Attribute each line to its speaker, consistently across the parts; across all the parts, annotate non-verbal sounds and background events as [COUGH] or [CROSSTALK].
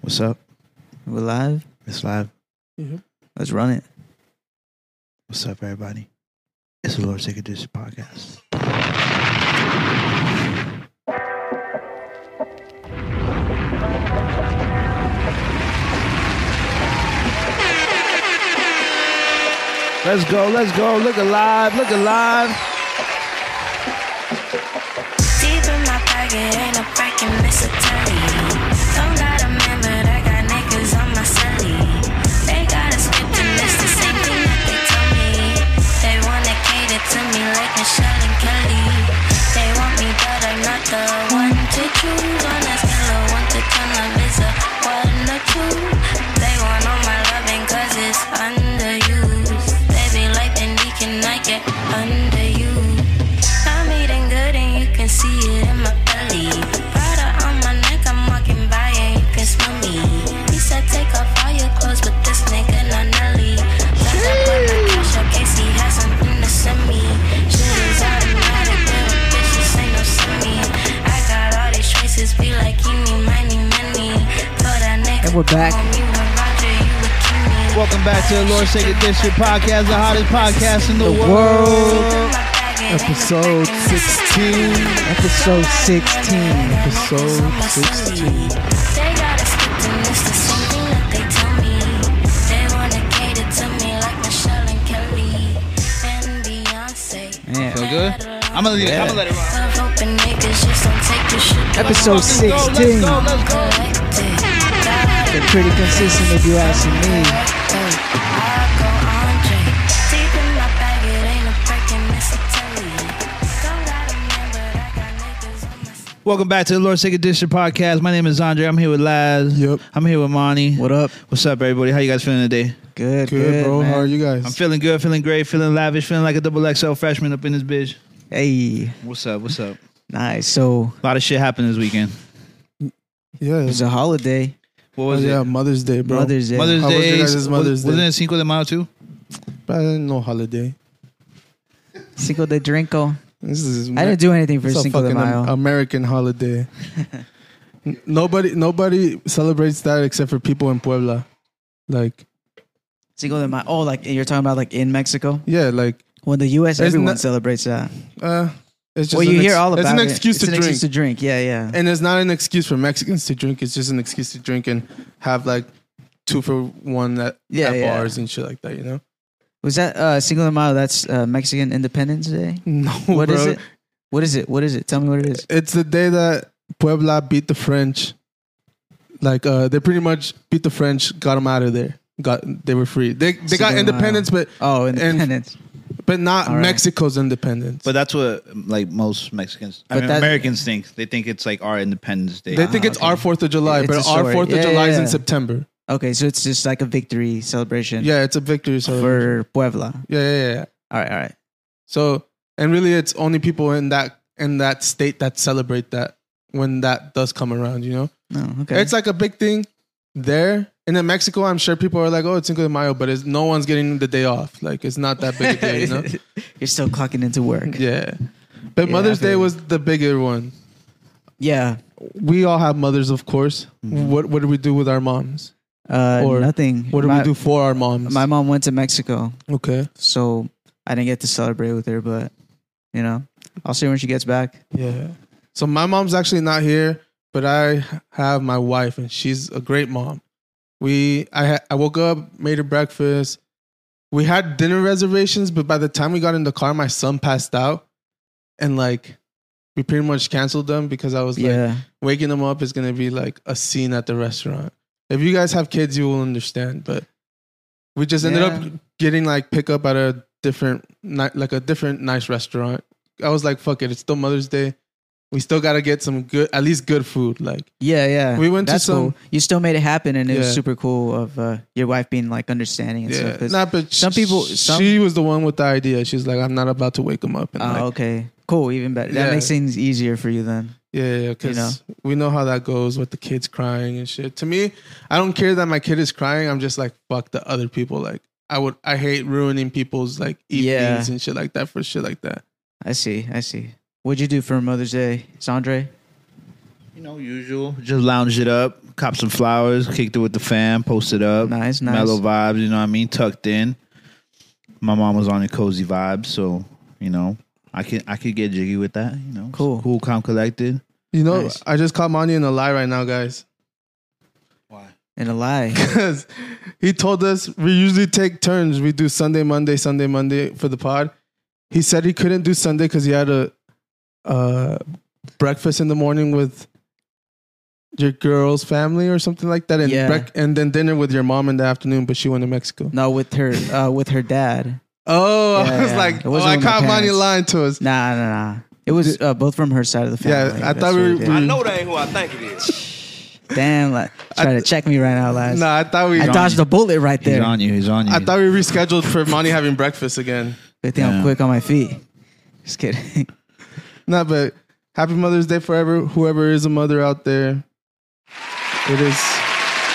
Speaker 1: What's up?
Speaker 2: We're live.
Speaker 1: It's live.
Speaker 3: Mm-hmm.
Speaker 2: Let's run it.
Speaker 1: What's up, everybody? It's the Lord's Take a Dish podcast. Let's go, let's go. Look alive, look alive.
Speaker 4: Deep in my pocket, ain't no cracking, Miss Attorney. Don't got a man, but I got niggas on my celly. They got a script and it's the same thing that they tell me. They wanna cater to me like Michelle and Kelly. They want me, but I'm not the one to choose. On a scale of one to ten, love is a one or two. They want all my loving 'cause it's underused. They be like, then we can I get under you? I'm eating good and you can see it in my belly. Prada on my neck, I'm walking by and you can smell me. He said take off all your clothes, but this nigga not Nelly. Got that boy Natasha Casey has something to send me. Shit is automatic, little bitches ain't no send me. I got all these choices, be like you need money, money. Throw that nigga
Speaker 2: And we're back.
Speaker 4: on you and Roger, you a cutie.
Speaker 1: Welcome back to the Lord's Take a Dish podcast, the hottest podcast in the,
Speaker 2: The
Speaker 1: world.
Speaker 2: world. Episode 16. Episode 16. Episode 16.
Speaker 4: They got a script and it's the same thing that they tell me. They wanna cater to me like Michelle and Kelly and Beyonce.
Speaker 2: Yeah.
Speaker 1: Feel good? I'm gonna, leave it. I'm gonna let it rock.
Speaker 4: Love hoping niggas just don't take the shit that
Speaker 2: Episode
Speaker 1: Let's go, let's
Speaker 2: 16.
Speaker 1: go, let's go.
Speaker 4: collected. Got it
Speaker 2: They're pretty consistent if you ask me.
Speaker 4: collected. I go Andre. Deep in my bag, it ain't a freaking necessary. Don't got a man, but I got niggas on my
Speaker 1: Welcome back to the Lord's Sake Edition podcast. My name is Andre. I'm here with Laz.
Speaker 3: Yep.
Speaker 1: I'm here with Monty.
Speaker 2: What up?
Speaker 1: What's up, everybody? How you guys feeling today?
Speaker 2: Good, good,
Speaker 3: Good, bro.
Speaker 2: man.
Speaker 3: How are you guys?
Speaker 1: I'm feeling good, feeling great, feeling lavish, feeling like a double XL freshman up in this bitch.
Speaker 2: Hey,
Speaker 1: What's up? What's up?
Speaker 2: nice. So
Speaker 1: A lot of shit happened this weekend.
Speaker 3: yeah.
Speaker 2: it was a holiday,
Speaker 1: What was
Speaker 3: Oh, yeah,
Speaker 1: it?
Speaker 3: Mother's Day, bro.
Speaker 2: Mother's Day.
Speaker 1: Mother's
Speaker 3: How was your
Speaker 1: Day.
Speaker 3: guys' Mother's Day?
Speaker 1: Wasn't it Cinco de Mayo too?
Speaker 3: But no holiday.
Speaker 2: Cinco de Drinko.
Speaker 3: This is
Speaker 2: I didn't do anything for
Speaker 3: it's a
Speaker 2: Cinco de
Speaker 3: fucking um,
Speaker 2: Mayo.
Speaker 3: Am-
Speaker 2: [LAUGHS]
Speaker 3: American holiday. N- nobody nobody celebrates that except for people in Puebla. Like
Speaker 2: Cinco de Mayo. Oh, like you're talking about like in Mexico?
Speaker 3: yeah, like
Speaker 2: When the U.S.,
Speaker 3: There's
Speaker 2: everyone
Speaker 3: no-
Speaker 2: celebrates that.
Speaker 3: uh it's just
Speaker 2: Well,
Speaker 3: an
Speaker 2: you
Speaker 3: ex-
Speaker 2: hear all about
Speaker 3: It's an
Speaker 2: it.
Speaker 3: excuse to
Speaker 2: it's an
Speaker 3: drink.
Speaker 2: excuse to drink. Yeah, yeah.
Speaker 3: and it's not an excuse for Mexicans to drink, it's just an excuse to drink and have like two for one at,
Speaker 2: Yeah,
Speaker 3: at
Speaker 2: yeah.
Speaker 3: bars and shit like that, you know? [LAUGHS]
Speaker 2: Was that uh, Cinco de Mayo? That's uh, Mexican Independence Day.
Speaker 3: No.
Speaker 2: What is
Speaker 3: bro.
Speaker 2: it? What is it? What is it? Tell me what it is.
Speaker 3: it's the day that Puebla beat the French. Like uh, they pretty much beat the French, got them out of there. Got they were free. They they
Speaker 2: Cinco
Speaker 3: got
Speaker 2: de Mayo.
Speaker 3: independence, but
Speaker 2: Oh, Independence.
Speaker 3: but not
Speaker 2: All right.
Speaker 3: Mexico's independence.
Speaker 1: But that's what like most Mexicans, I
Speaker 2: But
Speaker 1: mean,
Speaker 2: that-
Speaker 1: Americans think. They think it's like our Independence Day.
Speaker 3: they think
Speaker 2: Ah,
Speaker 3: it's
Speaker 2: okay.
Speaker 3: our Fourth of July,
Speaker 2: It's
Speaker 3: but
Speaker 2: a
Speaker 3: our
Speaker 2: short-
Speaker 3: Fourth of
Speaker 2: yeah,
Speaker 3: July
Speaker 2: yeah,
Speaker 3: is in
Speaker 2: yeah.
Speaker 3: September.
Speaker 2: okay, so it's just like a victory celebration.
Speaker 3: Yeah, it's a victory
Speaker 2: for
Speaker 3: celebration.
Speaker 2: Puebla.
Speaker 3: yeah, yeah, yeah, yeah.
Speaker 2: All right, all right.
Speaker 3: So and really, it's only people in that in that state that celebrate that when that does come around. You know,
Speaker 2: No, okay. [LAUGHS]
Speaker 3: it's like a big thing there. And in Mexico, I'm sure people are like, "Oh, it's Cinco de Mayo," but it's, no one's getting the day off. Like, it's not that big a day, you
Speaker 2: [LAUGHS]
Speaker 3: know.
Speaker 2: You're still clocking into work. Yeah,
Speaker 3: Yeah. But
Speaker 2: Yeah,
Speaker 3: Mother's
Speaker 2: I feel
Speaker 3: Day
Speaker 2: you.
Speaker 3: was the bigger one. We all have mothers, of course.
Speaker 2: Mm-hmm.
Speaker 3: What what do we do with our moms?
Speaker 2: Uh,
Speaker 3: Or
Speaker 2: nothing.
Speaker 3: What do
Speaker 2: my,
Speaker 3: we do for our moms?
Speaker 2: My mom went to Mexico,
Speaker 3: okay.
Speaker 2: so I didn't get to celebrate with her. But you know, I'll see her when she gets back.
Speaker 3: Yeah. So my mom's actually not here, but I have my wife and she's a great mom. We I ha- I woke up, made her breakfast. We had dinner reservations, but by the time we got in the car, my son passed out and like we pretty much canceled them because I was like
Speaker 2: yeah,
Speaker 3: waking them up is going to be like a scene at the restaurant. If you guys have kids, you will understand. But we just ended
Speaker 2: Yeah.
Speaker 3: up getting like pickup at a different, ni- like a different nice restaurant. I was like, fuck it, it's still Mother's Day. We still got to get some good, at least good food. Like,
Speaker 2: yeah, yeah.
Speaker 3: We went to
Speaker 2: That's
Speaker 3: some-
Speaker 2: Cool. You still made it happen, and it was
Speaker 3: Yeah.
Speaker 2: super cool of uh, your wife being like understanding and
Speaker 3: yeah,
Speaker 2: stuff. 'cause-
Speaker 3: not, but
Speaker 2: some people-
Speaker 3: sh-
Speaker 2: some-
Speaker 3: she was the one with the idea. She's like, I'm not about to wake them up. And
Speaker 2: Oh,
Speaker 3: like,
Speaker 2: okay. Cool. Even better. That
Speaker 3: Yeah.
Speaker 2: makes things easier for you then.
Speaker 3: Yeah, yeah, because we know how that goes with the kids crying and shit. To me, I don't care that my kid is crying. I'm just like, fuck the other people. Like, I would, I hate ruining people's like evenings
Speaker 2: Yeah.
Speaker 3: and shit like that for shit like that.
Speaker 2: I see. I see. What'd you do for Mother's Day, Sandre?
Speaker 1: you
Speaker 5: You know, usual. Just lounge it up, cop some flowers, kicked it with the fam, post it up.
Speaker 2: Nice, nice.
Speaker 5: Mellow vibes, you know what I mean? Tucked in. My mom was on a cozy vibe, so you know, I can I could get jiggy with that, you know.
Speaker 2: Cool.
Speaker 5: Cool, calm collected.
Speaker 3: You know,
Speaker 2: Nice.
Speaker 3: I just caught Monty in a lie right now, guys.
Speaker 5: Why?
Speaker 2: And a lie. [LAUGHS]
Speaker 3: Because he told us we usually take turns. We do Sunday, Monday, Sunday, Monday for the pod. He said he couldn't do Sunday because he had a uh, breakfast in the morning with your girl's family or something like that, and
Speaker 2: Yeah.
Speaker 3: brec- and then dinner with your mom in the afternoon. But she went to Mexico.
Speaker 2: No, with her, uh, with her dad.
Speaker 3: Oh, I
Speaker 2: Yeah,
Speaker 3: was
Speaker 2: yeah.
Speaker 3: like,
Speaker 2: It
Speaker 3: oh,
Speaker 2: wasn't
Speaker 3: I
Speaker 2: with my
Speaker 3: caught Monty
Speaker 2: parents.
Speaker 3: lying to us.
Speaker 2: Nah, nah, nah. It was uh, both from her side of the
Speaker 3: Yeah,
Speaker 2: family.
Speaker 3: I
Speaker 2: That's
Speaker 3: thought
Speaker 2: what
Speaker 3: we
Speaker 2: it
Speaker 3: were.
Speaker 2: is.
Speaker 6: I know that ain't who I think it is.
Speaker 2: Damn,
Speaker 3: [LAUGHS]
Speaker 2: like, try to check me right now, last.
Speaker 3: Nah, I thought we.
Speaker 2: I
Speaker 5: on
Speaker 2: dodged
Speaker 5: you.
Speaker 2: the bullet right
Speaker 5: He's
Speaker 2: there.
Speaker 5: on you, he's on you.
Speaker 3: I thought we rescheduled for Monty having breakfast again.
Speaker 2: Good thing
Speaker 5: Yeah.
Speaker 2: I'm quick on my feet. Just kidding. [LAUGHS]
Speaker 3: Nah, but happy Mother's Day forever, whoever is a mother out there. It is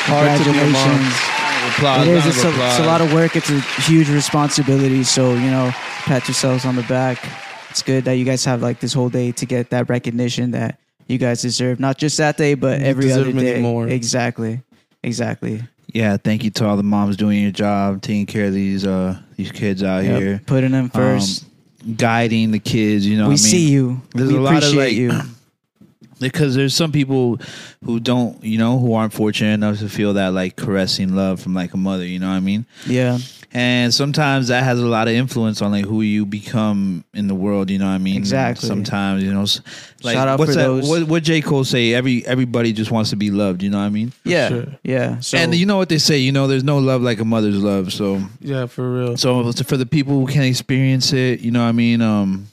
Speaker 3: hard to be a mom.
Speaker 2: Congratulations.
Speaker 5: applause,
Speaker 2: It is.
Speaker 5: round
Speaker 2: It's
Speaker 5: of
Speaker 2: a, it's a lot
Speaker 5: applause.
Speaker 2: of work. It's a huge responsibility. So you know, pat yourselves on the back. It's good that you guys have like this whole day to get that recognition that you guys deserve. Not just that day, but every
Speaker 3: deserve
Speaker 2: other
Speaker 3: many
Speaker 2: day.
Speaker 3: more.
Speaker 2: Exactly. Exactly.
Speaker 5: Yeah, thank you to all the moms doing your job, taking care of these uh these kids out
Speaker 2: Yep.
Speaker 5: here.
Speaker 2: Putting them first.
Speaker 5: Um, guiding the kids, you know.
Speaker 2: we
Speaker 5: what I mean?
Speaker 2: see you.
Speaker 5: There's
Speaker 2: we
Speaker 5: a lot of,
Speaker 2: appreciate
Speaker 5: like,
Speaker 2: you.
Speaker 5: [CLEARS THROAT] because there's some people who don't you know who aren't fortunate enough to feel that like caressing love from like a mother you know what i mean
Speaker 2: Yeah.
Speaker 5: and sometimes that has a lot of influence on like who you become in the world you know what i mean
Speaker 2: Exactly.
Speaker 5: sometimes you know s- like
Speaker 2: Shout out
Speaker 5: what's
Speaker 2: for
Speaker 5: that
Speaker 2: those-
Speaker 5: what, what j cole say every everybody just wants to be loved you know what i mean
Speaker 2: Yeah.
Speaker 3: sure.
Speaker 2: Yeah. So
Speaker 5: and you know what they say you know there's no love like a mother's love so
Speaker 3: Yeah, for real.
Speaker 5: so for the people who can experience it, you know, what I mean, um,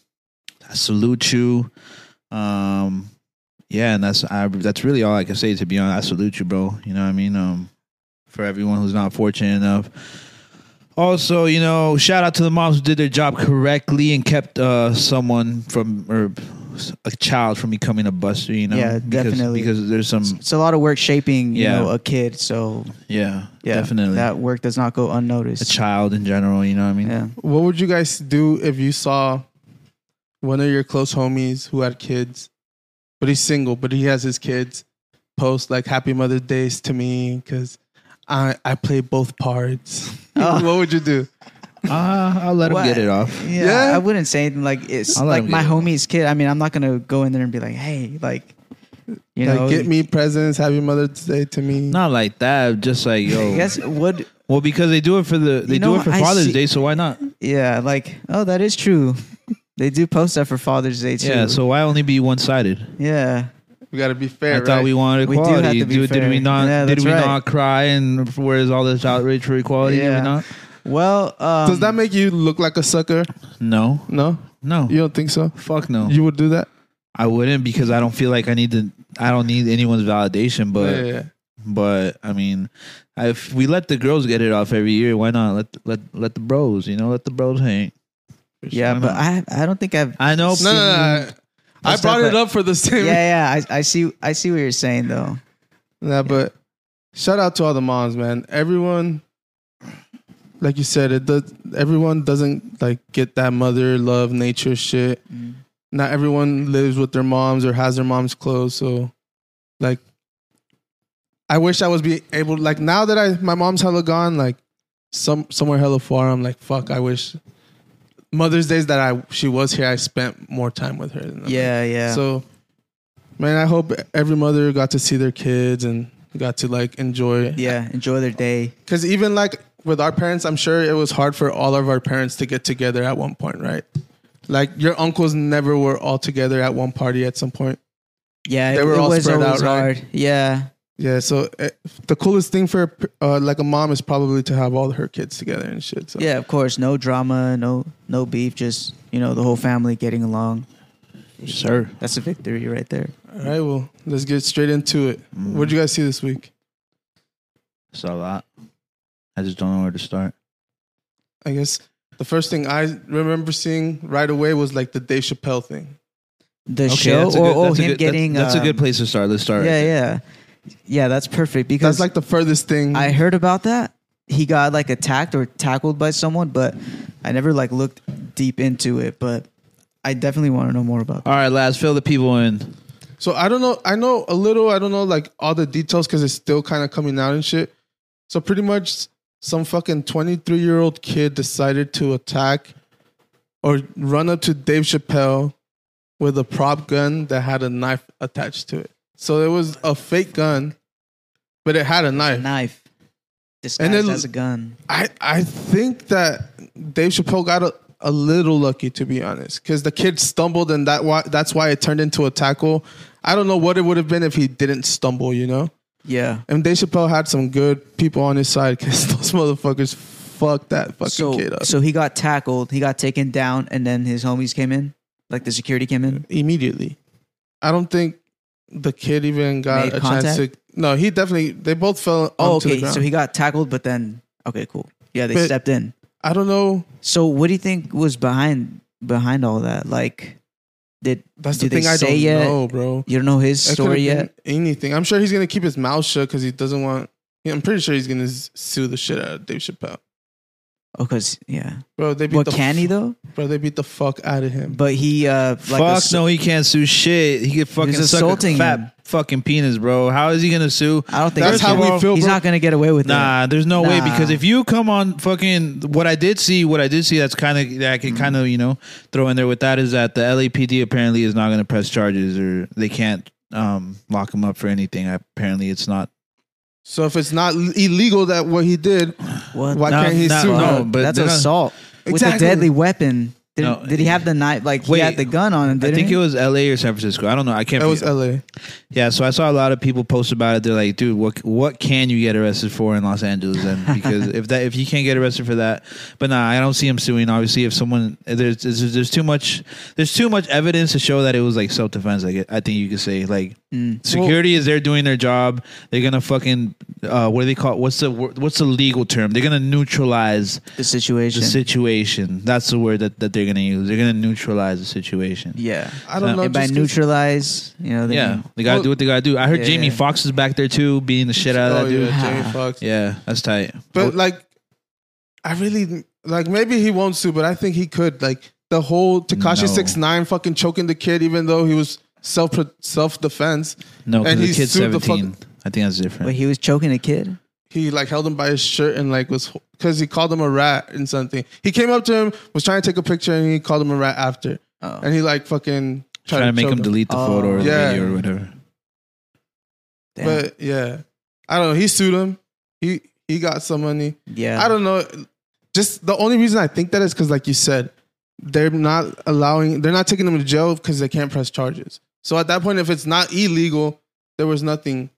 Speaker 5: I salute you. Um, yeah, and that's I, that's really all I can say to be honest. I salute you, bro. You know, what I mean, um, for everyone who's not fortunate enough. Also, you know, shout out to the moms who did their job correctly and kept uh, someone from or a child from becoming a buster. You know,
Speaker 2: Yeah,
Speaker 5: Because-
Speaker 2: definitely.
Speaker 5: because there's some
Speaker 2: it's a lot of work shaping, you
Speaker 5: Yeah.
Speaker 2: know, a kid. So
Speaker 5: yeah,
Speaker 2: yeah,
Speaker 5: definitely
Speaker 2: that work does not go
Speaker 5: a
Speaker 2: unnoticed.
Speaker 5: child in general. You know, what I mean,
Speaker 2: yeah.
Speaker 3: What would you guys do if you saw one of your close homies who had kids, but he's single, but he has his kids, post like Happy Mother's Days to me because I I play both parts.
Speaker 2: [LAUGHS] Oh.
Speaker 3: what would you do?
Speaker 5: Uh, I'll let him
Speaker 2: What?
Speaker 5: get it off.
Speaker 2: Yeah,
Speaker 3: Yeah.
Speaker 2: I wouldn't say anything like it's
Speaker 5: I'll let
Speaker 2: like
Speaker 5: him
Speaker 2: my
Speaker 5: get it.
Speaker 2: homie's kid. I mean, I'm not gonna go in there and be like, hey, like, you
Speaker 3: like
Speaker 2: know,
Speaker 3: get me presents, Happy Mother's Day to me.
Speaker 5: Not like that. Just like yo.
Speaker 2: I guess would
Speaker 5: well, because they do it for the they
Speaker 2: You know
Speaker 5: do it for
Speaker 2: what? I
Speaker 5: Father's
Speaker 2: see-
Speaker 5: Day, so why not?
Speaker 2: yeah, like, oh, that is true. [LAUGHS] they do post that for Father's Day too.
Speaker 5: Yeah. So why only be one sided?
Speaker 2: yeah,
Speaker 3: We gotta be
Speaker 5: I
Speaker 3: fair.
Speaker 5: thought
Speaker 3: right?
Speaker 5: we wanted
Speaker 2: We do have
Speaker 5: equality.
Speaker 2: to be
Speaker 5: Do- did
Speaker 2: fair.
Speaker 5: we not?
Speaker 2: Yeah,
Speaker 5: did
Speaker 2: that's
Speaker 5: we
Speaker 2: right.
Speaker 5: not cry? And where is all this outrage for equality? Did
Speaker 2: Yeah.
Speaker 5: we not?
Speaker 2: well, um,
Speaker 3: Does that make you look like a sucker?
Speaker 5: No.
Speaker 3: No,
Speaker 5: No.
Speaker 3: you don't think so.
Speaker 5: Fuck no.
Speaker 3: You would do that.
Speaker 5: I wouldn't because I don't feel like I need to. I don't need anyone's validation. But
Speaker 3: Yeah, yeah, yeah.
Speaker 5: but I mean, if we let the girls get it off every year, why not let let let the bros? You know, let the bros hang.
Speaker 2: yeah,
Speaker 5: Why
Speaker 2: but
Speaker 5: not?
Speaker 2: I I don't think
Speaker 3: [LAUGHS]
Speaker 2: I've
Speaker 5: I know.
Speaker 3: No, no, no. I, I
Speaker 2: That's
Speaker 3: brought
Speaker 2: not
Speaker 3: it
Speaker 2: bad.
Speaker 3: up for the
Speaker 2: yeah
Speaker 3: same.
Speaker 2: yeah I I see I see what you're saying though.
Speaker 3: Nah, but shout out to all the moms, man. Everyone, like you said, it does. Everyone doesn't like get that mother love nature shit. Not everyone lives with their moms or has their mom's clothes. So, like, I wish I was be able. Like now that I my mom's hella gone, like some somewhere hella far. I'm like, fuck. I wish Mother's Days that I she was here. I spent more time with her. than-
Speaker 2: Yeah yeah.
Speaker 3: so, man, I hope every mother got to see their kids and got to like enjoy.
Speaker 2: yeah, enjoy their day.
Speaker 3: Because even like with our parents, I'm sure it was hard for all of our parents to get together at one point, right? Like your uncles never were all together at one party at some point.
Speaker 2: Yeah,
Speaker 3: They
Speaker 2: it,
Speaker 3: were
Speaker 2: it
Speaker 3: all
Speaker 2: was
Speaker 3: spread out,
Speaker 2: always
Speaker 3: right?
Speaker 2: hard. Yeah,
Speaker 3: Yeah, so eh, the coolest thing for uh, like a mom is probably to have all her kids together and shit. So.
Speaker 2: yeah, of course, no drama, no no beef, just you know the whole family getting along.
Speaker 5: sir.
Speaker 2: That's a victory right there.
Speaker 3: All right, well, let's get straight into it. What'd you guys see this week?
Speaker 5: It's a lot. I just don't know where to start.
Speaker 3: I guess the first thing I remember seeing right away was like the Dave Chappelle thing.
Speaker 2: the
Speaker 5: Okay,
Speaker 2: show
Speaker 5: that's a
Speaker 2: or
Speaker 5: good-
Speaker 2: oh
Speaker 5: that's a
Speaker 2: him
Speaker 5: good-
Speaker 2: getting
Speaker 5: That's, that's a good
Speaker 2: um,
Speaker 5: place to start. Let's start.
Speaker 2: yeah
Speaker 5: right there.
Speaker 2: yeah yeah that's perfect because
Speaker 3: That's like the furthest thing.
Speaker 2: i heard about that he got like attacked or tackled by someone but i never like looked deep into it but i definitely want to know more about that
Speaker 5: All right, lads, fill the people in.
Speaker 3: So I don't know. I know a little. I don't know like all the details because it's still kind of coming out and shit. So pretty much, some fucking twenty-three year old kid decided to attack or run up to Dave Chappelle with a prop gun that had a knife attached to it. So it was a fake gun, but it had a knife.
Speaker 2: Knife. Disguised
Speaker 3: then-
Speaker 2: as a gun.
Speaker 3: I I think that Dave Chappelle got a, a little lucky to be honest, because the kid stumbled and that why that's why it turned into a tackle. I don't know what it would have been if he didn't stumble, you know.
Speaker 2: Yeah.
Speaker 3: And Dave Chappelle had some good people on his side because [LAUGHS] those motherfuckers fucked that fucking
Speaker 2: So
Speaker 3: kid up
Speaker 2: so he got tackled, he got taken down, and then his homies came in. Like the security came in.
Speaker 3: immediately. I don't think the kid even got
Speaker 2: Made
Speaker 3: a chance to.
Speaker 2: contact?
Speaker 3: No, he definitely. They both fell.
Speaker 2: Oh,
Speaker 3: onto the
Speaker 2: okay.
Speaker 3: ground.
Speaker 2: So he got tackled, but then okay, cool. Yeah, they
Speaker 3: But-
Speaker 2: stepped in.
Speaker 3: I don't know.
Speaker 2: So what do you think was behind behind all that? Like, did
Speaker 3: That's
Speaker 2: do
Speaker 3: the thing
Speaker 2: they
Speaker 3: I
Speaker 2: say
Speaker 3: don't
Speaker 2: yet?
Speaker 3: know, bro.
Speaker 2: You don't know his
Speaker 3: That
Speaker 2: story
Speaker 3: could've
Speaker 2: yet.
Speaker 3: been Anything. I'm sure he's gonna keep his mouth shut because he doesn't want. yeah, I'm pretty sure he's gonna s- sue the shit out of Dave Chappelle,
Speaker 2: Oh, cause yeah.
Speaker 3: bro. They beat
Speaker 2: What
Speaker 3: the
Speaker 2: can he though?
Speaker 3: f- bro. They beat the fuck out of him.
Speaker 2: But he uh like
Speaker 5: Fuck
Speaker 2: ass-
Speaker 5: no, he can't sue shit. He could fucking
Speaker 2: He's
Speaker 5: suck a
Speaker 2: assaulting
Speaker 5: fat
Speaker 2: him.
Speaker 5: fucking penis, bro. How is he gonna sue?
Speaker 2: I don't think
Speaker 3: That's
Speaker 2: he
Speaker 3: how
Speaker 2: can.
Speaker 3: we feel,
Speaker 2: He's
Speaker 3: bro.
Speaker 2: not gonna get away with that.
Speaker 5: Nah, there's no way
Speaker 2: Nah.
Speaker 5: because if you come on fucking what I did see, what I did see that's kind of that I
Speaker 2: Mm-hmm.
Speaker 5: can kind of you know throw in there with that is that the LAPD apparently is not going to press charges or they can't um lock him up for anything. Apparently, it's not.
Speaker 3: so if it's not l- illegal that what he did,
Speaker 2: What?
Speaker 3: why
Speaker 5: No,
Speaker 3: can't he
Speaker 5: no,
Speaker 3: sue?
Speaker 5: no.
Speaker 3: him?
Speaker 5: but
Speaker 2: that's
Speaker 5: they're not-
Speaker 2: assault with a
Speaker 3: Exactly.
Speaker 2: deadly weapon. Did,
Speaker 5: No.
Speaker 2: did he have the knife? Like
Speaker 5: Wait.
Speaker 2: he had the gun on him.
Speaker 5: I
Speaker 2: Didn't
Speaker 5: think
Speaker 2: he?
Speaker 5: it was L.A. or San Francisco. I don't know. I can't.
Speaker 3: That was
Speaker 5: figure-
Speaker 3: L.A.
Speaker 5: yeah, so I saw a lot of people post about it. They're like, dude, what what can you get arrested for in Los Angeles? And because if that if you can't get arrested for that, but nah, I don't see him suing. Obviously, if someone there's there's, there's too much there's too much evidence to show that it was like self defense. Like I think you could say like security is there doing their job. They're gonna fucking uh, what do they call it? what's the wor- what's the legal term? They're gonna neutralize
Speaker 2: the situation.
Speaker 5: the situation. That's the word that, that they're gonna use. They're gonna neutralize the situation.
Speaker 2: yeah.
Speaker 3: I don't know.
Speaker 2: Uh, and by
Speaker 3: just 'cause-
Speaker 2: neutralize, you know. They
Speaker 5: Yeah, they gotta
Speaker 3: Well-
Speaker 5: do what they gotta do. I heard
Speaker 2: Yeah,
Speaker 5: Jamie
Speaker 2: yeah.
Speaker 5: Foxx is back there too, beating the shit out of
Speaker 3: Oh
Speaker 5: that dude.
Speaker 3: yeah, Jamie
Speaker 2: Ah.
Speaker 3: Foxx.
Speaker 5: Yeah, that's tight.
Speaker 3: But like, I really like. Maybe he won't sue, but I think he could. Like the whole Takashi
Speaker 5: No.
Speaker 3: six nine fucking choking the kid, even though he was self self defense.
Speaker 5: no, because
Speaker 3: and
Speaker 5: the
Speaker 3: he
Speaker 5: kid's
Speaker 3: sued the
Speaker 5: seventeen. I think that's different.
Speaker 2: But he was choking a kid.
Speaker 3: he like held him by his shirt and like was because he called him a rat and something. He came up to him, was trying to take a picture, and he called him a rat after.
Speaker 2: Oh.
Speaker 3: And he like fucking tried
Speaker 5: Trying to make
Speaker 3: choke
Speaker 5: him delete the
Speaker 2: Oh.
Speaker 5: photo or
Speaker 3: Yeah.
Speaker 5: the video or whatever.
Speaker 2: Damn.
Speaker 3: But yeah, I don't know. He sued him. He he got some money.
Speaker 2: yeah.
Speaker 3: I don't know. Just the only reason I think that is because like you said, they're not allowing. They're not taking him to jail because they can't press charges. So at that point, if it's not illegal, there was nothing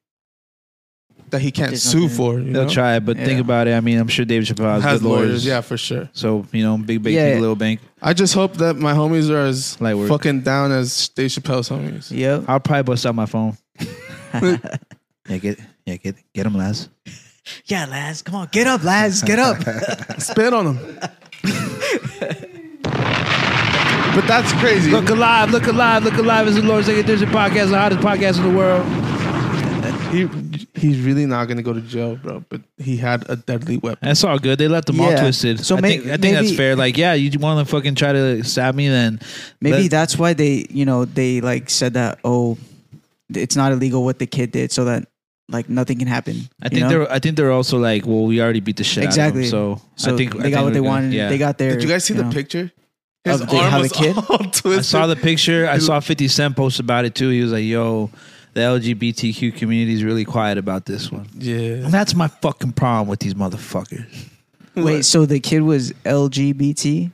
Speaker 3: that he can't
Speaker 2: There's
Speaker 3: sue
Speaker 2: nothing.
Speaker 3: for. You
Speaker 5: They'll
Speaker 3: know?
Speaker 5: try, but think
Speaker 2: Yeah.
Speaker 5: about it. I mean, I'm sure Dave Chappelle has,
Speaker 3: Has
Speaker 5: good lawyers.
Speaker 3: lawyers, yeah, for sure.
Speaker 5: So you know, big bank,
Speaker 2: Yeah.
Speaker 5: big little bank.
Speaker 3: I just hope that my homies are as
Speaker 5: Light work.
Speaker 3: fucking down as Dave Chappelle's
Speaker 2: [LAUGHS]
Speaker 3: homies.
Speaker 2: Yep.
Speaker 5: I'll probably bust out my
Speaker 2: [LAUGHS]
Speaker 5: phone. yeah, get yeah, get get him, lads.
Speaker 2: Yeah, lads, come on, get up, lads, get up.
Speaker 3: Spit on them. but that's crazy.
Speaker 5: Look alive, look alive, look alive! Is the Lord's Second Edition podcast, the hottest podcast in the world.
Speaker 3: he he's really not gonna go to jail, bro. But he had a deadly weapon.
Speaker 5: That's all good. They left them all
Speaker 2: Yeah.
Speaker 5: twisted.
Speaker 2: So
Speaker 5: I
Speaker 2: may-
Speaker 5: think I think
Speaker 2: maybe-
Speaker 5: that's fair. Like, yeah, you want to fucking try to stab me, then
Speaker 2: Maybe
Speaker 5: let-
Speaker 2: that's why they, you know, they like said that. Oh, it's not illegal what the kid did, so that like nothing can happen.
Speaker 5: I
Speaker 2: you
Speaker 5: think
Speaker 2: know?
Speaker 5: they're I think they're also like, well, we already beat the shit
Speaker 2: Exactly.
Speaker 5: out of them, so,
Speaker 2: So
Speaker 5: I think
Speaker 2: they
Speaker 5: I
Speaker 2: got
Speaker 5: think
Speaker 2: what
Speaker 5: we're
Speaker 2: they
Speaker 5: good.
Speaker 2: wanted.
Speaker 5: Yeah.
Speaker 2: They got their.
Speaker 3: Did you guys see the
Speaker 2: know.
Speaker 3: picture? His
Speaker 2: Of the-
Speaker 3: arm
Speaker 2: how
Speaker 3: was [LAUGHS]
Speaker 2: the kid-
Speaker 3: all twisted.
Speaker 5: I saw the picture. I saw Fifty Cent post about it too. He was like, "Yo, the LGBTQ community is really quiet about this one."
Speaker 3: Yeah.
Speaker 5: [LAUGHS] And that's my fucking problem with these motherfuckers.
Speaker 2: Wait, so the kid was LGBT?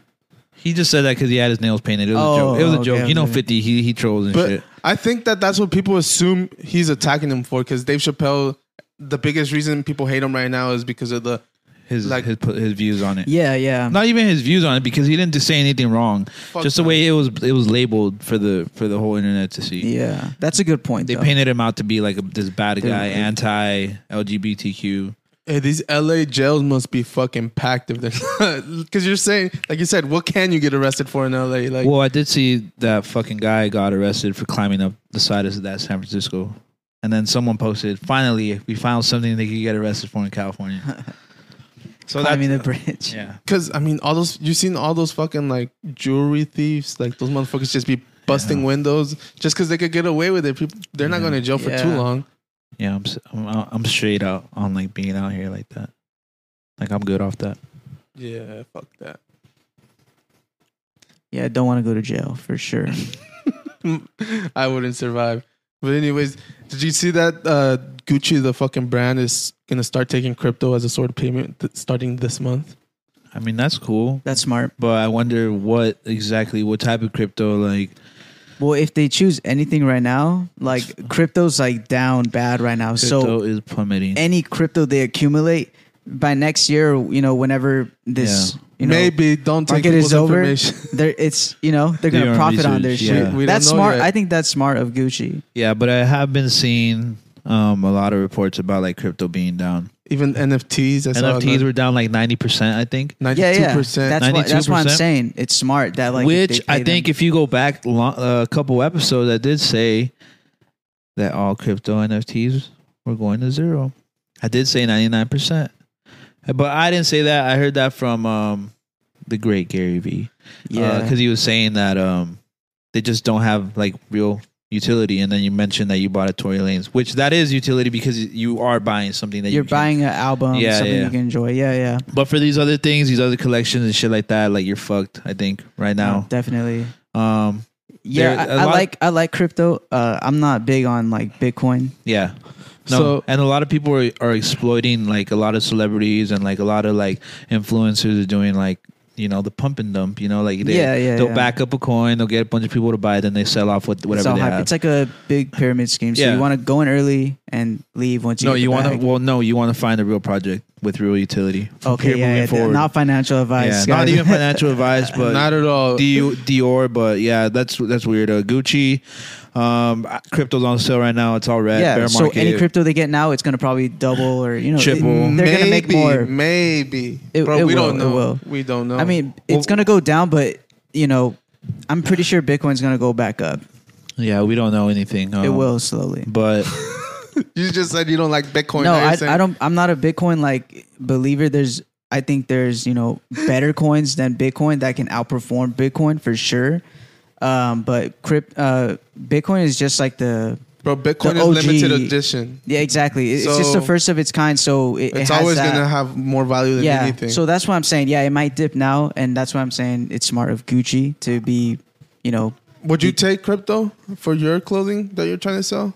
Speaker 5: He just said that because he had his nails painted. It was a
Speaker 2: Oh,
Speaker 5: joke. It was a
Speaker 2: okay,
Speaker 5: joke. You know,
Speaker 2: okay.
Speaker 5: Fifty. He he trolls and
Speaker 3: But
Speaker 5: shit.
Speaker 3: I think that that's what people assume he's attacking him for. Because Dave Chappelle, the biggest reason people hate him right now is because of the
Speaker 5: His
Speaker 3: like-
Speaker 5: his his views on it.
Speaker 2: Yeah, yeah.
Speaker 5: not even his views on it because he didn't just say anything wrong.
Speaker 3: Fuck
Speaker 5: just the
Speaker 3: no.
Speaker 5: way it was it was labeled for the for the whole internet to see.
Speaker 2: yeah, that's a good point.
Speaker 5: They
Speaker 2: though.
Speaker 5: painted him out to be like a, this bad
Speaker 2: They-
Speaker 5: guy, anti LGBTQ.
Speaker 3: Hey, these LA jails must be fucking packed if they're [LAUGHS] Because you're saying, like you said, what can you get arrested for in LA? Like,
Speaker 5: Well, I did see that fucking guy got arrested for climbing up the side of that San Francisco. And then someone posted, finally, we found something they could get arrested for in California. so
Speaker 2: climbing
Speaker 5: that,
Speaker 2: the bridge.
Speaker 5: yeah.
Speaker 3: Because I mean, all those you've seen all those fucking like jewelry thieves, like those motherfuckers just be busting windows just because they could get away with it. People, they're not
Speaker 5: Yeah.
Speaker 3: going to jail for
Speaker 2: Yeah.
Speaker 3: too long.
Speaker 5: Yeah, I'm s- I'm I'm straight out on like being out here like that. Like I'm good off that.
Speaker 3: Yeah, fuck that.
Speaker 2: Yeah, I don't want to go to jail for sure.
Speaker 3: [LAUGHS] I wouldn't survive. But anyways, did you see that uh, Gucci, the fucking brand, is gonna start taking crypto as a sort of payment th- starting this month?
Speaker 5: I mean that's cool,
Speaker 2: That's smart.
Speaker 5: but I wonder what exactly what type of crypto like
Speaker 2: Well, if they choose anything right now, like crypto's like down bad right now.
Speaker 5: crypto
Speaker 2: So
Speaker 5: is plummeting.
Speaker 2: any crypto they accumulate by next year, you know, whenever this,
Speaker 5: Yeah.
Speaker 2: you know,
Speaker 3: Maybe don't take
Speaker 2: market
Speaker 3: people's
Speaker 2: is over,
Speaker 3: information.
Speaker 2: [LAUGHS] they're it's you know they're
Speaker 5: Do
Speaker 2: gonna
Speaker 5: your own
Speaker 2: profit on their
Speaker 5: research,
Speaker 2: shit.
Speaker 5: yeah.
Speaker 3: We- we don't
Speaker 2: That's
Speaker 3: know
Speaker 2: smart.
Speaker 3: yet.
Speaker 2: I think that's smart of Gucci.
Speaker 5: yeah, but I have been seeing um a lot of reports about like crypto being down.
Speaker 3: Even NFTs, I saw
Speaker 5: NFTs were down like ninety percent, I think.
Speaker 2: Yeah,
Speaker 3: ninety-two
Speaker 2: yeah. That's
Speaker 3: percent.
Speaker 2: what that's what I'm
Speaker 5: 92%.
Speaker 2: saying. It's smart that like if
Speaker 5: Which
Speaker 2: they
Speaker 5: I
Speaker 2: pay
Speaker 5: think
Speaker 2: them-
Speaker 5: if you go back lo- uh, a couple episodes, I did say that all crypto NFTs were going to zero. I did say ninety nine percent, but I didn't say that. I heard that from um, the great Gary V.
Speaker 2: yeah
Speaker 5: because Uh, he was saying that um, they just don't have like real utility. And then you mentioned that you bought a Tory Lanez, which that is utility because you are buying something that
Speaker 2: you're
Speaker 5: you can-
Speaker 2: buying an album,
Speaker 5: Yeah,
Speaker 2: something
Speaker 5: yeah.
Speaker 2: you can enjoy. Yeah, yeah.
Speaker 5: But for these other things, these other collections and shit like that, like you're fucked. I think right now.
Speaker 2: definitely.
Speaker 5: Um,
Speaker 2: Yeah,
Speaker 5: There- a
Speaker 2: I, I
Speaker 5: lot-
Speaker 2: like I like crypto. Uh, I'm not big on like Bitcoin.
Speaker 5: Yeah. No,
Speaker 3: So-
Speaker 5: and a lot of people are, are exploiting like a lot of celebrities and like a lot of like influencers are doing like you know the pump and dump. You know, like they,
Speaker 2: Yeah, yeah,
Speaker 5: they'll
Speaker 2: yeah.
Speaker 5: back up a coin, they'll get a bunch of people to buy, it, then they sell off what
Speaker 2: it's
Speaker 5: whatever
Speaker 2: all
Speaker 5: they
Speaker 2: hype.
Speaker 5: have.
Speaker 2: It's like a big pyramid scheme. So
Speaker 5: Yeah.
Speaker 2: you want to go in early and leave once you
Speaker 5: no,
Speaker 2: get the
Speaker 5: you want
Speaker 2: bag.
Speaker 5: to. Well, no, you want to find a real project with real utility. from
Speaker 2: okay
Speaker 5: here
Speaker 2: yeah,
Speaker 5: moving
Speaker 2: yeah,
Speaker 5: forward.
Speaker 2: not financial advice.
Speaker 5: Yeah, not
Speaker 2: guys.
Speaker 5: even financial advice, but
Speaker 3: Not at all.
Speaker 5: Dior, Dior, but yeah, that's that's weird. Uh, Gucci, um, crypto's on sale right now. It's all
Speaker 2: [LAUGHS]
Speaker 5: red.
Speaker 2: yeah.
Speaker 5: bear
Speaker 2: So
Speaker 5: market.
Speaker 2: any crypto they get now, it's gonna probably double or you know
Speaker 5: Triple.
Speaker 2: it- They're gonna make
Speaker 3: Maybe,
Speaker 2: more.
Speaker 3: Maybe,
Speaker 2: It-
Speaker 3: bro.
Speaker 2: it
Speaker 3: we
Speaker 2: will,
Speaker 3: don't
Speaker 2: it
Speaker 3: know.
Speaker 2: will.
Speaker 3: We don't know.
Speaker 2: I mean, it's gonna go down, but you know, I'm pretty sure Bitcoin's gonna go back up.
Speaker 5: Yeah, we don't know anything.
Speaker 2: It
Speaker 5: um,
Speaker 2: will slowly. [LAUGHS]
Speaker 5: but.
Speaker 3: you just said you don't like Bitcoin.
Speaker 2: No,
Speaker 3: Now you're
Speaker 2: I,
Speaker 3: saying-
Speaker 2: I don't. I'm not a Bitcoin like believer. There's, I think there's you know better coins than Bitcoin that can outperform Bitcoin for sure. Um, but crypt, uh, Bitcoin is just like the
Speaker 3: Bro, Bitcoin
Speaker 2: The
Speaker 3: is
Speaker 2: OG.
Speaker 3: limited edition.
Speaker 2: yeah exactly. It- it's just
Speaker 3: So-
Speaker 2: the first of its kind, so it, it
Speaker 3: It's
Speaker 2: has
Speaker 3: always
Speaker 2: that-
Speaker 3: gonna have more value than
Speaker 2: yeah.
Speaker 3: anything.
Speaker 2: So that's why I'm saying yeah, it might dip now, and that's why I'm saying it's smart of Gucci to be, you know,
Speaker 3: Would you take crypto for your clothing that you're trying to sell?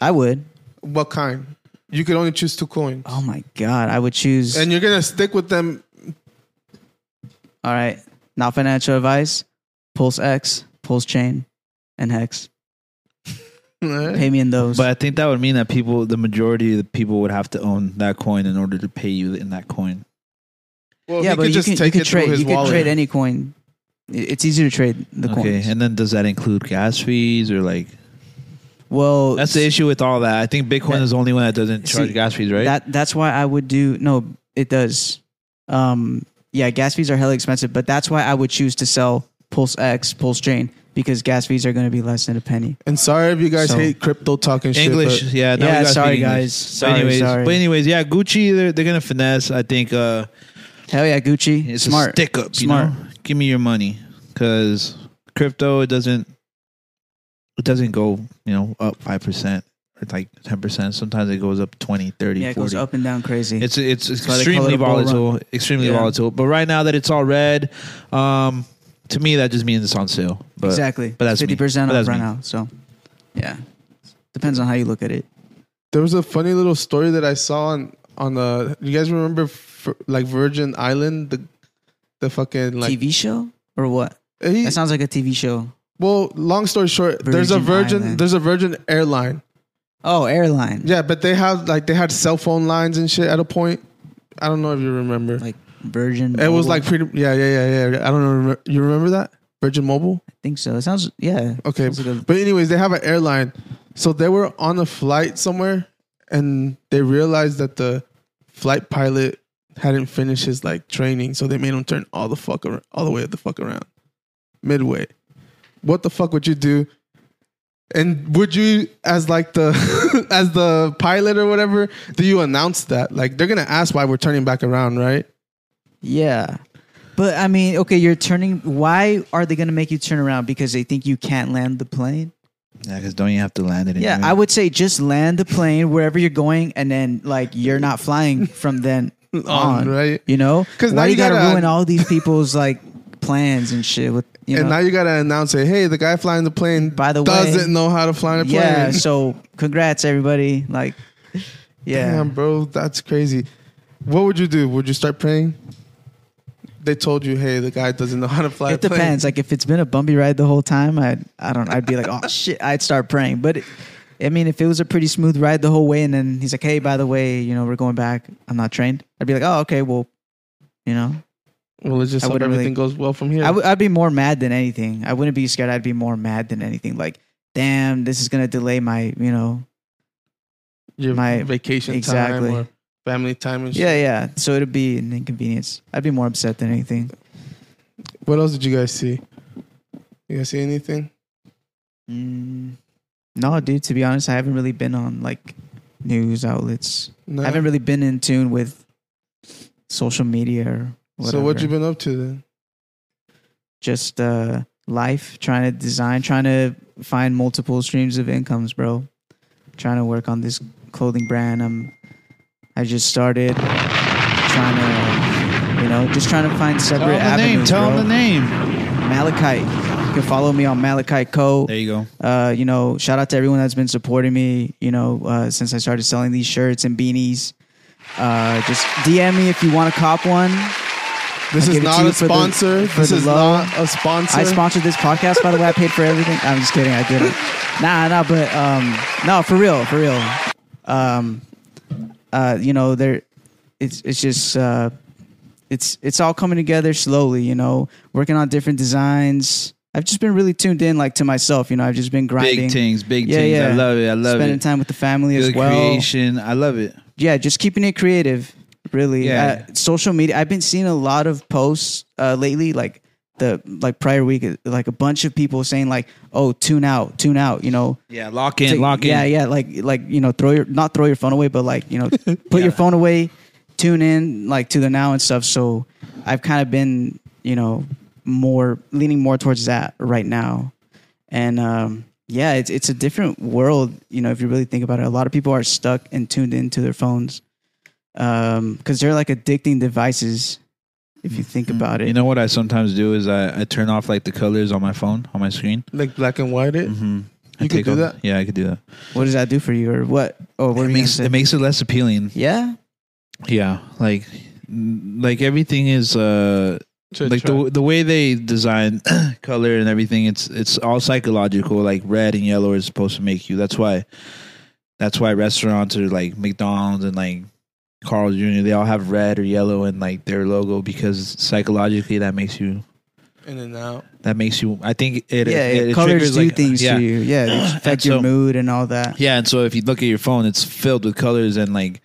Speaker 2: I would.
Speaker 3: What kind? You could only choose two coins,
Speaker 2: Oh my god, I would choose.
Speaker 3: and you're gonna stick with them.
Speaker 2: all right, not financial advice. Pulse X, Pulse Chain, and Hex.
Speaker 3: Right?
Speaker 2: Pay me in those.
Speaker 5: But I think that would mean that people, the majority of the people, would have to own that coin in order to pay you in that coin.
Speaker 3: Well,
Speaker 2: yeah,
Speaker 3: he
Speaker 2: but
Speaker 3: could
Speaker 2: you
Speaker 3: just
Speaker 2: can, you
Speaker 3: take
Speaker 2: can
Speaker 3: it through
Speaker 2: trade.
Speaker 3: his
Speaker 2: You can
Speaker 3: wallet.
Speaker 2: trade any coin. I- It's easier to trade the
Speaker 5: okay,
Speaker 2: coins.
Speaker 5: and then does that include gas fees or like?
Speaker 2: well,
Speaker 5: That's the issue with all that. I think Bitcoin
Speaker 2: That-
Speaker 5: is the only one that doesn't charge
Speaker 2: See,
Speaker 5: gas fees, right?
Speaker 2: That that's why I would do. No, it does. Um, yeah, gas fees are hella expensive, but that's why I would choose to sell Pulse X, Pulse Chain, because gas fees are going to be less than a penny.
Speaker 3: And sorry if you guys
Speaker 2: So-
Speaker 3: hate crypto talking
Speaker 5: English,
Speaker 3: shit.
Speaker 5: yeah. now we
Speaker 2: Yeah,
Speaker 5: gotta
Speaker 2: sorry,
Speaker 5: speak English.
Speaker 2: guys. Sorry,
Speaker 5: but anyways,
Speaker 2: sorry.
Speaker 5: but anyways, yeah, Gucci, they're, they're gonna finesse. I think uh,
Speaker 2: Hell yeah, Gucci,
Speaker 5: it's
Speaker 2: smart,
Speaker 5: a stick up.
Speaker 2: smart.
Speaker 5: You know? Give me your money, because crypto it doesn't it doesn't go you know up five percent or like ten percent. Sometimes it goes up 20, 30,
Speaker 2: yeah, it
Speaker 5: 40.
Speaker 2: goes up and down crazy.
Speaker 5: It's it's
Speaker 2: why they call
Speaker 5: extremely
Speaker 2: it a bull run.
Speaker 5: volatile, extremely
Speaker 2: Yeah.
Speaker 5: volatile. But right now that it's all red, um, to me that just means it's on sale. But
Speaker 2: exactly.
Speaker 5: but that's me.
Speaker 2: fifty percent
Speaker 5: But
Speaker 2: off
Speaker 5: that's
Speaker 2: right
Speaker 5: me.
Speaker 2: now. So, yeah, depends on how you look at it.
Speaker 3: There was a funny little story that I saw on on the. You guys remember Vir- like Virgin Island, the the fucking like Eh,
Speaker 2: TV show or what?
Speaker 3: he-
Speaker 2: That sounds like a TV show.
Speaker 3: well, long story short, there's a
Speaker 2: Virgin
Speaker 3: Virgin,
Speaker 2: Island.
Speaker 3: there's a Virgin airline.
Speaker 2: Oh, airline.
Speaker 3: Yeah, but they have like they had cell phone lines and shit at a point. I don't know if you remember.
Speaker 2: like Virgin.
Speaker 3: it was
Speaker 2: Mobile.
Speaker 3: like pretty. Yeah, yeah, yeah, yeah. I don't know. remem- You remember that Virgin Mobile?
Speaker 2: I think so. It sounds yeah.
Speaker 3: Okay,
Speaker 2: Sounds like a-
Speaker 3: but anyways, they have an airline, so they were on a flight somewhere, and they realized that the flight pilot hadn't finished his like training, so they made him turn all the fuck around, all the way the fuck around, midway. What the fuck would you do? And would you, as like the [LAUGHS] as the pilot or whatever, do you announce that? Like they're gonna ask why we're turning back around, right?
Speaker 2: yeah. But I mean, okay, you're turning. Why are they going to make you turn around? Because they think you can't land the plane?
Speaker 5: Yeah, because don't you have to land it?
Speaker 2: Yeah,
Speaker 5: anyway?
Speaker 2: I would say just land the plane wherever you're going, and then like you're not flying from then on,
Speaker 3: [LAUGHS] On, right.
Speaker 2: You know,
Speaker 3: 'Cause
Speaker 2: Why
Speaker 3: now
Speaker 2: you
Speaker 3: you
Speaker 2: gotta,
Speaker 3: gotta-
Speaker 2: ruin all these people's like plans and shit with you
Speaker 3: and
Speaker 2: know.
Speaker 3: now you gotta announce it. Hey, the guy flying the plane
Speaker 2: By the way-
Speaker 3: doesn't know how to fly a plane.
Speaker 2: yeah, so congrats everybody. Like, yeah,
Speaker 3: Damn, bro, that's crazy. What would you do? Would you start praying? They told you, hey, the guy doesn't know how to fly. a
Speaker 2: it
Speaker 3: plane.
Speaker 2: depends. Like if it's been a bumpy ride the whole time, I would I don't I'd be like, oh shit, I'd start praying. But it, I mean, if it was a pretty smooth ride the whole way, and then he's like, hey, by the way, you know, we're going back. I'm not trained. I'd be like, oh okay, well, you know,
Speaker 3: Well, let's just
Speaker 2: I
Speaker 3: hope
Speaker 2: wouldn't
Speaker 3: everything
Speaker 2: really-
Speaker 3: goes well from here.
Speaker 2: I w- I'd be more mad than anything. I wouldn't be scared. I'd be more mad than anything. Like, damn, this is gonna delay my, you know,
Speaker 3: Your
Speaker 2: my-
Speaker 3: vacation
Speaker 2: exactly.
Speaker 3: time or family time and shit.
Speaker 2: yeah, yeah. So it'd be an inconvenience. I'd be more upset than anything.
Speaker 3: What else did you guys see? You guys see anything?
Speaker 2: Mm, no, dude. To be honest, I haven't really been on like news outlets.
Speaker 3: No.
Speaker 2: I haven't really been in tune with social media or whatever.
Speaker 3: so what you been up to then?
Speaker 2: just uh, life, trying to design, trying to find multiple streams of incomes, bro. Trying to work on this clothing brand. I'm, I just started trying to, you know, just trying to find
Speaker 5: Tell
Speaker 2: separate
Speaker 5: him the name.
Speaker 2: avenues.
Speaker 5: Tell him
Speaker 2: bro.
Speaker 5: the name.
Speaker 2: Malachite. You can follow me on Malachite Co.
Speaker 5: There you go.
Speaker 2: Uh, you know, shout out to everyone that's been supporting me. You know, uh, since I started selling these shirts and beanies. Uh, just DM me if you want to cop one.
Speaker 3: This
Speaker 2: give it
Speaker 3: is
Speaker 2: to
Speaker 3: not
Speaker 2: you
Speaker 3: a
Speaker 2: for the-
Speaker 3: sponsor.
Speaker 2: for
Speaker 3: This
Speaker 2: the
Speaker 3: is
Speaker 2: love.
Speaker 3: not a sponsor.
Speaker 2: I sponsored this podcast, by the way. I paid for everything. I'm just kidding. I didn't. Nah, nah, but um, no, for real, for real. Um, uh, you know, there, it's it's just uh, it's it's all coming together slowly. You know, working on different designs. I've just been really tuned in, like to myself. You know, I've just been grinding.
Speaker 5: Big things. Big
Speaker 2: Yeah,
Speaker 5: things. I
Speaker 2: yeah.
Speaker 5: love it. I love
Speaker 2: spending
Speaker 5: it.
Speaker 2: time with the family
Speaker 5: Good
Speaker 2: as well.
Speaker 5: creation. I love it.
Speaker 2: Yeah, just keeping it creative. Really,
Speaker 5: Yeah.
Speaker 2: Uh, social media. I've been seeing a lot of posts uh, lately, like the like prior week, like a bunch of people saying like, "Oh, tune out, tune out." You know,
Speaker 5: Yeah, lock in,
Speaker 2: Take-
Speaker 5: lock in.
Speaker 2: Yeah, yeah, like like you know, throw your not throw your phone away, but like you
Speaker 5: [LAUGHS]
Speaker 2: know, put
Speaker 5: Yeah.
Speaker 2: your phone away, tune in like to the now and stuff. So I've kind of been you know more leaning more towards that right now, and um, yeah, it's it's a different world. You know, if you really think about it, a lot of people are stuck and tuned into their phones because they're like addicting devices. If you think about it,
Speaker 5: Mm-hmm. You know what I sometimes do is I, I turn off like the colors on my phone on my screen.
Speaker 3: like black and white. It.
Speaker 5: Mm-hmm.
Speaker 3: You could do that?
Speaker 5: Yeah, I could do that.
Speaker 2: what does that do for you, or what? Or what
Speaker 5: It
Speaker 2: are you
Speaker 5: makes
Speaker 2: gonna
Speaker 5: it
Speaker 2: say?
Speaker 5: makes it less appealing.
Speaker 2: yeah,
Speaker 5: Yeah, like like everything is uh
Speaker 3: Should
Speaker 5: like
Speaker 3: try.
Speaker 5: the the way they design [CLEARS THROAT] color and everything. It's it's all psychological. Like red and yellow is supposed to make you. That's why that's why restaurants are like McDonald's and like Carl's Jr. They all have red or yellow in like their logo because psychologically that makes you
Speaker 3: in and out.
Speaker 5: that makes you. I think it
Speaker 2: yeah,
Speaker 5: it, it
Speaker 2: colors
Speaker 5: triggers,
Speaker 2: do
Speaker 5: like- uh,
Speaker 2: things
Speaker 5: yeah.
Speaker 2: to you. Yeah,
Speaker 5: [CLEARS THROAT]
Speaker 2: they affect
Speaker 5: And
Speaker 2: your
Speaker 5: so-
Speaker 2: mood and all that.
Speaker 5: Yeah, and so if you look at your phone, it's filled with colors and like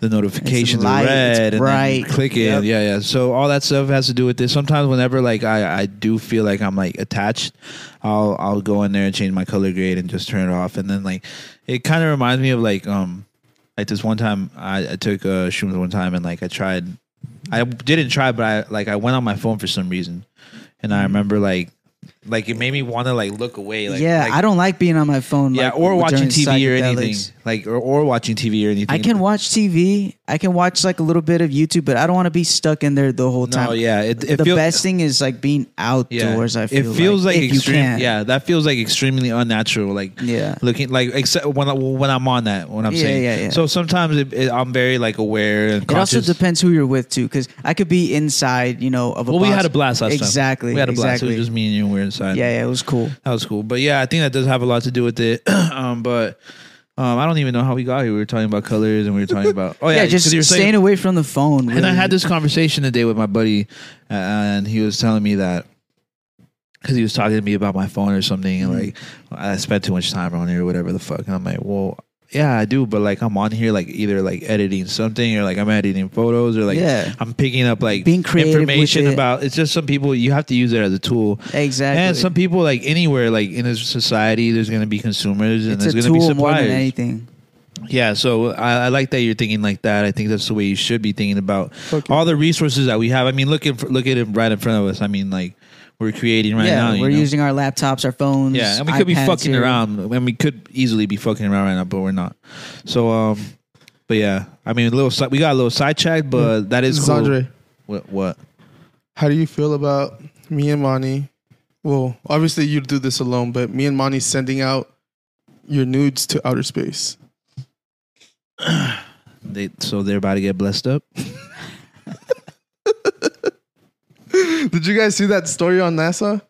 Speaker 5: the notifications
Speaker 2: light,
Speaker 5: are red
Speaker 2: it's
Speaker 5: and then you
Speaker 2: bright.
Speaker 5: click it.
Speaker 2: Yep.
Speaker 5: Yeah, yeah. So all that stuff has to do with this. Sometimes whenever like I, I do feel like I'm like attached, I'll I'll go in there and change my color grade and just turn it off. And then like it kind of reminds me of like um like this one time I, I took uh shrooms one time and like I tried I didn't try but I like I went on my phone for some reason and
Speaker 2: Mm.
Speaker 5: I remember like like it made me want to like look away like
Speaker 2: yeah,
Speaker 5: like,
Speaker 2: I don't like being on my phone.
Speaker 5: yeah,
Speaker 2: like,
Speaker 5: or
Speaker 2: during
Speaker 5: watching TV or
Speaker 2: psychedelics.
Speaker 5: anything, like or, or watching TV or anything.
Speaker 2: I can watch TV. I can watch like a little bit of YouTube, but I don't want to be stuck in there the whole
Speaker 5: No,
Speaker 2: time.
Speaker 5: yeah, it, it
Speaker 2: the
Speaker 5: feel-
Speaker 2: best thing is like being outdoors. I feel
Speaker 5: it feels like,
Speaker 2: if you
Speaker 5: extreme.
Speaker 2: can.
Speaker 5: Yeah, that feels like extremely unnatural. Like
Speaker 2: Yeah.
Speaker 5: looking like except when I, when I'm on that when I'm
Speaker 2: Yeah,
Speaker 5: saying
Speaker 2: yeah, yeah.
Speaker 5: So sometimes it, it, I'm very like aware and
Speaker 2: It also
Speaker 5: conscious.
Speaker 2: depends who you're with too, because I could be inside, you know, of a.
Speaker 5: well, we
Speaker 2: box-
Speaker 5: had a blast last
Speaker 2: exactly,
Speaker 5: time. We had a blast.
Speaker 2: Exactly.
Speaker 5: It was just me and you were inside.
Speaker 2: yeah, yeah, it was cool.
Speaker 5: that was cool. But yeah, I think that does have a lot to do with it. [CLEARS THROAT] um, but um, I don't even know how we got here. We were talking about colors and we were talking about oh yeah,
Speaker 2: Yeah, just
Speaker 5: 'cause you were
Speaker 2: staying
Speaker 5: saying-
Speaker 2: away from the phone.
Speaker 5: And I
Speaker 2: really.
Speaker 5: had this conversation today with my buddy, uh, and he was telling me that because he was talking to me about my phone or something,
Speaker 2: Mm-hmm.
Speaker 5: and like I spent too much time on it or whatever the fuck. And I'm like, well, yeah, I do, but like I'm on here like either like editing something or like I'm editing photos or like
Speaker 2: Yeah.
Speaker 5: I'm picking up like
Speaker 2: Being creative with
Speaker 5: information
Speaker 2: it.
Speaker 5: about. It's just some people you have to use it as a tool.
Speaker 2: Exactly.
Speaker 5: And some people like anywhere like in this society, there's gonna be consumers and
Speaker 2: It's
Speaker 5: there's
Speaker 2: a
Speaker 5: gonna be
Speaker 2: tool more than
Speaker 5: suppliers.
Speaker 2: anything.
Speaker 5: Yeah, so I, I like that you're thinking like that. I think that's the way you should be thinking about
Speaker 3: Fuck
Speaker 5: all the resources that we have. I mean, look at look at it right in front of us. I mean, like we're creating right
Speaker 2: yeah,
Speaker 5: now. you
Speaker 2: we're
Speaker 5: know?
Speaker 2: using our laptops, our phones.
Speaker 5: yeah, and we could be
Speaker 2: iPads
Speaker 5: fucking
Speaker 2: here.
Speaker 5: around, and we could easily be fucking around right now, but we're not. So, um, but yeah, I mean, a little si- we got a little sidetracked,
Speaker 2: Mm.
Speaker 5: but that is cool.
Speaker 3: Zandre,
Speaker 5: What? What?
Speaker 3: how do you feel about me and Monty? Well, obviously you do this alone, but me and Monty sending out your nudes to outer space. [LAUGHS]
Speaker 5: They so they're about to get blessed up.
Speaker 3: Did you guys see that story on NASA?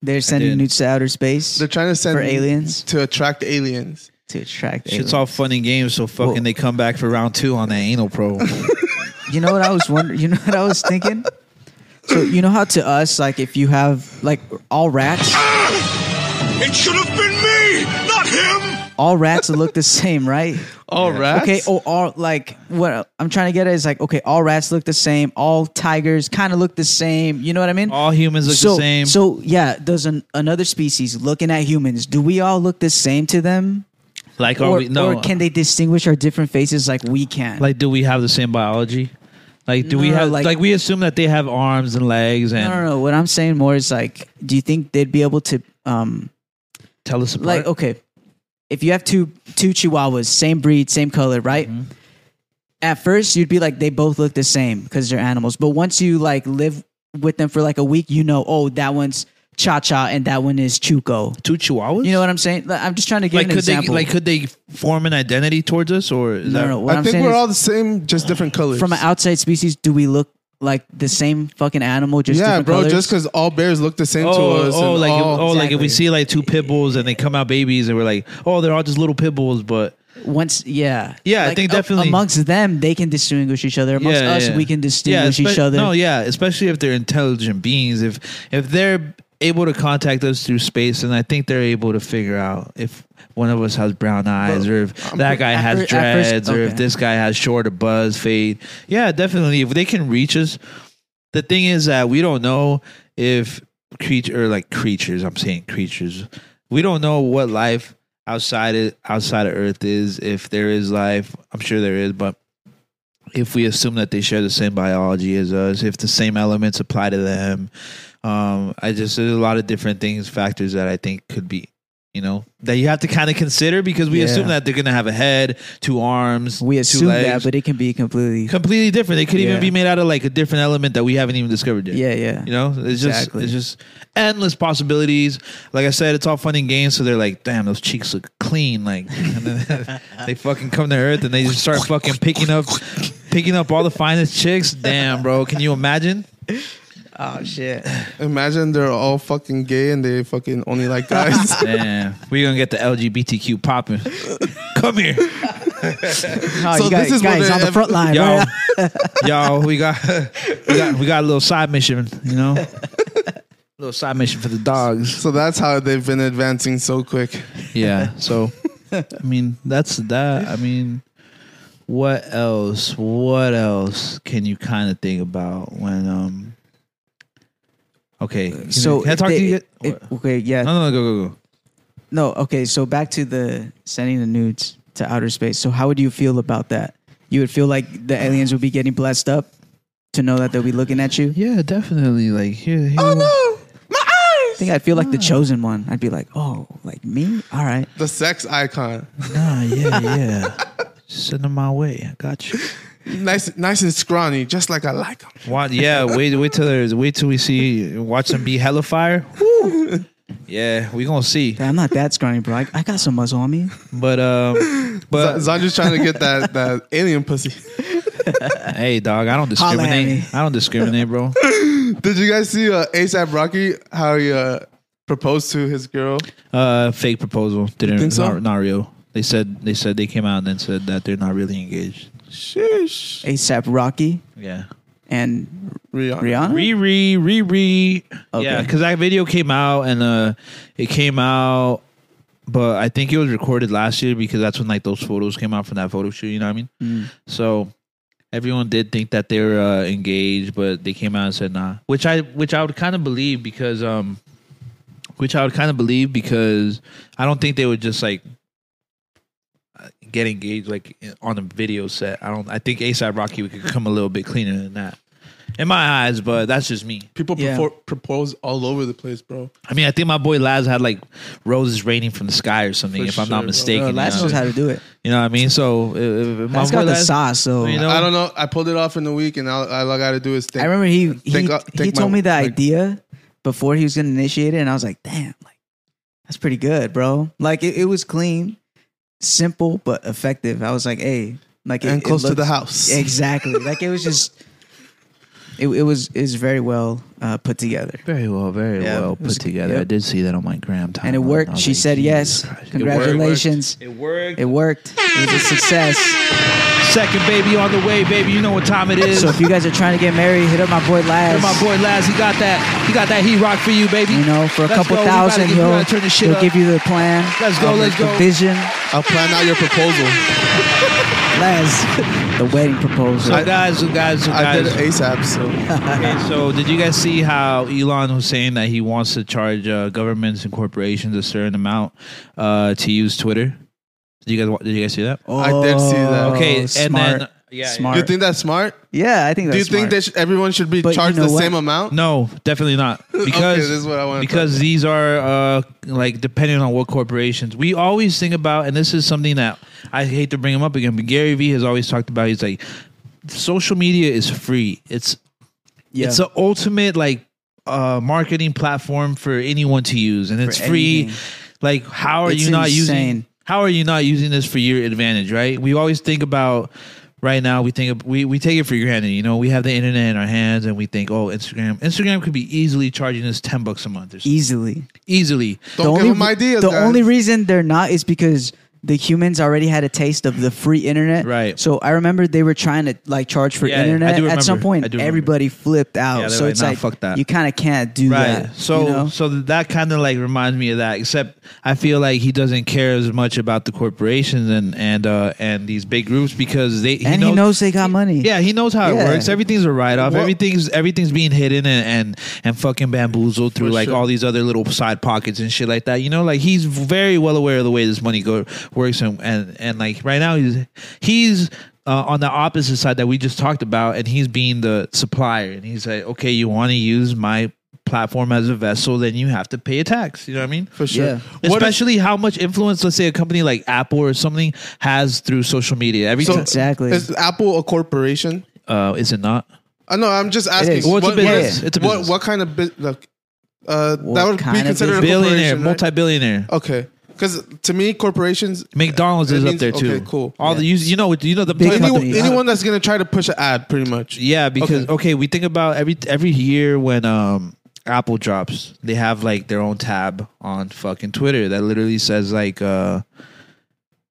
Speaker 2: They're sending
Speaker 5: did.
Speaker 2: nudes to outer space
Speaker 3: They're trying to send
Speaker 2: for aliens
Speaker 3: to attract aliens.
Speaker 2: to attract
Speaker 5: Shit's
Speaker 2: aliens.
Speaker 5: all fun and games, so fucking
Speaker 2: Well-
Speaker 5: they come back for round two on that
Speaker 2: [LAUGHS]
Speaker 5: anal pro.
Speaker 2: You know what I was wondering? You know what I was thinking? So you know how to us, like if you have like all rats,
Speaker 7: It should have been me, not him!
Speaker 2: all rats look the same, right?
Speaker 3: All right.
Speaker 2: Okay, oh, or all like what I'm trying to get at is like okay, all rats look the same, all tigers kind of look the same. You know what I mean?
Speaker 5: all humans look
Speaker 2: so,
Speaker 5: the same.
Speaker 2: So yeah, does an, another species looking at humans? Do we all look the same to them,
Speaker 5: like, are
Speaker 2: or,
Speaker 5: we? No,
Speaker 2: or can they distinguish our different faces like we can?
Speaker 5: Like, do we have the same biology? Like, do we
Speaker 2: No,
Speaker 5: have
Speaker 2: like-
Speaker 5: like, we assume that they have arms and legs
Speaker 2: I
Speaker 5: and
Speaker 2: don't know. What I'm saying more is like, do you think they'd be able to um
Speaker 5: tell us
Speaker 2: like
Speaker 5: apart?
Speaker 2: okay if you have two two chihuahuas same breed same color right
Speaker 5: Mm-hmm.
Speaker 2: at first you'd be like they both look the same because they're animals but once you like live with them for like a week you know oh that one's cha cha and that one is chuco
Speaker 5: two chihuahuas?
Speaker 2: you know what i'm saying Like, i'm just trying to give
Speaker 5: like,
Speaker 2: an
Speaker 5: could
Speaker 2: example
Speaker 5: they like could they form an identity towards us or is
Speaker 2: no
Speaker 5: that
Speaker 2: no what
Speaker 3: I
Speaker 2: i'm
Speaker 3: think
Speaker 2: saying
Speaker 3: we're
Speaker 2: is,
Speaker 3: all the same, just different colors.
Speaker 2: from an outside species do we look like the same fucking animal just
Speaker 3: yeah,
Speaker 2: different
Speaker 3: bro.
Speaker 2: colors?
Speaker 3: Just because all bears look the same to
Speaker 5: Oh,
Speaker 3: us.
Speaker 5: oh,
Speaker 3: and
Speaker 5: like
Speaker 3: all-
Speaker 5: oh, like if we
Speaker 2: Exactly.
Speaker 5: see like two pit bulls and they come out babies and we're like, oh, they're all just little pit bulls, but
Speaker 2: once yeah
Speaker 5: Yeah, I
Speaker 2: Like,
Speaker 5: think
Speaker 2: a-
Speaker 5: definitely-
Speaker 2: amongst them they can distinguish each other amongst us we can distinguish
Speaker 5: Yeah,
Speaker 2: each
Speaker 5: espe-
Speaker 2: other
Speaker 5: No, yeah, especially if they're intelligent beings. If if they're able to contact us through space, and I think they're able to figure out if one of us has brown eyes, or if that guy
Speaker 2: at
Speaker 5: has
Speaker 2: fir- at first-
Speaker 5: dreads, or if
Speaker 2: okay.
Speaker 5: this guy has short or buzz fade. Yeah, definitely. If they can reach us, the thing is that we don't know if creature or like creatures. I'm saying creatures. We don't know what life outside of, outside of Earth is. If there is life, I'm sure there is, but if we assume that they share the same biology as us, if the same elements apply to them, um, I just there's a lot of different things factors that I think could be, you know, that you have to kind of consider because we
Speaker 2: Yeah.
Speaker 5: assume that they're gonna have a head, two arms,
Speaker 2: we
Speaker 5: two
Speaker 2: assume that
Speaker 5: legs.
Speaker 2: but it can be completely
Speaker 5: completely different. They could
Speaker 2: Yeah.
Speaker 5: even be made out of like a different element that we haven't even discovered yet.
Speaker 2: Yeah, yeah.
Speaker 5: You know, it's just
Speaker 2: Exactly.
Speaker 5: it's just endless possibilities. Like I said, it's all fun and games. So they're like, damn, those cheeks look clean. Like, [LAUGHS] and then they fucking come to Earth and they just start fucking picking up, picking up all the finest chicks. Damn, bro, can you imagine?
Speaker 2: Oh
Speaker 5: [LAUGHS]
Speaker 2: shit.
Speaker 3: [LAUGHS] Imagine they're all fucking gay and they fucking only
Speaker 2: [LAUGHS]
Speaker 3: like guys.
Speaker 5: Damn, we're gonna get the LGBTQ popping. Come here,
Speaker 2: Oh,
Speaker 3: So
Speaker 2: you guys,
Speaker 3: this is what
Speaker 2: guys
Speaker 3: they
Speaker 2: on the
Speaker 3: have-
Speaker 2: front line.
Speaker 5: y'all.
Speaker 2: right?
Speaker 5: [LAUGHS] y'all, we got, we got, we got a little side mission. You know, little side mission for the dogs.
Speaker 3: so that's how they've been advancing so quick.
Speaker 5: [LAUGHS] Yeah. So, I mean, that's that. I mean, what else? What else can you kind of think about when um? Okay. Can
Speaker 2: So
Speaker 5: I, can I
Speaker 2: if
Speaker 5: talk
Speaker 2: they-
Speaker 5: to you? yet?
Speaker 2: if- okay, yeah.
Speaker 5: no, no, no, go, go, go.
Speaker 2: No, okay. So back to the sending the nudes to outer space. So how would you feel about that? You would feel like the aliens would be getting blessed up to know that they'll be looking at you.
Speaker 5: Yeah, definitely. Like here, here. Oh no.
Speaker 2: I think I'd feel like the chosen one. I'd be like, oh, like me? All right.
Speaker 3: The sex icon,
Speaker 5: Nah, [LAUGHS] yeah, yeah. Send them my way. I got you.
Speaker 3: nice, nice and scrawny, just like I like them.
Speaker 5: Wa- yeah, wait, wait till there's, wait till we see, watch them be hellifier. Woo. Yeah, we gonna see.
Speaker 2: Damn, I'm not that scrawny, bro. I, I got some muscle on me.
Speaker 5: But um, but [LAUGHS]
Speaker 3: Zandra's trying to get that that alien [LAUGHS] pussy.
Speaker 5: hey, dog, I don't
Speaker 2: Holla at me.
Speaker 5: discriminate. I don't discriminate, bro.
Speaker 3: Did you guys see uh, ASAP Rocky how he uh, proposed to his girl?
Speaker 5: Uh, fake proposal. Didn't
Speaker 3: think so?
Speaker 5: not, not real. They said they said they came out and then said that they're not really engaged.
Speaker 3: Sheesh.
Speaker 2: ASAP Rocky
Speaker 5: Yeah.
Speaker 2: and
Speaker 3: Rihanna.
Speaker 2: Rihanna.
Speaker 5: Riri, Riri.
Speaker 2: Okay.
Speaker 5: Yeah, because that video came out and uh, it came out, but I think it was recorded last year because that's when like those photos came out from that photo shoot. You know what I mean?
Speaker 2: Mm.
Speaker 5: So everyone did think that they were uh, engaged, but they came out and said nah, which I which I would kind of believe because um, which I would kind of believe because I don't think they would just like get engaged like on a video set. I don't. I think ASAP Rocky could come a little bit cleaner than that, in my eyes. But that's just me.
Speaker 3: People
Speaker 2: Yeah.
Speaker 3: propo- propose all over the place, bro.
Speaker 5: I mean, I think my boy Laz had like roses raining from the sky or something,
Speaker 3: For
Speaker 5: if I'm not
Speaker 3: sure, bro.
Speaker 5: mistaken.
Speaker 2: Bro,
Speaker 5: you
Speaker 2: Laz
Speaker 5: know?
Speaker 2: knows how to do it.
Speaker 5: You know what I mean? So uh, my
Speaker 2: Laz
Speaker 5: boy
Speaker 2: got the
Speaker 5: Laz-
Speaker 2: sauce, so
Speaker 5: You know-
Speaker 3: I don't know. I pulled it off in the week, and all, all I got to do is think.
Speaker 2: I remember he he,
Speaker 3: Think- think
Speaker 2: he told
Speaker 3: my-
Speaker 2: me the
Speaker 3: like-
Speaker 2: idea before he was gonna initiate it, and I was like, damn, like that's pretty good, bro. Like it, it was clean, simple but effective. I was like, hey, like it,
Speaker 3: and
Speaker 2: it
Speaker 3: close to the
Speaker 2: looks-
Speaker 3: house. [LAUGHS]
Speaker 2: exactly. like it was just it, it was is very well uh, put together,
Speaker 5: Very well, very
Speaker 2: Yeah,
Speaker 5: well
Speaker 2: it
Speaker 5: put
Speaker 2: was-
Speaker 5: together. I
Speaker 2: yep.
Speaker 5: did see that on my gram time.
Speaker 2: and it
Speaker 5: I
Speaker 2: worked.
Speaker 5: was
Speaker 2: She
Speaker 5: like,
Speaker 2: said
Speaker 5: Jesus
Speaker 2: yes.
Speaker 5: Christ.
Speaker 2: Congratulations.
Speaker 5: It worked.
Speaker 2: It worked. It was a success.
Speaker 5: Second baby on the way, baby. You know what time it is.
Speaker 2: So if you guys are trying to get married, hit up my boy Laz.
Speaker 5: my boy Laz, he got that. He got that heat rock for you, baby.
Speaker 2: You know, for a
Speaker 5: Let's
Speaker 2: couple
Speaker 5: go. We gotta
Speaker 2: thousand,
Speaker 5: get- we
Speaker 2: he'll,
Speaker 5: gotta turn this shit
Speaker 2: he'll
Speaker 5: up.
Speaker 2: give you the plan.
Speaker 5: Let's go,
Speaker 2: of
Speaker 5: let's
Speaker 2: the
Speaker 5: go.
Speaker 2: Vision,
Speaker 3: I'll plan out your proposal.
Speaker 2: Laz, the wedding proposal.
Speaker 5: So guys, so guys, so
Speaker 3: I did
Speaker 5: guys.
Speaker 3: it
Speaker 2: [LAUGHS]
Speaker 3: ASAP, so
Speaker 5: Okay, so did you guys see how Elon was saying that he wants to charge uh, governments and corporations a certain amount uh, to use Twitter? Did you guys wa- did you guys see that?
Speaker 3: I did see that.
Speaker 2: Oh,
Speaker 5: Okay, and
Speaker 2: smart.
Speaker 5: then- yeah, yeah.
Speaker 2: smart.
Speaker 3: you think that's smart?
Speaker 2: yeah, I think that's
Speaker 3: Do you
Speaker 2: smart.
Speaker 3: think that sh- everyone should be
Speaker 2: But you
Speaker 3: charged
Speaker 2: know
Speaker 3: the
Speaker 2: what?
Speaker 3: same amount?
Speaker 5: No, definitely
Speaker 3: [LAUGHS]
Speaker 5: not. Because
Speaker 3: this is what I wanna
Speaker 5: because these are uh, like depending on what corporations we always think about, and this is something that I hate to bring him up again, but Gary Vee has always talked about. He's like, social media is free. It's
Speaker 2: yeah.
Speaker 5: it's the ultimate like uh, marketing platform for anyone to use, and it's
Speaker 2: For
Speaker 5: free.
Speaker 2: anything.
Speaker 5: Like, how are
Speaker 2: It's
Speaker 5: you not using?
Speaker 2: insane.
Speaker 5: How are you not using this for your advantage? Right? We always think about. Right now, we think of- we we take it for granted. You know, we have the internet in our hands, and we think, "Oh, Instagram. Instagram could be easily charging us ten bucks a month, or
Speaker 2: E-,
Speaker 5: something.
Speaker 2: easily.
Speaker 5: easily."
Speaker 3: Don't give them ideas.
Speaker 2: The
Speaker 3: guys.
Speaker 2: only reason they're not is because the humans already had a taste of the free internet.
Speaker 5: Right.
Speaker 2: So I remember they were trying to like charge for
Speaker 5: Yeah, I
Speaker 2: internet.
Speaker 5: do
Speaker 2: At some
Speaker 5: remember. I
Speaker 2: point,
Speaker 5: do remember.
Speaker 2: everybody flipped out.
Speaker 5: Yeah, they
Speaker 2: so
Speaker 5: were like,
Speaker 2: it's
Speaker 5: "Nah,
Speaker 2: like
Speaker 5: fuck that."
Speaker 2: you kind of can't do that.
Speaker 5: So
Speaker 2: you know?
Speaker 5: so that kind of like reminds me of that. Except I feel like he doesn't care as much about the corporations and and uh, and these big groups because they
Speaker 2: and he knows they got money.
Speaker 5: Yeah, he knows how it
Speaker 2: Yeah.
Speaker 5: works. Everything's a write off.
Speaker 3: Well-
Speaker 5: Everything's everything's being hidden and, and and fucking bamboozled through
Speaker 3: For
Speaker 5: like
Speaker 3: sure.
Speaker 5: all these other little side pockets and shit like that. You know, like he's very well aware of the way this money go works and and and like right now he's he's. Uh, on the opposite side that we just talked about, and he's being the supplier, and he's like, "Okay, you want to use my platform as a vessel, then you have to pay a tax." You know what I mean?
Speaker 3: for sure.
Speaker 2: Yeah.
Speaker 3: What if-
Speaker 5: Especially how much influence, let's say, a company like Apple or something has through social media. Every
Speaker 3: So-
Speaker 2: Exactly.
Speaker 3: Is Apple a corporation?
Speaker 5: uh, is it not?
Speaker 3: I know. I'm just
Speaker 2: is.
Speaker 3: asking.
Speaker 5: Well, it's a
Speaker 3: what,
Speaker 5: business.
Speaker 3: What,
Speaker 5: It's a business.
Speaker 3: What, what kind of business? Look, uh,
Speaker 2: What
Speaker 3: that would
Speaker 2: kind
Speaker 3: be
Speaker 2: of
Speaker 3: considered a
Speaker 2: business?
Speaker 5: [LAUGHS] billionaire,
Speaker 3: corporation, right?
Speaker 5: multi-billionaire.
Speaker 3: Okay, because to me, corporations.
Speaker 5: McDonald's
Speaker 3: It
Speaker 5: is up
Speaker 3: means-
Speaker 5: there too.
Speaker 3: okay, cool.
Speaker 5: All the you, you know you know the
Speaker 2: Big
Speaker 5: type of-
Speaker 3: Anyone,
Speaker 2: companies.
Speaker 3: anyone that's gonna try to push an ad, pretty much.
Speaker 5: yeah because okay. we think about every every year when um Apple drops they have like their own tab on fucking Twitter that literally says like uh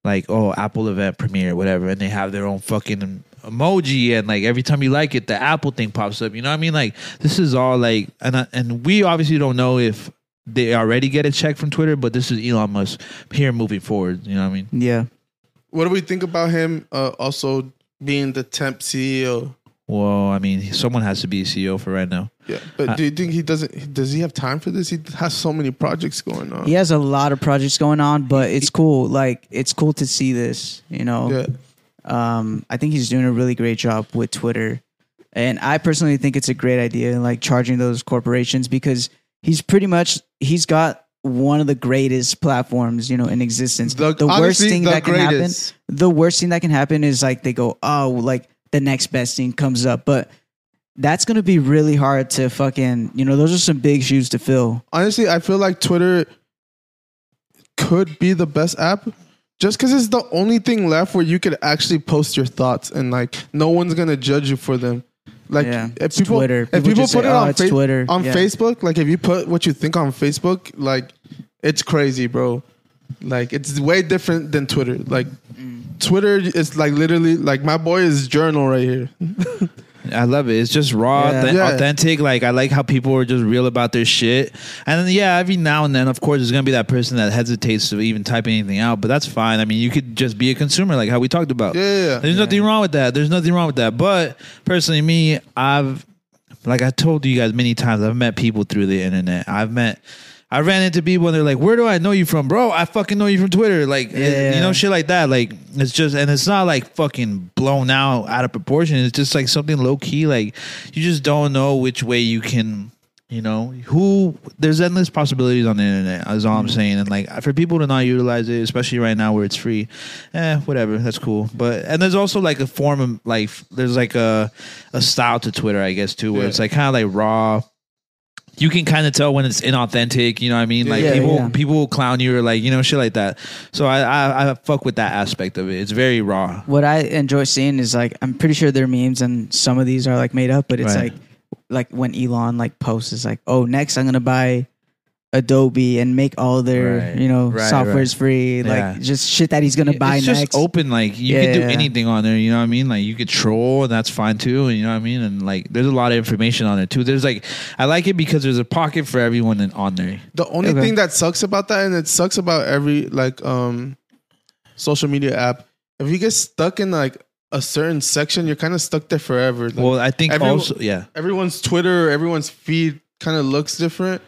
Speaker 5: like oh Apple event premiere whatever and they have their own fucking emoji and like every time you like it the Apple thing pops up you know what I mean like this is all like and I, and we obviously don't know if they already get a check from Twitter but this is Elon Musk here moving forward you know what I mean
Speaker 2: yeah.
Speaker 3: What do we think about him uh, also being the temp E CEO?
Speaker 5: Well, I mean, someone has to be CEO for right now.
Speaker 3: Yeah, but
Speaker 5: Uh,
Speaker 3: do you think he doesn't? Does he have time for this? He has so many projects going on.
Speaker 2: He has a lot of projects going on, but it's cool. Like it's cool to see this. You know.
Speaker 3: Yeah.
Speaker 2: Um, I think he's doing a really great job with Twitter. And I personally think it's a great idea, like charging those corporations because he's pretty much he's got one of the greatest platforms, you know, in existence.
Speaker 3: The-
Speaker 2: The, worst
Speaker 3: honestly,
Speaker 2: thing
Speaker 3: the
Speaker 2: that
Speaker 3: greatest.
Speaker 2: can happen, the worst thing that can happen is like they go, oh, like the next best thing comes up, but that's gonna be really hard to fucking, you know, those are some big shoes to fill.
Speaker 3: honestly, I feel like Twitter could be the best app just because it's the only thing left where you could actually post your thoughts and like no one's gonna judge you for them. Like
Speaker 2: Yeah,
Speaker 3: if
Speaker 2: it's
Speaker 3: people,
Speaker 2: Twitter.
Speaker 3: if
Speaker 2: People
Speaker 3: people,
Speaker 2: just
Speaker 3: put
Speaker 2: say,
Speaker 3: it
Speaker 2: "Oh,
Speaker 3: on
Speaker 2: it's
Speaker 3: Fa-
Speaker 2: Twitter."
Speaker 3: on
Speaker 2: Yeah.
Speaker 3: Facebook, like if you put what you think on Facebook, like it's crazy, bro. Like it's way different than Twitter. Like
Speaker 2: Mm.
Speaker 3: Twitter is like literally like my boy is journal right here.
Speaker 5: I love it. It's just raw,
Speaker 2: Yeah.
Speaker 5: authen-
Speaker 3: Yeah.
Speaker 5: authentic. Like I like how people are just real about their shit. And then, yeah, every now and then, of course, there's gonna be that person that hesitates to even type anything out, but that's fine. I mean, you could just be a consumer, like how we talked about.
Speaker 3: Yeah, yeah, yeah.
Speaker 5: There's nothing wrong with that. There's nothing wrong with that. But personally, me, I've like I told you guys many times, I've met people through the internet. I've met. I ran into people and they're like, "Where do I know you from, bro? I fucking know you from Twitter." Like,
Speaker 2: Yeah.
Speaker 5: you know, shit like that. Like, it's just and it's not like fucking blown out out of proportion. It's just like something low key. Like, you just don't know which way you can. You know, who there's endless possibilities on the internet. Is all I'm saying. And like for people to not utilize it, especially right now where it's free, eh, whatever, that's cool. But and there's also like a form of like there's like a a style to Twitter, I guess too, where
Speaker 3: Yeah.
Speaker 5: it's like kind of like raw you can kind of tell when it's inauthentic. You know what I mean? Like
Speaker 3: Yeah,
Speaker 5: people,
Speaker 2: yeah.
Speaker 5: people will clown you or like you know shit like that. So I, I, I fuck with that aspect of it. It's very raw.
Speaker 2: what I enjoy seeing is like I'm pretty sure they're memes and some of these are like made up, but it's
Speaker 5: Right.
Speaker 2: like like when Elon like posts is like, oh, next I'm gonna buy Adobe and make all their
Speaker 5: Right.
Speaker 2: you know
Speaker 5: Right,
Speaker 2: software's free, like
Speaker 5: Yeah.
Speaker 2: just shit that he's gonna buy
Speaker 5: it's
Speaker 2: next.
Speaker 5: just open. Like you can
Speaker 2: Yeah.
Speaker 5: do anything on there. You know what I mean? Like you could troll, and that's fine too. And you know what I mean? And like there's a lot of information on there too. There's like I like it because there's a pocket for everyone in, on there.
Speaker 3: The only
Speaker 2: Okay.
Speaker 3: thing that sucks about that, and it sucks about every like um social media app, if you get stuck in like a certain section, you're kind of stuck there forever. Like,
Speaker 5: Well, I think
Speaker 3: everyone-
Speaker 5: also yeah.
Speaker 3: everyone's Twitter, everyone's feed kind of looks different,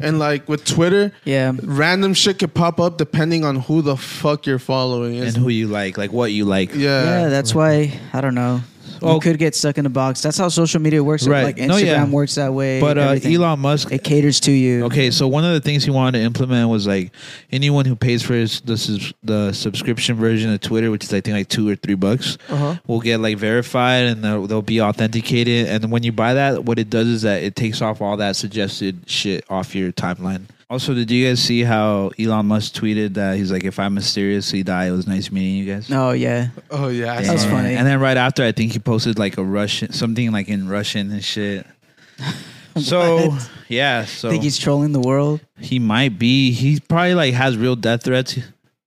Speaker 3: and like with Twitter,
Speaker 2: yeah,
Speaker 3: random shit could pop up depending on who the fuck you're following. It's-
Speaker 5: And who you like, like what you like.
Speaker 3: yeah,
Speaker 2: yeah, that's why I don't know.
Speaker 5: Oh.
Speaker 2: you could get stuck in a box. That's how social media works.
Speaker 5: Right.
Speaker 2: Like Instagram
Speaker 5: No, yeah.
Speaker 2: works that way.
Speaker 5: But uh,
Speaker 2: everything.
Speaker 5: Elon Musk
Speaker 2: it caters to you.
Speaker 5: Okay, so one of the things he wanted to implement was like anyone who pays for his, the subs- the subscription version of Twitter, which is I think like two or three bucks,
Speaker 2: Uh-huh.
Speaker 5: will get like verified and they'll, they'll be authenticated. And when you buy that, what it does is that it takes off all that suggested shit off your timeline. Also, did you guys see how Elon Musk tweeted that he's like, "If I mysteriously die, it was nice meeting you guys."
Speaker 2: Oh yeah,
Speaker 3: oh yeah,
Speaker 2: That
Speaker 3: I
Speaker 2: was
Speaker 3: saw
Speaker 5: And-
Speaker 3: that.
Speaker 2: funny.
Speaker 5: And then right after, I think he posted like a Russian something like in Russian and shit. So
Speaker 2: [LAUGHS] What?
Speaker 5: yeah, so
Speaker 2: I think he's trolling the world.
Speaker 5: he might be. He probably like has real death threats,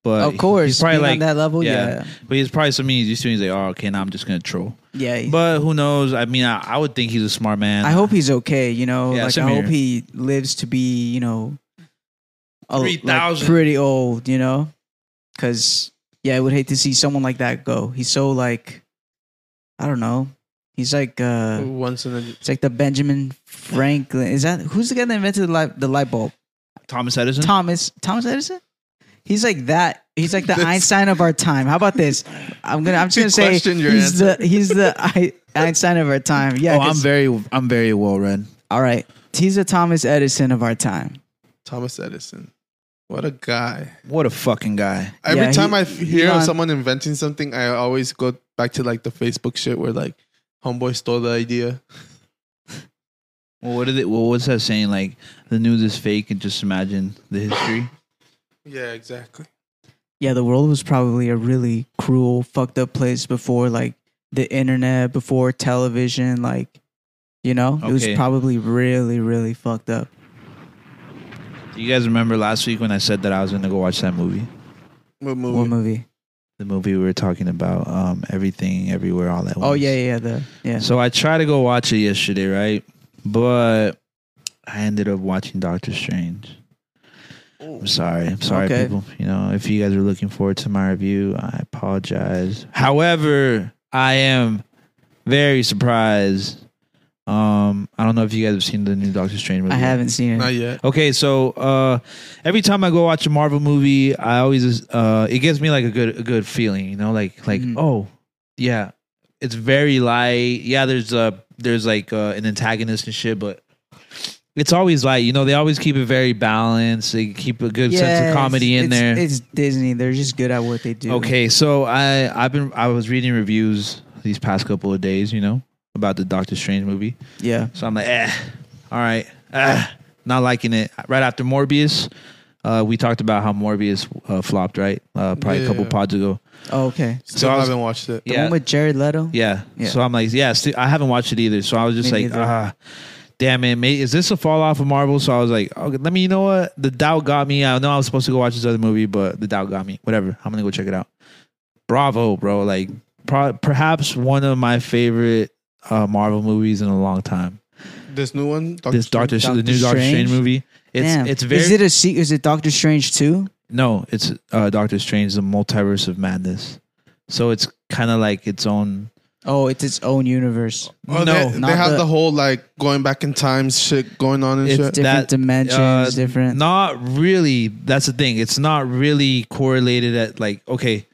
Speaker 5: but
Speaker 2: Of course,
Speaker 5: he's probably
Speaker 2: being on
Speaker 5: like
Speaker 2: that level, yeah.
Speaker 5: But he's probably something he's used to. He's like, oh, okay, now I'm just gonna troll.
Speaker 2: Yeah, he-
Speaker 5: But who knows? I mean, I, I would think he's a smart man.
Speaker 2: I hope he's okay. You know,
Speaker 5: Yeah,
Speaker 2: like I
Speaker 5: same
Speaker 2: hope
Speaker 5: here.
Speaker 2: he lives to be, you know, a, like,
Speaker 5: 3,000.
Speaker 2: pretty old. You know, because yeah, I would hate to see someone like that go. He's so like, I don't know. He's like, uh
Speaker 3: Once in a
Speaker 2: it's like the Benjamin Franklin. Is that who's the guy that invented the light, the light bulb?
Speaker 5: Thomas Edison.
Speaker 2: Thomas Thomas Edison. He's like that. He's like the
Speaker 3: That's-
Speaker 2: Einstein of our time. How about this? I'm gonna. I'm just
Speaker 3: You
Speaker 2: gonna say
Speaker 3: questioned your
Speaker 2: he's the he's the I, Einstein of our time. Yeah.
Speaker 5: oh, I'm
Speaker 2: 'cause-
Speaker 5: very, I'm very well read.
Speaker 2: All right. He's the Thomas Edison of our time.
Speaker 3: Thomas Edison. What a guy.
Speaker 5: What a fucking guy.
Speaker 3: Every
Speaker 2: Yeah,
Speaker 3: time
Speaker 2: he-
Speaker 3: I f- hear of
Speaker 2: Elon-
Speaker 3: someone inventing something, I always go back to like the Facebook shit where like homeboy stole the idea.
Speaker 5: Well, what did it? Well, what's that saying? Like the news is fake, and just imagine the history.
Speaker 3: Yeah, exactly.
Speaker 2: Yeah, the world was probably a really cruel, fucked up place before like the internet, before television, like you know? It was
Speaker 5: Okay.
Speaker 2: probably really, really fucked up.
Speaker 5: You guys remember last week when I said that I was gonna go watch that movie?
Speaker 3: What
Speaker 2: What
Speaker 3: movie?
Speaker 2: movie?
Speaker 5: The movie we were talking about, um, everything, everywhere, all that.
Speaker 2: Oh yeah, yeah, yeah, the yeah.
Speaker 5: So I tried to go watch it yesterday, right? But I ended up watching Doctor Strange. I'm sorry. I'm sorry,
Speaker 2: Okay.
Speaker 5: people. You know, if you guys are looking forward to my review, I apologize. However, I am very surprised. Um, I don't know if you guys have seen the new Doctor Strange movie.
Speaker 2: I haven't seen
Speaker 3: Not
Speaker 2: it.
Speaker 3: yet.
Speaker 5: Okay, so uh, every time I go watch a Marvel movie, I always uh, it gives me like a good a good feeling, you know, like like
Speaker 2: Mhm.
Speaker 5: oh yeah, it's very light. Yeah, there's a there's like uh, an antagonist and shit, but it's always light. You know, they always keep it very balanced. They keep a good sense
Speaker 2: it's-
Speaker 5: of comedy in
Speaker 2: it's-
Speaker 5: there.
Speaker 2: It's Disney. They're just good at what they do.
Speaker 5: Okay, so I I've been I was reading reviews these past couple of days, you know, about the Doctor Strange movie.
Speaker 2: Yeah.
Speaker 5: So I'm like, eh, all right, eh, not liking it. Right after Morbius, uh, we talked about how Morbius uh, flopped, right? Uh, probably a couple
Speaker 3: Yeah.
Speaker 5: pods ago.
Speaker 2: Oh, okay.
Speaker 3: Still
Speaker 5: So I was-
Speaker 3: haven't watched it.
Speaker 2: The
Speaker 5: Yeah.
Speaker 2: one with Jared Leto?
Speaker 5: Yeah.
Speaker 2: Yeah.
Speaker 5: So I'm like, yeah, st- I haven't watched it either. So I was just
Speaker 2: Me
Speaker 5: like,
Speaker 2: neither.
Speaker 5: ah, damn it, mate, is this a fall off of Marvel? So I was like, okay, let me, you know what? The doubt got me. I know I was supposed to go watch this other movie, but the doubt got me. Whatever. I'm gonna go check it out. Bravo, bro. Like, pro- perhaps one of my favorite uh, Marvel movies in a long time.
Speaker 3: This new one, Doctor
Speaker 5: this Doctor,
Speaker 2: Strange?
Speaker 5: the new Doctor Strange movie. It's
Speaker 2: Damn.
Speaker 5: it's very
Speaker 2: Is it a se- is it Doctor Strange too?
Speaker 5: no, it's uh, Doctor Strange, the multiverse of madness. So it's kind of like its own
Speaker 2: Oh, it's its own universe.
Speaker 3: Oh,
Speaker 5: No,
Speaker 3: they,
Speaker 2: not
Speaker 3: they have the,
Speaker 2: the-
Speaker 3: whole like going back in time shit going on and
Speaker 5: It's
Speaker 3: shit.
Speaker 5: di-
Speaker 2: Different
Speaker 5: That,
Speaker 2: dimensions,
Speaker 5: uh,
Speaker 2: different.
Speaker 5: Not really. That's the thing. It's not really correlated at like okay.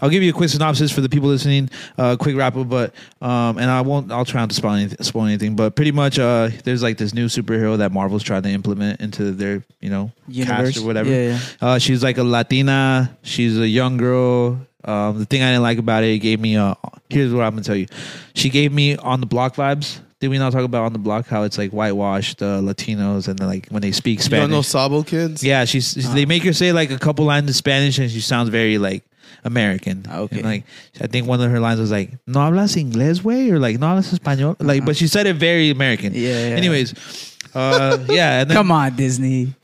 Speaker 5: I'll give you a quick synopsis for the people listening. Uh, quick wrap up, but um, and I won't. I'll try not to spoil anything, spoil anything. But pretty much, uh, there's like this new superhero that Marvel's trying to implement into their you know
Speaker 2: Universe.
Speaker 5: cast or whatever.
Speaker 2: Yeah, yeah.
Speaker 5: Uh, she's like a Latina. She's a young girl. Um, the thing I didn't like about it, it gave me a. Here's what I'm gonna tell you. She gave me on the block vibes. Did we not talk about on the block how it's like whitewashed uh, Latinos and then like when they speak
Speaker 3: you don't know
Speaker 5: Spanish?
Speaker 3: Sabo kids?
Speaker 5: Yeah, she's
Speaker 2: Ah.
Speaker 5: they make her say like a couple lines in Spanish and she sounds very like American.
Speaker 2: Ah, Okay.
Speaker 5: And, like I think one of her lines was like "No hablas inglés, way" or like "No hablas español," like but she said it very American.
Speaker 2: Ah. Yeah, yeah.
Speaker 5: Anyways, uh, yeah. And then,
Speaker 2: Come on, Disney.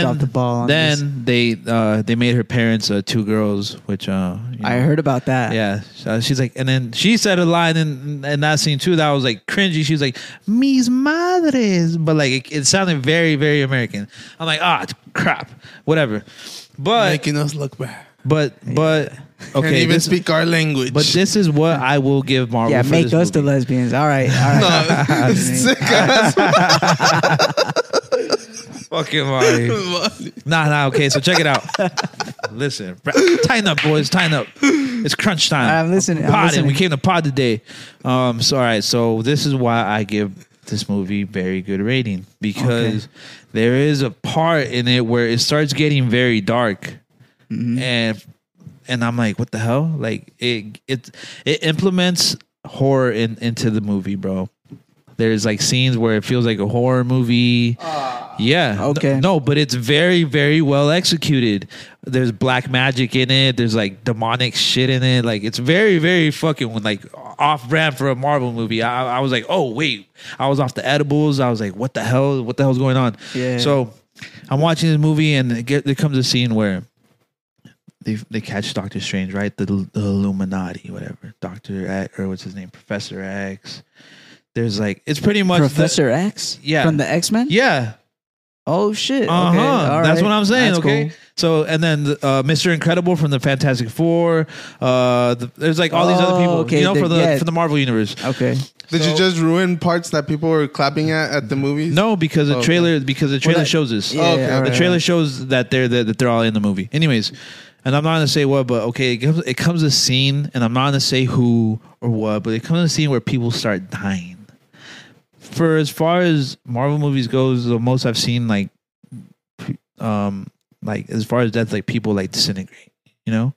Speaker 2: I dropped the ball. On this.
Speaker 5: then they uh, they made her parents uh, two girls, which uh, you
Speaker 2: I
Speaker 5: know,
Speaker 2: heard about that.
Speaker 5: Yeah, so she's like, and then she said a line in, in that scene too that was like cringy. She was like, "Mis madres," but like it, it sounded very very American. I'm like, ah, crap, whatever. But
Speaker 3: Making us look bad.
Speaker 5: but but okay,
Speaker 3: Can't even
Speaker 5: this-
Speaker 3: speak our language.
Speaker 5: but this is what I will give Marvel.
Speaker 2: Yeah,
Speaker 5: for
Speaker 2: make
Speaker 5: this
Speaker 2: us the
Speaker 5: movie.
Speaker 2: lesbians. All right,
Speaker 5: [LAUGHS]
Speaker 2: all right.
Speaker 3: [LAUGHS] sick ass.
Speaker 2: [LAUGHS]
Speaker 5: fucking Marvel. Nah, nah, okay, so check it out. Listen, br- tighten up, boys, tighten up. It's crunch time.
Speaker 2: I'm listening, I'm
Speaker 5: Podding.
Speaker 2: listening.
Speaker 5: We came to pod today. Um, so all right, so this is why I give this movie very good rating because there is a part in it where it starts getting very dark,
Speaker 2: Mm-hmm.
Speaker 5: and and I'm like, what the hell? Like it it it implements horror in, into the movie, bro. There's like scenes where it feels like a horror movie. Yeah.
Speaker 2: Okay.
Speaker 5: No, but it's very, very well executed. There's black magic in it. There's like demonic shit in it. Like it's very, very fucking like off brand for a Marvel movie. I, I was like, oh wait, I was off the edibles. I was like, what the hell? What the hell's going on?
Speaker 2: Yeah.
Speaker 5: So I'm watching this movie and it get, there comes a scene where they they catch Doctor Strange, right? The, the Illuminati, whatever. Doctor X, or what's his name? Professor X. There's like it's pretty much the-
Speaker 2: Professor X.
Speaker 5: Yeah.
Speaker 2: from the X Men.
Speaker 5: yeah,
Speaker 2: Oh shit.
Speaker 5: uh huh.
Speaker 2: Okay. all
Speaker 5: That's
Speaker 2: right.
Speaker 5: what I'm saying.
Speaker 2: That's
Speaker 5: okay.
Speaker 2: cool.
Speaker 5: So and then uh, Mr. Incredible from the Fantastic Four. Uh, the, there's like all these other
Speaker 2: Oh,
Speaker 5: people,
Speaker 2: okay,
Speaker 5: you know,
Speaker 2: the-
Speaker 5: for the
Speaker 2: yeah.
Speaker 5: for the Marvel universe.
Speaker 2: Okay.
Speaker 3: Did you
Speaker 5: So-
Speaker 3: just ruin parts that people were clapping at at the movies?
Speaker 5: No, because the
Speaker 3: Okay.
Speaker 5: trailer because the trailer
Speaker 2: Oh, that-
Speaker 5: shows this.
Speaker 2: Yeah,
Speaker 3: Okay.
Speaker 2: yeah, all
Speaker 5: the
Speaker 2: right,
Speaker 5: trailer shows that they're that, that they're all in the movie. Anyways, and I'm not gonna say what, but okay, it comes it comes a scene, and I'm not gonna say who or what, but it comes a scene where people start dying. For as far as Marvel movies goes, the most I've seen like, pre- um, like as far as death, like people like disintegrate. You know,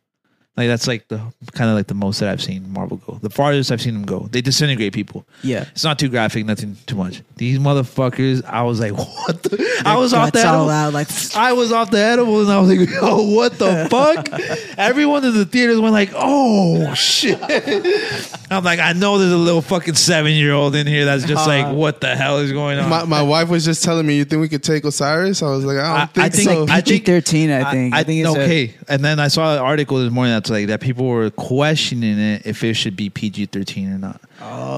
Speaker 5: like that's like the kind of like the most that I've seen Marvel go. The farthest I've seen them go, they disintegrate people.
Speaker 2: Yeah.
Speaker 5: It's not too graphic, nothing too much. These motherfuckers, I was like, [LAUGHS] what? The? I was off the
Speaker 2: That's all
Speaker 5: edible.
Speaker 2: out. Like
Speaker 5: I was off the edible, and I was like, [LAUGHS] yo, what
Speaker 2: [LAUGHS]
Speaker 5: the fuck? Everyone in the theaters went like, oh shit. I'm like, I know there's a little fucking seven year old in here that's just
Speaker 2: Uh,
Speaker 5: like, what the hell is going on?
Speaker 3: [LAUGHS] My, my wife was just telling me, you think we could take Osiris? I was like, I don't
Speaker 5: I- I
Speaker 3: think,
Speaker 5: think-
Speaker 3: so.
Speaker 5: I
Speaker 2: PG thirteen. I think.
Speaker 5: I,
Speaker 2: think it's a-
Speaker 5: okay. and then I saw an article this morning that's like that people were questioning it if it should be PG thirteen or not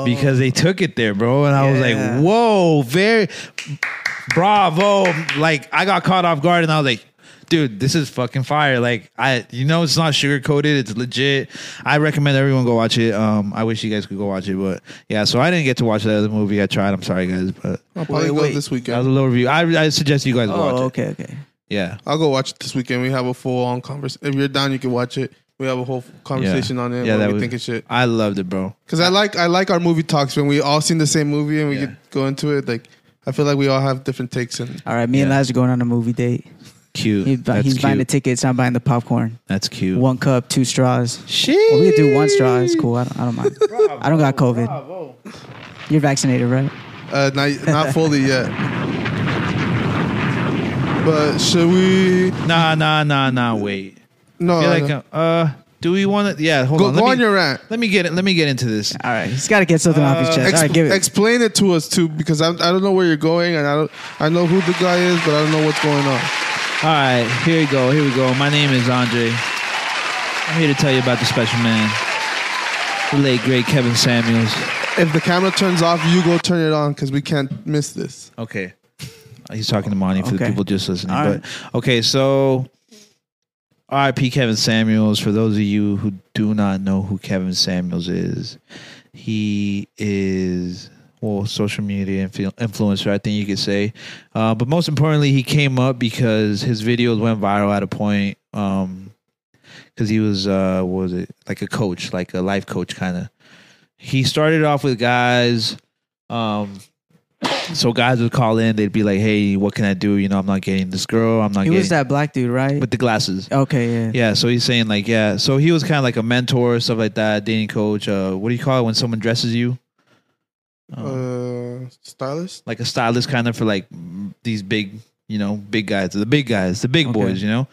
Speaker 5: because they took it there, bro. And I was
Speaker 2: Oh. Yeah.
Speaker 5: like, whoa, very bravo. Like I got caught off guard, and I was like. Dude, this is fucking fire! Like I, you know, it's not sugar coated; it's legit. I recommend everyone go watch it. Um, I wish you guys could go watch it, but yeah. So I didn't get to watch that other movie. I tried. I'm sorry, guys, but
Speaker 3: I'll [LAUGHS] probably
Speaker 2: Wait, wait.
Speaker 3: go this
Speaker 5: that was
Speaker 3: weekend.
Speaker 5: a little review. I, I suggest you guys go
Speaker 2: [LAUGHS]
Speaker 5: watch
Speaker 2: Oh,
Speaker 5: it.
Speaker 2: okay, okay.
Speaker 5: Yeah,
Speaker 3: I'll go watch it this weekend. We have a full on conversation. If you're down, you can watch it. We have a whole conversation on it. Yeah,
Speaker 5: that
Speaker 3: we
Speaker 5: was-
Speaker 3: think of shit.
Speaker 5: I loved it, bro.
Speaker 3: Because I like I like our movie talks when we all seen the same movie and we
Speaker 5: Yeah.
Speaker 3: could go into it. Like I feel like we all have different takes and
Speaker 2: All right. Me and
Speaker 5: Yeah.
Speaker 2: Laz are going on a movie date.
Speaker 5: Cute.
Speaker 2: He, bu-
Speaker 5: That's
Speaker 2: he's buying the
Speaker 5: cute.
Speaker 2: tickets. I'm buying the popcorn.
Speaker 5: That's cute.
Speaker 2: One cup, two straws.
Speaker 5: Shit.
Speaker 2: Well, we could do one straw. It's cool. I don't, I don't mind. I don't got COVID. You're vaccinated, right?
Speaker 3: uh, not not fully yet. But should we?
Speaker 5: Nah, nah, nah, nah. Wait.
Speaker 3: No,
Speaker 5: I feel
Speaker 3: no,
Speaker 5: like
Speaker 3: no.
Speaker 5: uh, uh, do we want to? Yeah, hold
Speaker 3: go,
Speaker 5: on.
Speaker 3: go
Speaker 5: let
Speaker 3: on
Speaker 5: me,
Speaker 3: your rant.
Speaker 5: Let me get it. Let me get into this.
Speaker 2: All right. He's got to get something off
Speaker 5: Uh,
Speaker 2: his chest.
Speaker 3: Ex-
Speaker 2: All right, give it.
Speaker 3: Explain it to us too, because I, I don't know where you're going, and I don't I know who the guy is, but I don't know what's going on.
Speaker 5: All right, here we go. Here we go. My name is Andre. I'm here to tell you about the special man, the late great Kevin Samuels.
Speaker 3: If the camera turns off, you go turn it on, because we can't miss this.
Speaker 5: Okay. [LAUGHS] He's talking to Monty for the
Speaker 2: Okay.
Speaker 5: people just listening.
Speaker 2: All
Speaker 5: but okay, so R.I.P. Kevin Samuels. For those of you who do not know who Kevin Samuels is, He is well, social media influ- influencer, I think you could say. Uh, but most importantly, he came up because his videos went viral at a point. Um, because he was uh, what was it like a coach, like a life coach kind of. He started off with guys. Um, so guys would call in. They'd be like, "Hey, what can I do? You know, I'm not getting this girl. I'm not
Speaker 2: He
Speaker 5: getting
Speaker 2: was that black dude, right?
Speaker 5: with the glasses."
Speaker 2: okay, yeah.
Speaker 5: Yeah, so he's saying like, yeah, so he was kind of like a mentor, stuff like that, dating coach. Uh, what do you call it when someone dresses you? Um,
Speaker 3: Uh, stylist.
Speaker 5: like a stylist, kind of for like mm, these big, you know, big guys, the big guys, the big
Speaker 2: Okay.
Speaker 5: boys, you know.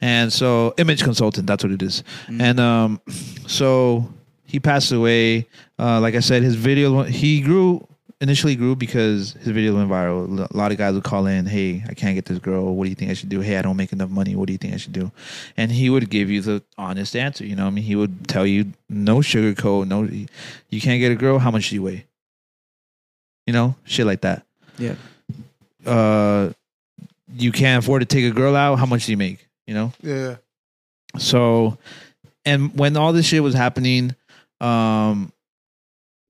Speaker 5: And so, image consultant, that's what it is. And um, so he passed away. Uh, like I said, his video he grew initially grew because his video went viral. A lot of guys would call in, "Hey, I can't get this girl. What do you think I should do? Hey, I don't make enough money. What do you think I should do?" And he would give you the honest answer. You know, what I mean, he would tell you no sugarcoat. No, you can't get a girl. How much do you weigh? You know, shit like that.
Speaker 2: Yeah.
Speaker 5: Uh, you can't afford to take a girl out. How much do you make? You know.
Speaker 3: Yeah.
Speaker 5: So, and when all this shit was happening, um,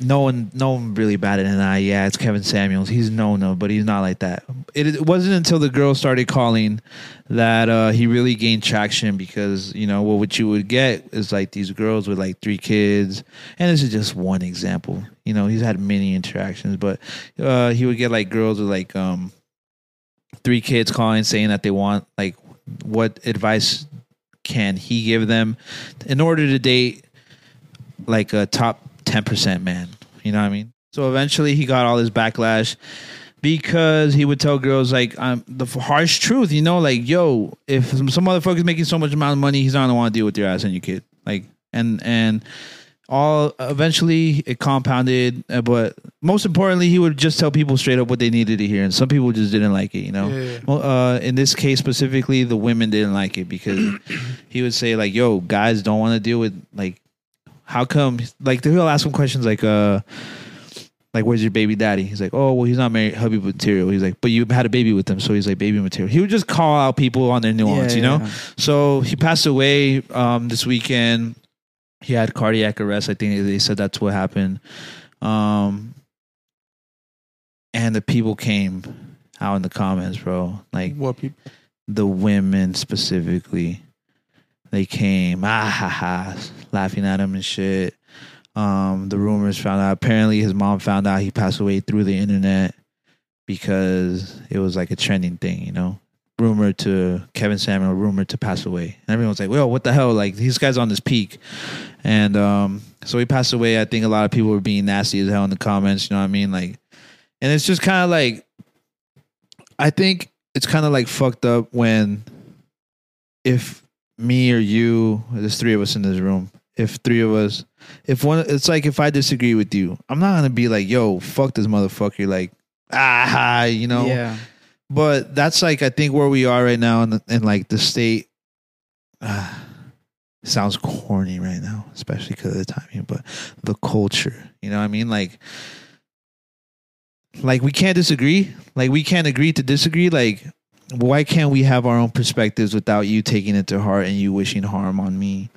Speaker 5: no one, no one really batted an eye. Yeah, it's Kevin Samuels. He's no no, but he's not like that. It, it wasn't until the girls started calling that uh, he really gained traction because you know well, what you would get is like these girls with like three kids, and this is just one example. You know, he's had many interactions, but uh, he would get like girls with like um, three kids calling saying that they want like what advice can he give them in order to date like a top 10% man you know what i mean so eventually he got all this backlash because he would tell girls like um, the f- harsh truth you know like yo if some, some motherfucker's making so much amount of money he's not gonna want to deal with your ass and your kid like and and all eventually it compounded uh, but most importantly he would just tell people straight up what they needed to hear and some people just didn't like it you know
Speaker 3: Yeah.
Speaker 5: well, uh, in this case specifically the women didn't like
Speaker 2: [CLEARS THROAT]
Speaker 5: it because he would say like yo guys don't want to deal with like how come like he'll ask him questions like uh like where's your baby daddy he's like oh well he's not married hubby material he's like but you had a baby with him so he's like baby material he would just call out people on their nuance
Speaker 2: Yeah,
Speaker 5: you know
Speaker 2: yeah.
Speaker 5: so he passed away um this weekend he had cardiac arrest i think they said that's what happened um and the people came out in the comments bro like
Speaker 3: What people?
Speaker 5: the women specifically. They came, ah ha ha, laughing at him and shit. Um, the rumors found out. Apparently, his mom found out he passed away through the internet because it was like a trending thing, you know. Rumor to Kevin Samuel, rumored to pass away, and everyone's like, "Well, what the hell? Like these guys on this peak," and um, so he passed away. I think a lot of people were being nasty as hell in the comments. You know what I mean? Like, and it's just kind of like I think it's kind of like fucked up when if me or you, there's three of us in this room. If three of us, if one, it's like if I disagree with you, I'm not gonna be like, yo, fuck this motherfucker, like, ah, hi, you know.
Speaker 2: Yeah.
Speaker 5: But that's like I think where we are right now, in, the, in like the state. Uh, sounds corny right now, especially because of the timing, but the culture, you know what I mean? Like, like we can't disagree. Like we can't agree to disagree. Like why can't we have our own perspectives without you taking it to heart and you wishing harm on me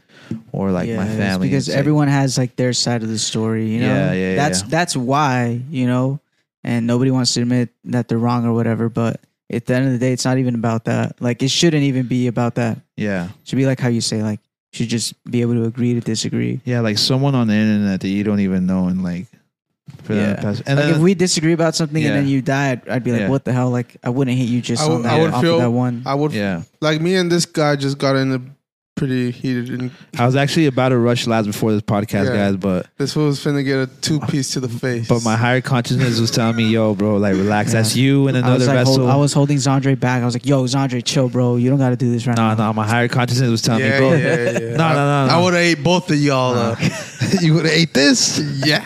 Speaker 5: or like my
Speaker 2: Yeah, it's
Speaker 5: family?
Speaker 2: because
Speaker 5: It's like-
Speaker 2: everyone has like their side of the story, you know.
Speaker 5: Yeah, yeah,
Speaker 2: That's
Speaker 5: yeah.
Speaker 2: that's why you know, and nobody wants to admit that they're wrong or whatever. But at the end of the day, it's not even about that. Like it shouldn't even be about that.
Speaker 5: yeah.
Speaker 2: It should be like how you say, like you should just be able to agree to disagree.
Speaker 5: Yeah, like someone on the internet that you don't even know and like for them
Speaker 2: Yeah.
Speaker 5: to pass- and
Speaker 2: like
Speaker 5: then,
Speaker 2: if we disagree about something
Speaker 5: Yeah.
Speaker 2: and then you die, I'd, I'd be like,
Speaker 5: Yeah.
Speaker 2: what the hell? Like I wouldn't hate you just
Speaker 3: I
Speaker 2: on
Speaker 3: would-
Speaker 2: that
Speaker 3: I would
Speaker 2: off
Speaker 3: feel-
Speaker 2: of that one.
Speaker 3: I would.
Speaker 5: yeah.
Speaker 3: Like me and this guy just got in a pretty heated, and
Speaker 5: I was actually about to rush labs before this podcast,
Speaker 3: Yeah.
Speaker 5: guys, but
Speaker 3: this fool was finna get a two piece to the face.
Speaker 5: but my [LAUGHS] higher consciousness was telling me, "Yo, bro, like relax. That's you and
Speaker 2: I
Speaker 5: another
Speaker 2: was, like, hold,
Speaker 5: vessel."
Speaker 2: I was holding Zandre back. I was like, "Yo, Zandre, chill, bro. You don't got to do this right
Speaker 5: nah,
Speaker 2: now."
Speaker 5: nah. My higher consciousness was telling
Speaker 3: yeah,
Speaker 5: me, "Bro,
Speaker 3: yeah, yeah.
Speaker 5: No, no, no, no.
Speaker 3: I would have ate both of y'all up.
Speaker 5: [LAUGHS] you would have ate this.
Speaker 3: Yeah,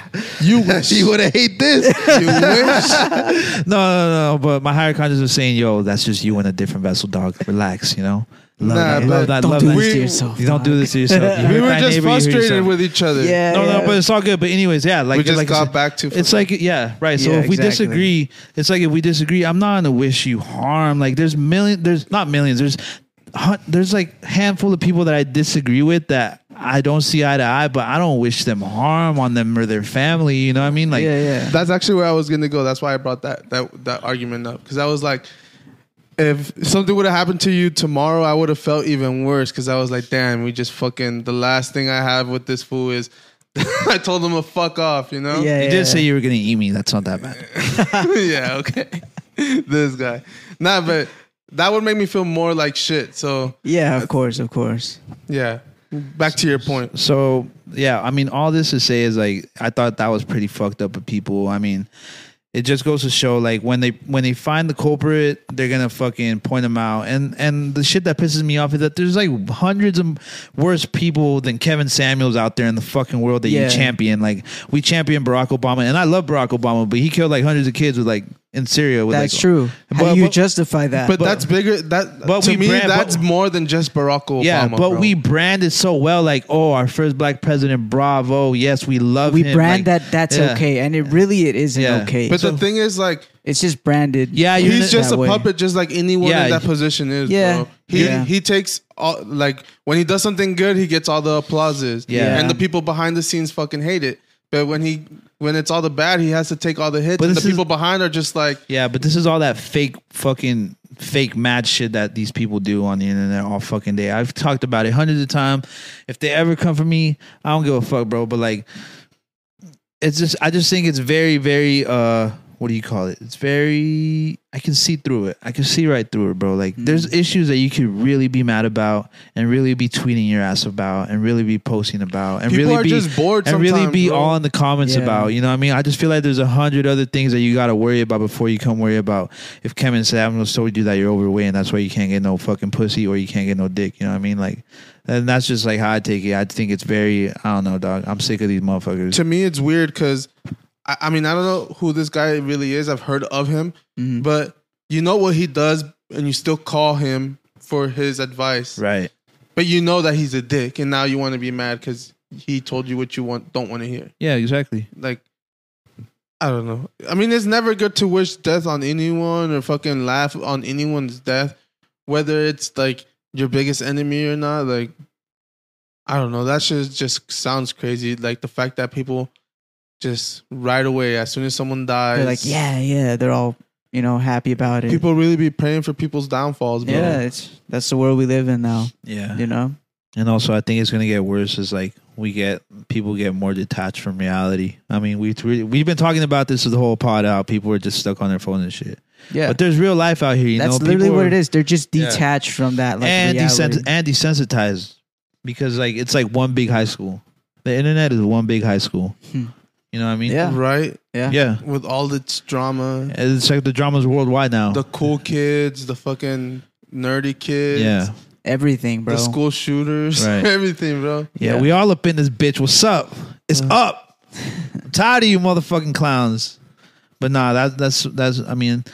Speaker 5: [LAUGHS]
Speaker 3: you wish.
Speaker 5: you would have ate this." [LAUGHS]
Speaker 3: you wish.
Speaker 5: no, no, no. But my higher consciousness was saying, "Yo, that's just you in a different vessel, dog. Relax, you know. Love
Speaker 3: Nah,
Speaker 5: that,
Speaker 3: but
Speaker 5: love that,
Speaker 2: don't
Speaker 5: love
Speaker 2: do
Speaker 5: that.
Speaker 2: this to
Speaker 3: We-
Speaker 2: yourself.
Speaker 5: you don't do
Speaker 2: dog.
Speaker 5: this
Speaker 2: [LAUGHS]
Speaker 5: to yourself. You
Speaker 3: We
Speaker 5: hurt
Speaker 3: were
Speaker 5: that
Speaker 3: just
Speaker 5: neighbor, you hurt
Speaker 3: frustrated
Speaker 5: yourself.
Speaker 3: with each other.
Speaker 2: Yeah,
Speaker 5: No,
Speaker 2: yeah.
Speaker 5: no, but it's all good. But anyways, yeah, like
Speaker 3: we just
Speaker 5: like I
Speaker 3: got
Speaker 5: said,
Speaker 3: back to.
Speaker 5: It's like yeah, right. So
Speaker 2: Yeah,
Speaker 5: if we
Speaker 2: exactly.
Speaker 5: disagree, it's like if we disagree, I'm not gonna wish you harm. Like there's million, there's not millions, there's hun- there's like handful of people that I disagree with that I don't see eye to eye, but I don't wish them harm on them or their family. You know what I mean? Like,
Speaker 2: yeah, yeah.
Speaker 3: That's actually where I was gonna go. That's why I brought that that that argument up because I was like, if something would have happened to you tomorrow, I would have felt even worse because I was like, damn, we just fucking. The last thing I have with this fool is, [LAUGHS] I told him to fuck off. You know?
Speaker 2: yeah,
Speaker 5: you
Speaker 2: yeah.
Speaker 5: did say you were gonna eat me. That's not that bad.
Speaker 3: [LAUGHS] yeah. Okay. [LAUGHS] this guy. Nah, but that would make me feel more like shit. So
Speaker 2: yeah, of course, of course.
Speaker 3: yeah. Back to your point.
Speaker 5: So yeah, I mean, all this to say is like I thought that was pretty fucked up of people. I mean, it just goes to show like when they when they find the culprit, they're gonna fucking point them out. And and the shit that pisses me off is that there's like hundreds of worse people than Kevin Samuels out there in the fucking world that
Speaker 2: Yeah.
Speaker 5: you champion. Like we champion Barack Obama, and I love Barack Obama, but he killed like hundreds of kids with like in Syria. With,
Speaker 2: That's
Speaker 5: like,
Speaker 2: true. How
Speaker 5: But-
Speaker 2: do you
Speaker 5: but-
Speaker 2: justify that?
Speaker 3: But, that's bigger. That
Speaker 5: but
Speaker 3: to
Speaker 5: we
Speaker 3: me,
Speaker 5: brand-
Speaker 3: that's
Speaker 5: but-
Speaker 3: more than just Barack Obama.
Speaker 5: Yeah, but
Speaker 3: bro.
Speaker 5: we branded so well, like, oh, our first black president, bravo. Yes, we love
Speaker 2: we
Speaker 5: him.
Speaker 2: brand
Speaker 5: Like,
Speaker 2: that that's
Speaker 5: yeah.
Speaker 2: okay, and it really it isn't
Speaker 5: Yeah.
Speaker 2: okay.
Speaker 3: But the thing is, like,
Speaker 2: it's just branded.
Speaker 5: Yeah, you're
Speaker 3: he's
Speaker 5: in it
Speaker 3: just
Speaker 2: that
Speaker 3: a
Speaker 2: way.
Speaker 3: puppet, just like anyone
Speaker 5: Yeah.
Speaker 3: in that position is.
Speaker 2: Yeah.
Speaker 3: bro. He
Speaker 2: Yeah.
Speaker 3: he takes all like when he does something good, he gets all the applauses.
Speaker 5: Yeah.
Speaker 3: and the people behind the scenes fucking hate it. But when he when it's all the bad, he has to take all the hits.
Speaker 5: But
Speaker 3: and the
Speaker 5: this is-
Speaker 3: people behind are just like,
Speaker 5: Yeah, but this is all that fake fucking fake mad shit that these people do on the internet all fucking day. I've talked about it hundreds of times. If they ever come for me, I don't give a fuck, bro. But like, it's just I just think it's very, very uh, what do you call it? It's very I can see through it. I can see right through it, bro. Like,
Speaker 3: Mm-hmm.
Speaker 5: there's issues that you could really be mad about and really be tweeting your ass about and really be posting about and
Speaker 3: People
Speaker 5: really
Speaker 3: are
Speaker 5: be
Speaker 3: just bored
Speaker 5: and really
Speaker 3: sometimes,
Speaker 5: be
Speaker 3: bro.
Speaker 5: all in the comments
Speaker 2: Yeah.
Speaker 5: about. You know what I mean? I just feel like there's a hundred other things that you got to worry about before you come worry about. If Kevin Samuels told you that you're overweight and that's why you can't get no fucking pussy or you can't get no dick, you know what I mean? Like, and that's just like how I take it. I think it's very, I don't know, dog. I'm sick of these motherfuckers.
Speaker 3: to me, it's weird because I, I mean, I don't know who this guy really is. I've heard of him,
Speaker 5: Mm-hmm.
Speaker 3: but you know what he does, and you still call him for his advice.
Speaker 5: right.
Speaker 3: But you know that he's a dick, and now you want to be mad because he told you what you want don't want to hear.
Speaker 5: Yeah, exactly.
Speaker 3: like I don't know. I mean, it's never good to wish death on anyone or fucking laugh on anyone's death, whether it's like your biggest enemy or not. Like, I don't know. That shit just sounds crazy. Like the fact that people just right away, as soon as someone dies,
Speaker 2: they're like, yeah, yeah, they're all you know happy about it.
Speaker 3: people really be praying for people's downfalls, bro.
Speaker 2: yeah, it's that's the world we live in now.
Speaker 5: Yeah.
Speaker 2: You know,
Speaker 5: And also, I think it's gonna get worse as like we get people get more detached from reality. I mean, we really, we've been talking about this the whole pod out. People are just stuck on their phone and shit.
Speaker 2: yeah,
Speaker 5: But there's real life out here. You
Speaker 2: that's
Speaker 5: know,
Speaker 2: literally
Speaker 5: People
Speaker 2: what
Speaker 5: are-
Speaker 2: it is. They're just
Speaker 5: Yeah.
Speaker 2: detached from that like
Speaker 5: and
Speaker 2: reality.
Speaker 5: desens- and desensitized because like it's like one big high school. The internet is one big high school.
Speaker 2: Hmm.
Speaker 5: You know what I mean?
Speaker 2: Yeah.
Speaker 3: Right?
Speaker 2: yeah.
Speaker 5: Yeah.
Speaker 3: With all its drama,
Speaker 5: And It's like the drama's worldwide now.
Speaker 3: the cool kids, the fucking nerdy kids,
Speaker 5: yeah.
Speaker 2: everything, bro.
Speaker 3: the school shooters,
Speaker 5: Right.
Speaker 3: [LAUGHS] everything, bro.
Speaker 5: yeah. We all up in this bitch. What's up? It's up. I'm tired of you motherfucking clowns. But nah, that, that's that's I mean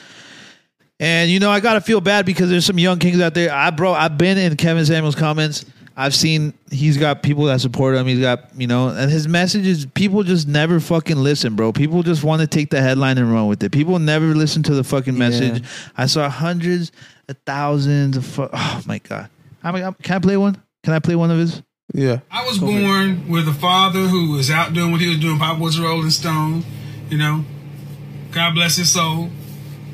Speaker 5: and you know I gotta feel bad because there's some young kings out there. I bro, I've been in Kevin Samuels comments. I've seen he's got people that support him. He's got you know, and his message is people just never fucking listen, bro. People just want to take the headline and run with it. People never listen to the fucking message. I saw hundreds, of thousands of fu- oh my god. I mean, can I play one? Can I play one of his?
Speaker 3: Yeah.
Speaker 8: I was born with a father who was out doing what he was doing. Pop was a Rolling Stone, you know. God bless his soul.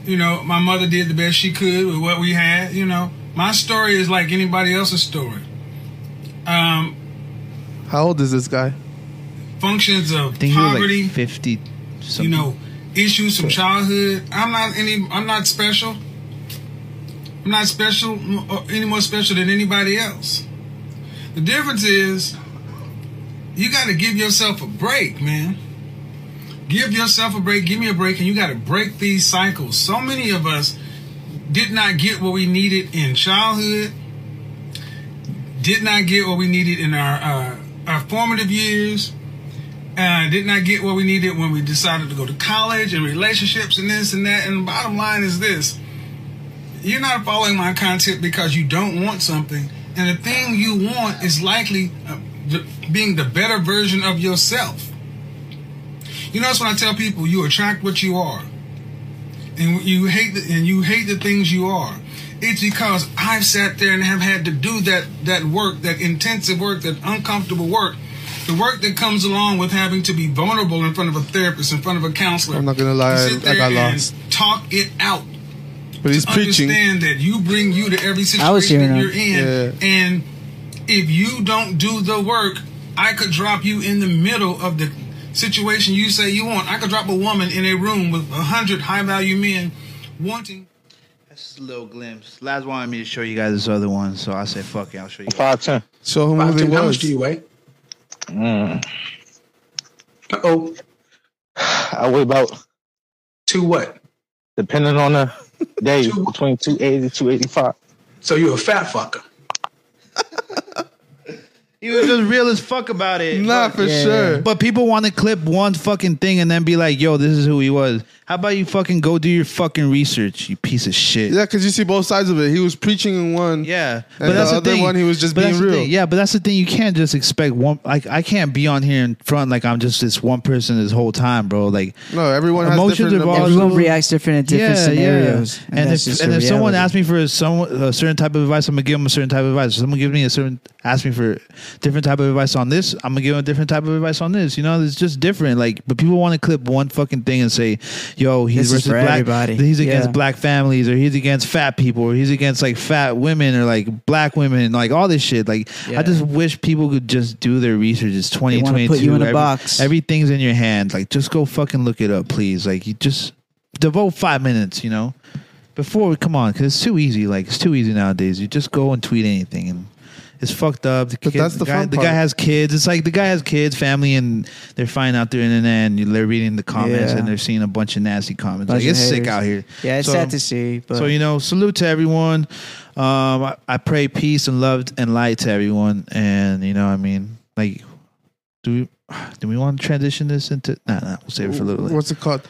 Speaker 8: You know, my mother did the best she could with what we had. You know, my story is like anybody else's story. Um,
Speaker 3: How old is this guy?
Speaker 8: functions of
Speaker 5: I think he was
Speaker 8: poverty,
Speaker 5: like fifty. Something.
Speaker 8: you know, issues from childhood. I'm not any. I'm not special. I'm not special m- or any more special than anybody else. The difference is, you got to give yourself a break, man. Give yourself a break. Give me a break, and you got to break these cycles. So many of us did not get what we needed in childhood. Did not get what we needed in our uh, our formative years uh, did not get what we needed when we decided to go to college and relationships and this and that. And bottom line is this you're not following my content because you don't want something. And the thing you want is likely uh, the, being the better version of yourself. You know, that's when I tell people you attract what you are, and you hate the, and you hate the things you are. It's because I've sat there and have had to do that that work, that intensive work, that uncomfortable work, the work that comes along with having to be vulnerable in front of a therapist, in front of a counselor.
Speaker 3: I'm not gonna lie,
Speaker 8: To sit
Speaker 3: I- I got
Speaker 8: there and
Speaker 3: lost.
Speaker 8: Talk it out
Speaker 3: But he's preaching.
Speaker 8: understand that you bring you to every
Speaker 2: I was
Speaker 8: situation
Speaker 2: hearing
Speaker 8: that you're in,
Speaker 3: Yeah.
Speaker 8: and if you don't do the work, I could drop you in the middle of the situation you say you want. I could drop a woman in a room with a hundred high value men wanting.
Speaker 5: That's a little glimpse. Laz wanted me to show you guys this other one, so I said, "Fuck it, I'll show you."
Speaker 9: Five ten.
Speaker 3: Show him who
Speaker 10: Five,
Speaker 3: they
Speaker 10: ten, how much
Speaker 3: was.
Speaker 10: do you weigh?
Speaker 9: Mm.
Speaker 10: Uh oh.
Speaker 9: I weigh about
Speaker 10: To what?
Speaker 9: depending on the day
Speaker 10: Two.
Speaker 9: between two eighty two eighty five.
Speaker 10: So you're a fat fucker.
Speaker 5: He was just real as fuck about it.
Speaker 3: Nah, for sure.
Speaker 5: But people want to clip one fucking thing and then be like, "Yo, this is who he was." How about you fucking go do your fucking research, you piece of shit.
Speaker 3: Yeah, because you see both sides of it. He was preaching in one.
Speaker 5: Yeah,
Speaker 3: And the other one, he was just
Speaker 5: but
Speaker 3: being
Speaker 5: that's the
Speaker 3: real.
Speaker 5: thing. Yeah, but that's the thing. You can't just expect one. Like I can't be on here in front like I'm just this one person this whole time, bro. Like
Speaker 3: No, everyone has
Speaker 5: Emotions
Speaker 3: different
Speaker 5: evolve.
Speaker 3: emotions.
Speaker 2: Everyone reacts different in different scenarios.
Speaker 5: And, if,
Speaker 2: that's just
Speaker 5: and
Speaker 2: the
Speaker 5: if someone
Speaker 2: reality.
Speaker 5: asks me for some a certain type of advice, I'm gonna give them a certain type of advice. If someone gives me a certain ask me for different type of advice on this, I'm gonna give them a different type of advice on this. You know, it's just different. Like, but people want to clip one fucking thing and say, "Yo, he's
Speaker 2: This is
Speaker 5: versus
Speaker 2: for
Speaker 5: black.
Speaker 2: everybody."
Speaker 5: He's against
Speaker 2: Yeah.
Speaker 5: black families, or he's against fat people, or he's against like fat women, or like black women, like all this shit. Like,
Speaker 2: Yeah.
Speaker 5: I just wish people could just do their research. It's
Speaker 2: wanna
Speaker 5: 2022.
Speaker 2: put you in a
Speaker 5: Every-
Speaker 2: box.
Speaker 5: Everything's in your hands. Like, just go fucking look it up, please. Like, you just devote five minutes, you know, before we come on, because it's too easy. Like, it's too easy nowadays. You just go and tweet anything, and it's fucked up. The
Speaker 3: But
Speaker 5: kid-
Speaker 3: that's the
Speaker 5: guy,
Speaker 3: fun
Speaker 5: The
Speaker 3: part.
Speaker 5: guy has kids. It's like the guy has kids, family, and they're finding out their internet, and they're reading the comments,
Speaker 2: Yeah.
Speaker 5: and they're seeing a bunch of nasty comments.
Speaker 2: Bunch
Speaker 5: like,
Speaker 2: of
Speaker 5: it's sick
Speaker 2: haters.
Speaker 5: out here.
Speaker 2: Yeah, it's
Speaker 5: So-
Speaker 2: sad to see. But
Speaker 5: so you know, salute to everyone. Um, I, I pray peace and love and light to everyone. And you know, I mean, like, do we [SIGHS] do we want to transition this into? Nah, nah, we'll save it for a little later.
Speaker 3: What's it called?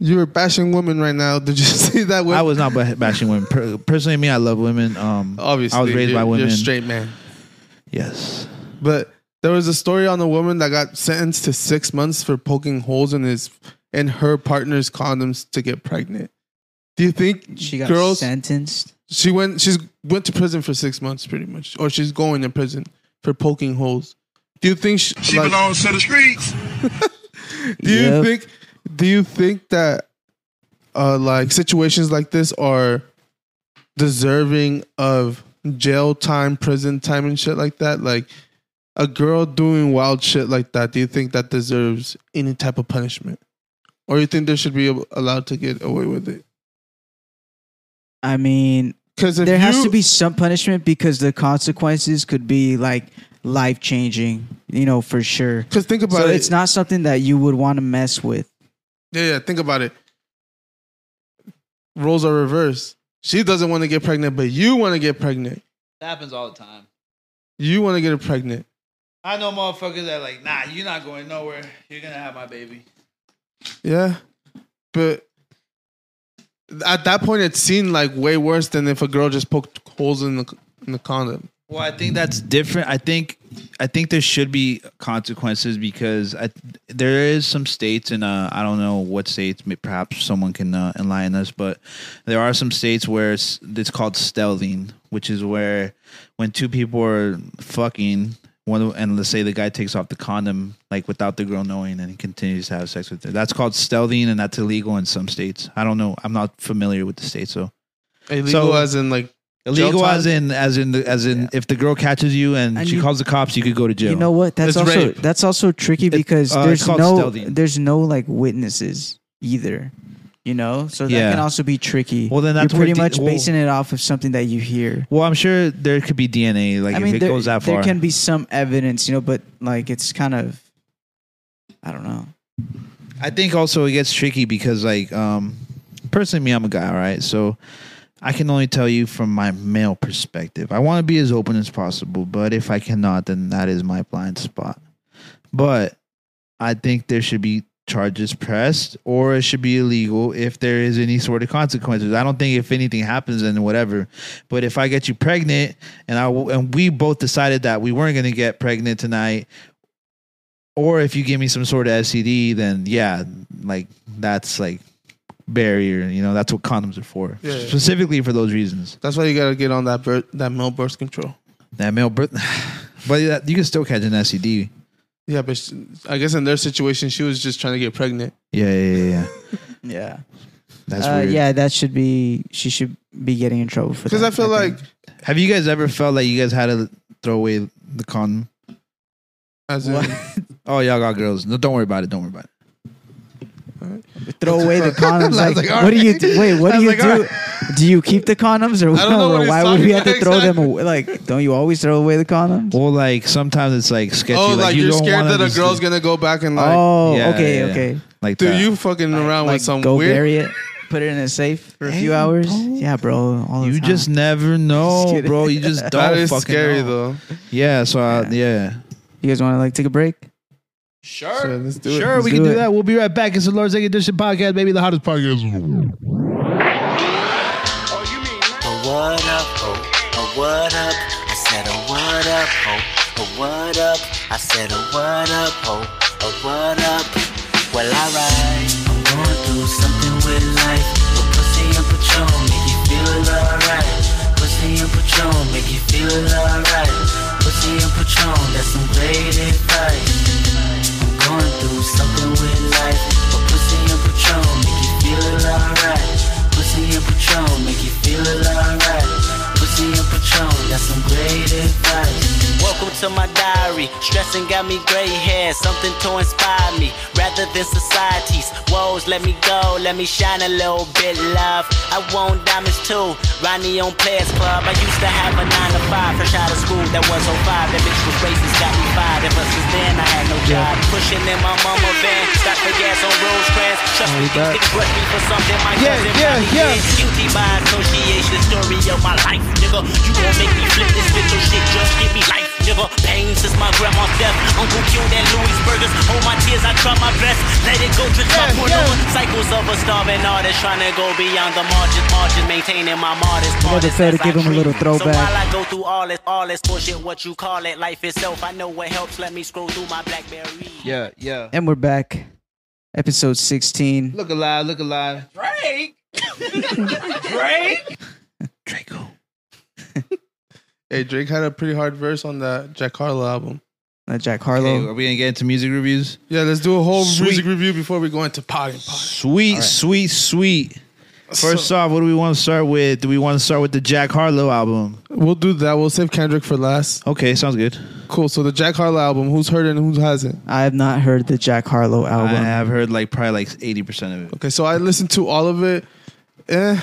Speaker 3: You were bashing women right now. Did you [LAUGHS] see that? With,
Speaker 5: I was not ba- bashing women. Per- personally, me, I love women. Um,
Speaker 3: obviously
Speaker 5: I was raised
Speaker 3: you're,
Speaker 5: by women.
Speaker 3: You're a straight man.
Speaker 5: Yes,
Speaker 3: But there was a story on a woman that got sentenced to six months for poking holes in his in her partner's condoms to get pregnant. Do you think
Speaker 2: she got
Speaker 3: girls?
Speaker 2: sentenced.
Speaker 3: She went. She's went to prison for six months, pretty much, or she's going to prison for poking holes. Do you think she,
Speaker 7: She
Speaker 3: like,
Speaker 7: belongs to the streets.
Speaker 3: Do you
Speaker 2: Yep.
Speaker 3: think? Do you think that uh, like situations like this are deserving of jail time, prison time, and shit like that? Like a girl doing wild shit like that. Do you think that deserves any type of punishment, or you think they should be ab- allowed to get away with it?
Speaker 2: I mean,
Speaker 3: Because
Speaker 2: there has to be some punishment because the consequences could be like life changing. You know, for sure.
Speaker 3: Because think about
Speaker 2: So
Speaker 3: it.
Speaker 2: it's not something that you would want to mess with.
Speaker 3: Yeah, yeah. Think about it. Roles are reversed. She doesn't want to get pregnant, but you want to get pregnant.
Speaker 5: that happens all the time.
Speaker 3: You want to get her pregnant.
Speaker 5: I know motherfuckers that like, nah, you're not going nowhere. You're gonna have my baby.
Speaker 3: Yeah. But at that point, it seemed like way worse than if a girl just poked holes in the, in the condom.
Speaker 5: Well, I think that's different. I think I think there should be consequences because I, there is some states and uh, I don't know what states. may- Perhaps someone can uh, enlighten us, but there are some states where it's, it's called stealthing, which is where when two people are fucking. One of- and let's say the guy takes off the condom like without the girl knowing, and he continues to have sex with her. That's called stealthing, and that's illegal in some states. I don't know. I'm not familiar with the state, so
Speaker 3: Illegal
Speaker 5: So-
Speaker 3: as in like,
Speaker 5: Illegal
Speaker 3: Jail
Speaker 5: as in as in the, as in if the girl catches you and,
Speaker 2: And
Speaker 5: she
Speaker 2: you-
Speaker 5: calls the cops, you could go to jail.
Speaker 2: You know what? That's
Speaker 3: It's
Speaker 2: also
Speaker 3: rape.
Speaker 2: that's also tricky
Speaker 5: It-
Speaker 2: because
Speaker 5: uh, it's
Speaker 2: there's
Speaker 5: called
Speaker 2: no
Speaker 5: stealthing.
Speaker 2: there's no like witnesses either. You know, so that
Speaker 5: Yeah.
Speaker 2: can also be tricky.
Speaker 5: Well, then that's
Speaker 2: You're
Speaker 5: where
Speaker 2: pretty
Speaker 5: the-
Speaker 2: much
Speaker 5: well-
Speaker 2: basing it off of something that you hear.
Speaker 5: well, I'm sure there could be DNA. Like
Speaker 2: I
Speaker 5: if
Speaker 2: mean,
Speaker 5: it
Speaker 2: there,
Speaker 5: goes that
Speaker 2: there
Speaker 5: far,
Speaker 2: can be some evidence, you know, but like it's kind of, I don't know.
Speaker 5: I think also it gets tricky because like um, personally, me, I'm a guy, right? So I can only tell you from my male perspective. I want to be as open as possible, but if I cannot, then that is my blind spot. But I think there should be charges pressed or it should be illegal if there is any sort of consequences. I don't think if anything happens then whatever. But if I get you pregnant and I and we both decided that we weren't going to get pregnant tonight or if you give me some sort of STD then yeah, like that's like barrier. You know, that's what condoms are for,
Speaker 3: Yeah, yeah.
Speaker 5: specifically for those reasons.
Speaker 3: That's why you gotta get on that birth, that male birth control.
Speaker 5: That male birth, [SIGHS] but that, you can still catch an STD.
Speaker 3: Yeah, but sh- I guess in their situation, she was just trying to get pregnant.
Speaker 5: Yeah, yeah, yeah. yeah.
Speaker 2: Yeah.
Speaker 5: That's
Speaker 2: uh,
Speaker 5: weird.
Speaker 2: yeah, that should be. She should be getting in trouble for that.
Speaker 3: Because I feel like
Speaker 5: Have you guys ever felt like you guys had to throw away the condom?
Speaker 3: as [LAUGHS] in,
Speaker 5: Oh, y'all got girls. No, don't worry about it. Don't worry about it.
Speaker 2: throw
Speaker 3: [LAUGHS]
Speaker 2: away the condoms.
Speaker 5: I
Speaker 2: like,
Speaker 5: was like,
Speaker 2: what
Speaker 5: all
Speaker 2: do you
Speaker 5: right.
Speaker 2: do? Wait, what
Speaker 5: I
Speaker 2: do you
Speaker 5: was like, all
Speaker 2: do? Do you keep the condoms or, [LAUGHS]
Speaker 3: I don't know
Speaker 2: or
Speaker 3: what he's
Speaker 2: why would
Speaker 3: talking
Speaker 2: we have to
Speaker 3: about
Speaker 2: throw them
Speaker 3: exactly.
Speaker 2: away? Like, don't you always throw away the condoms?
Speaker 5: Well, like sometimes it's like sketchy.
Speaker 3: oh, like,
Speaker 5: you
Speaker 3: you're
Speaker 5: don't
Speaker 3: scared
Speaker 5: wanna
Speaker 3: that a
Speaker 5: just-
Speaker 3: girl's gonna go back and like,
Speaker 2: oh,
Speaker 5: Yeah,
Speaker 2: okay,
Speaker 5: yeah, yeah.
Speaker 2: okay.
Speaker 5: like
Speaker 3: dude,
Speaker 5: that.
Speaker 3: you fucking around
Speaker 2: Like,
Speaker 3: with some
Speaker 2: go
Speaker 3: weird.
Speaker 2: bury it, put it in a safe for a few
Speaker 5: Damn,
Speaker 2: hours.
Speaker 5: bro.
Speaker 2: Yeah, bro. All the
Speaker 5: You
Speaker 2: time.
Speaker 5: just never know,
Speaker 2: kidding.
Speaker 5: bro. You
Speaker 3: [LAUGHS]
Speaker 5: just don't
Speaker 3: [LAUGHS] That is
Speaker 5: fucking
Speaker 3: scary
Speaker 5: know.
Speaker 3: though.
Speaker 5: Yeah, so I,
Speaker 2: Yeah.
Speaker 5: yeah.
Speaker 2: You guys want to like take a break?
Speaker 5: Sure.
Speaker 3: So let's do it.
Speaker 5: sure,
Speaker 2: Let's
Speaker 5: we can
Speaker 2: do
Speaker 5: do
Speaker 2: it.
Speaker 5: that. We'll be right back. It's the Lord's Egg Edition podcast, maybe the hottest podcast.
Speaker 11: Oh, what up, oh, oh, what up? I said, oh, what up, oh, oh, what up? I said, oh, what up, oh, oh, what up? Well, alright, I'm going through something with life. But pussy and Patron make you feel alright. Pussy and Patron make you feel alright. Pussy and Patron, that's some great advice. I'm going through something with life. But pussy and Patron make you feel alright. Pussy and Patron make you feel alright. Pussy and Patron, that's some great advice. Welcome to my diary. Stressing got me gray hair, something to inspire me. Rather than society's woes, let me go, let me shine a little bit, love. I won diamonds too. Ronnie on Players Club. I used to have a 9 to 5, fresh out of school, that was 05. That bitch was racist, got me fired. Ever since then, I had no job. Pushing in my mama van, stop for gas on Rosecrans. Trust me, these niggas rush me for something my
Speaker 5: Yeah,
Speaker 11: cousin
Speaker 5: yeah,
Speaker 11: Ronnie
Speaker 5: yeah.
Speaker 11: did. Guilty by association, story of my life, nigga. You gon' make me flip this bitch, oh shit, just give me life, nigga. Pain since my grandma's death. Uncle killed at Louis Burgers. Hold my tears, I try my best. Let it go, just my porn over. Cycles of a starving artist, trying to go beyond the margin, margin, maintaining my modest.
Speaker 2: I
Speaker 11: modest
Speaker 2: decided to
Speaker 11: as I
Speaker 2: give him a
Speaker 11: dream.
Speaker 2: little throwback.
Speaker 11: So while I go through all this, all this bullshit, what you call it, life itself. I know what helps. Let me scroll through my BlackBerry.
Speaker 5: Yeah, yeah.
Speaker 2: And we're back. Episode 16.
Speaker 5: Look alive, look alive. [LAUGHS]
Speaker 2: Draco.
Speaker 3: Hey, Drake had a pretty hard verse on that Jack Harlow album.
Speaker 2: Not Jack
Speaker 5: Hey,
Speaker 2: Harlow.
Speaker 5: are we gonna get into music reviews?
Speaker 3: Yeah, let's do a whole
Speaker 5: Sweet.
Speaker 3: music review before we go into potting. Pot.
Speaker 5: Sweet, sweet, sweet. First
Speaker 3: So-
Speaker 5: off, what do we want to start with? Do we want to start with the Jack Harlow album?
Speaker 3: We'll do that. We'll save Kendrick for last.
Speaker 5: Okay, sounds good.
Speaker 3: Cool. So the Jack Harlow album. Who's heard it and who hasn't?
Speaker 2: I have not heard the Jack Harlow
Speaker 5: I
Speaker 2: album.
Speaker 5: have heard like probably like eighty percent of it.
Speaker 3: Okay, so I listened to all of it. Eh.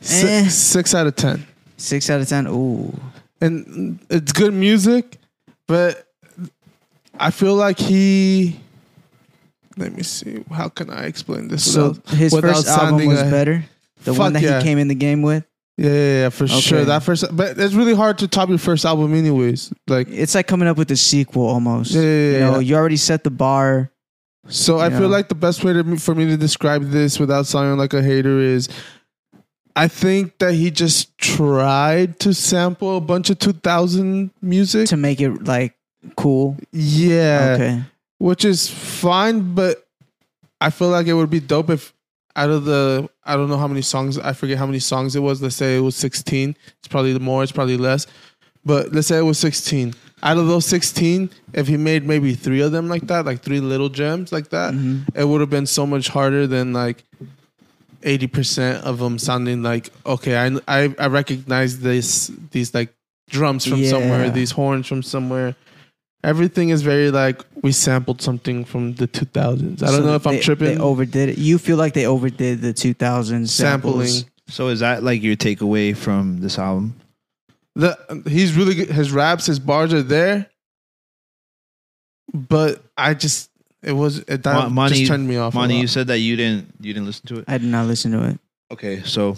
Speaker 3: Si-
Speaker 2: Eh.
Speaker 3: six out of ten.
Speaker 2: Six out of ten. Ooh.
Speaker 3: and it's good music, but I feel like he. Let me see. How can I explain this?
Speaker 2: So
Speaker 3: without-
Speaker 2: his
Speaker 3: without
Speaker 2: first album
Speaker 3: sounding
Speaker 2: was
Speaker 3: a-
Speaker 2: better. The
Speaker 3: Fuck
Speaker 2: one that
Speaker 3: yeah.
Speaker 2: he came in the game with.
Speaker 3: Yeah, yeah, yeah, for sure.
Speaker 2: Okay.
Speaker 3: That first, but it's really hard to top your first album, anyways. Like,
Speaker 2: It's like coming up with a sequel almost.
Speaker 3: Yeah, yeah,
Speaker 2: you know,
Speaker 3: yeah.
Speaker 2: you already set the bar.
Speaker 3: so I
Speaker 2: Yeah.
Speaker 3: feel like the best way to, for me to describe this without sounding like a hater is, I think that he just tried to sample a bunch of 2000 music.
Speaker 2: to make it like cool.
Speaker 3: Yeah.
Speaker 2: okay.
Speaker 3: which is fine, but I feel like it would be dope if out of the I don't know how many songs I forget how many songs it was. Let's say it was sixteen. It's probably more. It's probably less. But let's say it was sixteen. Out of those sixteen, if he made maybe three of them like that, like three little gems like that, it would have been so much harder than like eighty percent of them sounding like okay. I I, I recognize this these like drums from somewhere,
Speaker 2: Yeah.
Speaker 3: these horns from somewhere. Everything is very like we sampled something from the 2000s. I don't
Speaker 2: So
Speaker 3: know if I'm
Speaker 2: they-
Speaker 3: tripping.
Speaker 2: They overdid it. You feel like they overdid the 2000
Speaker 3: sampling.
Speaker 2: samples.
Speaker 5: So is that like your takeaway from this album?
Speaker 3: The, he's really good. His raps, his bars are there, but I just it was it that
Speaker 5: Mon- Monty-
Speaker 3: just turned me off. a
Speaker 5: Monty,
Speaker 3: lot.
Speaker 5: you said that you didn't you didn't listen to it.
Speaker 2: I did not listen to it.
Speaker 5: Okay, so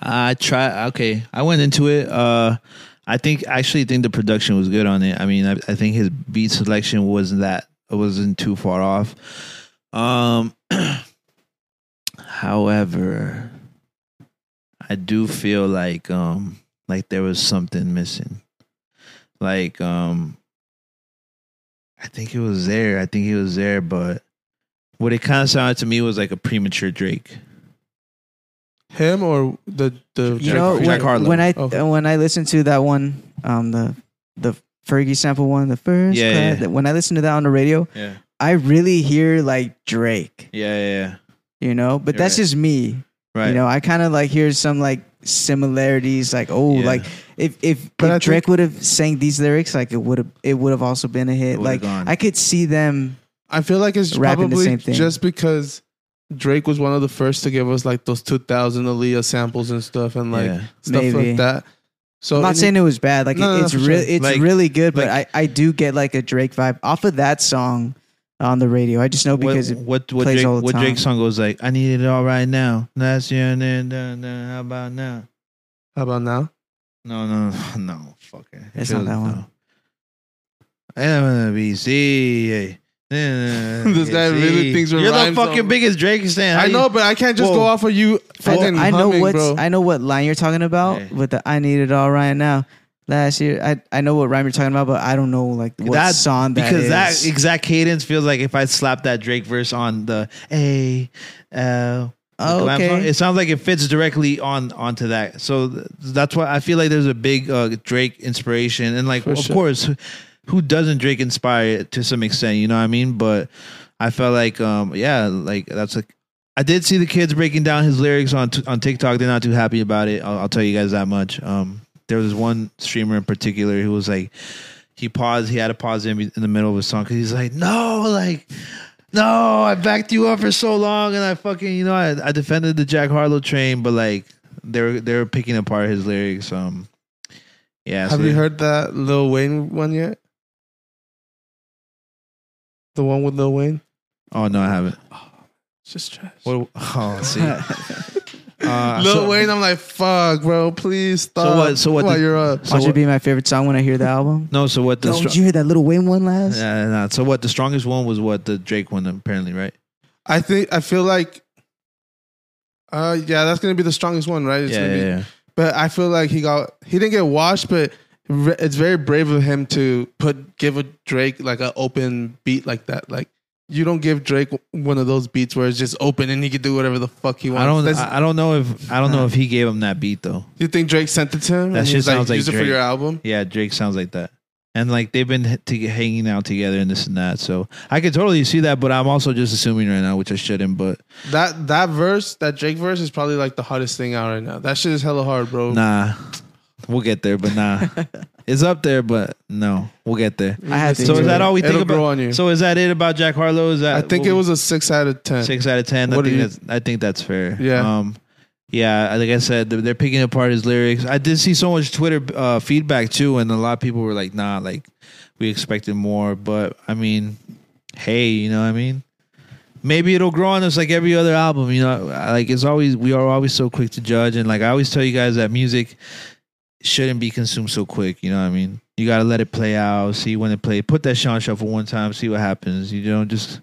Speaker 5: I try. Okay, I went into it. Uh, I think I actually think the production was good on it. I mean, I, I think his beat selection wasn't that it wasn't too far off. Um, [CLEARS THROAT] however, I do feel like um like there was something missing. Like um, I think it was there. I think it was there, but what it kind of sounded to me was like a premature Drake.
Speaker 3: Him or the the Oh.
Speaker 2: You know, when, when I when I listened to that one, um, the the Fergie sample one, the first,
Speaker 5: Yeah,
Speaker 2: class,
Speaker 5: yeah.
Speaker 2: when I listened to that on the radio,
Speaker 5: Yeah.
Speaker 2: I really hear like Drake,
Speaker 5: Yeah, yeah, yeah.
Speaker 2: you know, but
Speaker 5: You're
Speaker 2: that's
Speaker 5: right.
Speaker 2: just me,
Speaker 5: Right.
Speaker 2: You know, I kind of like hear some like similarities, like oh,
Speaker 5: Yeah.
Speaker 2: like if if,
Speaker 3: But I
Speaker 2: if Drake
Speaker 3: think-
Speaker 2: would have sang these lyrics, like it would have it would have also been a hit.
Speaker 5: would've
Speaker 2: Like
Speaker 5: gone.
Speaker 2: I could see them.
Speaker 3: I feel like it's
Speaker 2: rapping the
Speaker 3: probably
Speaker 2: same thing.
Speaker 3: just because Drake was one of the first to give us like those 2000 Aaliyah samples and stuff and like
Speaker 5: Yeah.
Speaker 3: stuff
Speaker 2: Maybe.
Speaker 3: like that. So
Speaker 2: I'm not
Speaker 3: and
Speaker 2: saying it was bad. Like
Speaker 3: No, no,
Speaker 2: it-
Speaker 3: no,
Speaker 2: it's
Speaker 3: for
Speaker 2: real,
Speaker 3: sure.
Speaker 2: it's
Speaker 5: Like-
Speaker 2: really good, but I I do get like a Drake vibe off of that song on the radio. I just know because
Speaker 5: what what, what
Speaker 2: plays
Speaker 5: Drake
Speaker 2: all the
Speaker 5: what
Speaker 2: time.
Speaker 5: Drake song goes like? I need it all right now. That's your name. dun, dun, How about now?
Speaker 3: how about now?
Speaker 5: No, no, no, [LAUGHS] no. Fuck it.
Speaker 2: It's not that one.
Speaker 5: I'm gonna
Speaker 2: [LAUGHS]
Speaker 5: be see.
Speaker 3: This
Speaker 5: This
Speaker 3: guy really thinks we're
Speaker 5: you're the
Speaker 3: rhymes
Speaker 5: fucking
Speaker 3: on-
Speaker 5: biggest Drake fan. How
Speaker 3: I
Speaker 5: you-
Speaker 3: know, but I can't just
Speaker 5: Whoa.
Speaker 3: go off of you
Speaker 2: I,
Speaker 3: fucking
Speaker 2: I know
Speaker 3: humming,
Speaker 2: what's
Speaker 3: bro.
Speaker 2: I know what line you're talking about
Speaker 5: Yeah.
Speaker 2: with the I need it all right now. Last year, I, I know what rhyme you're talking about, but I don't know like what
Speaker 5: That-
Speaker 2: song that
Speaker 5: because
Speaker 2: is.
Speaker 5: that exact cadence feels like if I slap that Drake verse on the A L.
Speaker 2: Oh,
Speaker 5: Glam
Speaker 2: okay.
Speaker 5: song, It sounds like it fits directly on onto that. So th- that's why I feel like there's a big uh, Drake inspiration, and like
Speaker 3: For
Speaker 5: of
Speaker 3: sure.
Speaker 5: course, who- who doesn't Drake inspire to some extent? You know what I mean? But I felt like, um, yeah, like that's like. I did see the kids breaking down his lyrics on t- on TikTok. They're not too happy about it. I'll, I'll tell you guys that much. Um, there was one streamer in particular who was like, he paused. He had to pause in, in the middle of his song because he's like, no, like, no, I backed you up for so long, and I fucking, you know, I, I defended the Jack Harlow train, but like, they were they were picking apart his lyrics. Um, yeah.
Speaker 3: Have
Speaker 5: so
Speaker 3: you
Speaker 5: they-
Speaker 3: heard that Lil Wayne one yet? The one with Lil Wayne?
Speaker 5: Oh no, I haven't.
Speaker 3: It's just trash.
Speaker 5: What, oh,
Speaker 3: [LAUGHS]
Speaker 5: see. Uh,
Speaker 3: Lil
Speaker 5: so-
Speaker 3: Wayne, I'm like, fuck, bro, please stop.
Speaker 5: what- so what
Speaker 3: While
Speaker 5: the-
Speaker 3: you're up.
Speaker 2: [LAUGHS]
Speaker 5: so
Speaker 2: Watch it
Speaker 5: what-
Speaker 2: be my favorite song when I hear the album.
Speaker 5: No, so what the
Speaker 2: Don't
Speaker 5: str-
Speaker 2: you hear that little Wayne one last?
Speaker 5: Yeah, nah, so what the strongest one was what the Drake one apparently, right?
Speaker 3: I think I feel like uh yeah, that's gonna be the strongest one, right? It's
Speaker 5: yeah,
Speaker 3: gonna be,
Speaker 5: yeah, yeah.
Speaker 3: But I feel like he got he didn't get washed, but re- it's very brave of him to put give a Drake like an open beat like that. Like you don't give Drake one of those beats where it's just open and he can do whatever the fuck he wants.
Speaker 5: I don't.
Speaker 3: That's-
Speaker 5: I I don't know if I don't know if he gave him that beat though.
Speaker 3: you think Drake sent it to him?
Speaker 5: That
Speaker 3: and
Speaker 5: shit
Speaker 3: he's
Speaker 5: sounds like
Speaker 3: use it for
Speaker 5: Drake.
Speaker 3: your album.
Speaker 5: Yeah, Drake sounds like that. And like they've been h- to hanging out together and this and that, so I could totally see that. But I'm also just assuming right now, which I shouldn't. But
Speaker 3: That that verse, that Drake verse, is probably like the hottest thing out right now. That shit is hella hard, bro.
Speaker 5: nah, we'll get there. But
Speaker 3: [LAUGHS]
Speaker 5: nah, it's up there. But no, we'll get there.
Speaker 2: I had to.
Speaker 5: So
Speaker 2: do
Speaker 5: is that all we think
Speaker 3: It'll
Speaker 5: about?
Speaker 3: grow on you.
Speaker 5: So is that it about Jack Harlow? Is that
Speaker 3: I think
Speaker 5: what
Speaker 3: it
Speaker 5: we-
Speaker 3: was a six out of ten.
Speaker 5: six out of ten. I
Speaker 3: What do
Speaker 5: think
Speaker 3: you-
Speaker 5: that's I think that's fair.
Speaker 3: Yeah.
Speaker 5: Um, yeah, like I said, they're they're picking apart his lyrics. I did see so much Twitter uh, feedback too, and a lot of people were like, "Nah, like we expected more." But I mean, hey, you know what I mean? Maybe it'll grow on us like every other album. You know, like it's always we are always so quick to judge, and like I always tell you guys that music shouldn't be consumed so quick. You know what I mean? You gotta let it play out, see when it play. Put that shit on shuffle one time, see what happens. You know, just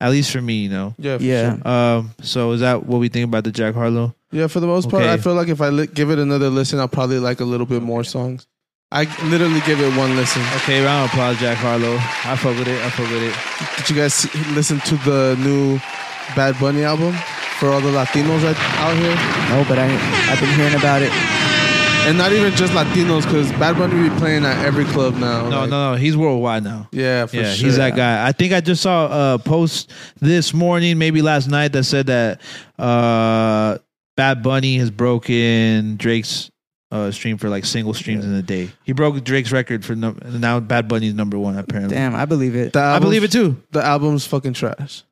Speaker 5: at least for me, you know.
Speaker 3: Yeah, for
Speaker 2: Yeah.
Speaker 3: sure.
Speaker 5: Um, so is that what we think about the Jack Harlow?
Speaker 3: Yeah, for the most part,
Speaker 5: Okay.
Speaker 3: I feel like if I li- give it another listen, I'll probably like a little bit more songs. I literally give it one listen.
Speaker 5: Okay, round of applause, Jack Harlow. I fuck with it. I fuck with it.
Speaker 3: Did you guys see- listen to the new Bad Bunny album for all the Latinos out out here?
Speaker 2: No, but I I've been hearing about it.
Speaker 3: And not even just Latinos, because Bad Bunny be playing at every club now.
Speaker 5: No,
Speaker 3: Like,
Speaker 5: no, no. He's worldwide now.
Speaker 3: Yeah, for
Speaker 5: yeah,
Speaker 3: sure.
Speaker 5: he's that guy. I think I just saw a post this morning, maybe last night, that said that uh, Bad Bunny has broken Drake's uh, stream for like single streams in a day. He broke Drake's record for num- now. Bad Bunny's number one apparently.
Speaker 2: Damn, I believe it.
Speaker 3: The
Speaker 5: I
Speaker 3: album's-
Speaker 5: believe it too.
Speaker 3: The album's fucking trash.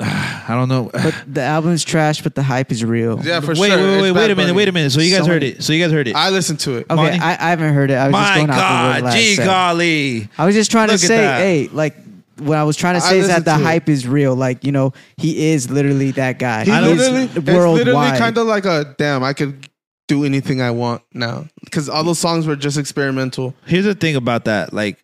Speaker 5: I don't know.
Speaker 2: But the album's trash, but the hype is real.
Speaker 3: Yeah, for
Speaker 5: wait,
Speaker 3: sure.
Speaker 5: wait, wait,
Speaker 3: It's Bad
Speaker 5: wait a minute,
Speaker 3: Bunny.
Speaker 5: wait a minute. Uh, So you guys
Speaker 2: Someone-
Speaker 5: heard it. So you guys heard it.
Speaker 3: I listened to it.
Speaker 2: Okay,
Speaker 5: Monty?
Speaker 2: I, I haven't heard it. I was just
Speaker 5: My
Speaker 2: going off of
Speaker 5: God,
Speaker 2: what
Speaker 5: gee
Speaker 2: Laz said.
Speaker 5: golly.
Speaker 2: I was just trying to
Speaker 5: Look at
Speaker 2: say,
Speaker 5: that.
Speaker 2: hey, like what I was trying to
Speaker 3: I
Speaker 2: say is that
Speaker 3: listened
Speaker 2: the
Speaker 3: to it.
Speaker 2: hype is real. Like you know, he is literally that guy.
Speaker 3: He
Speaker 5: I
Speaker 2: He
Speaker 5: don't-
Speaker 2: is
Speaker 3: literally, it's literally
Speaker 2: worldwide.
Speaker 3: kind of like a damn. I could do anything I want now because all those songs were just experimental.
Speaker 5: Here's the thing about that. Like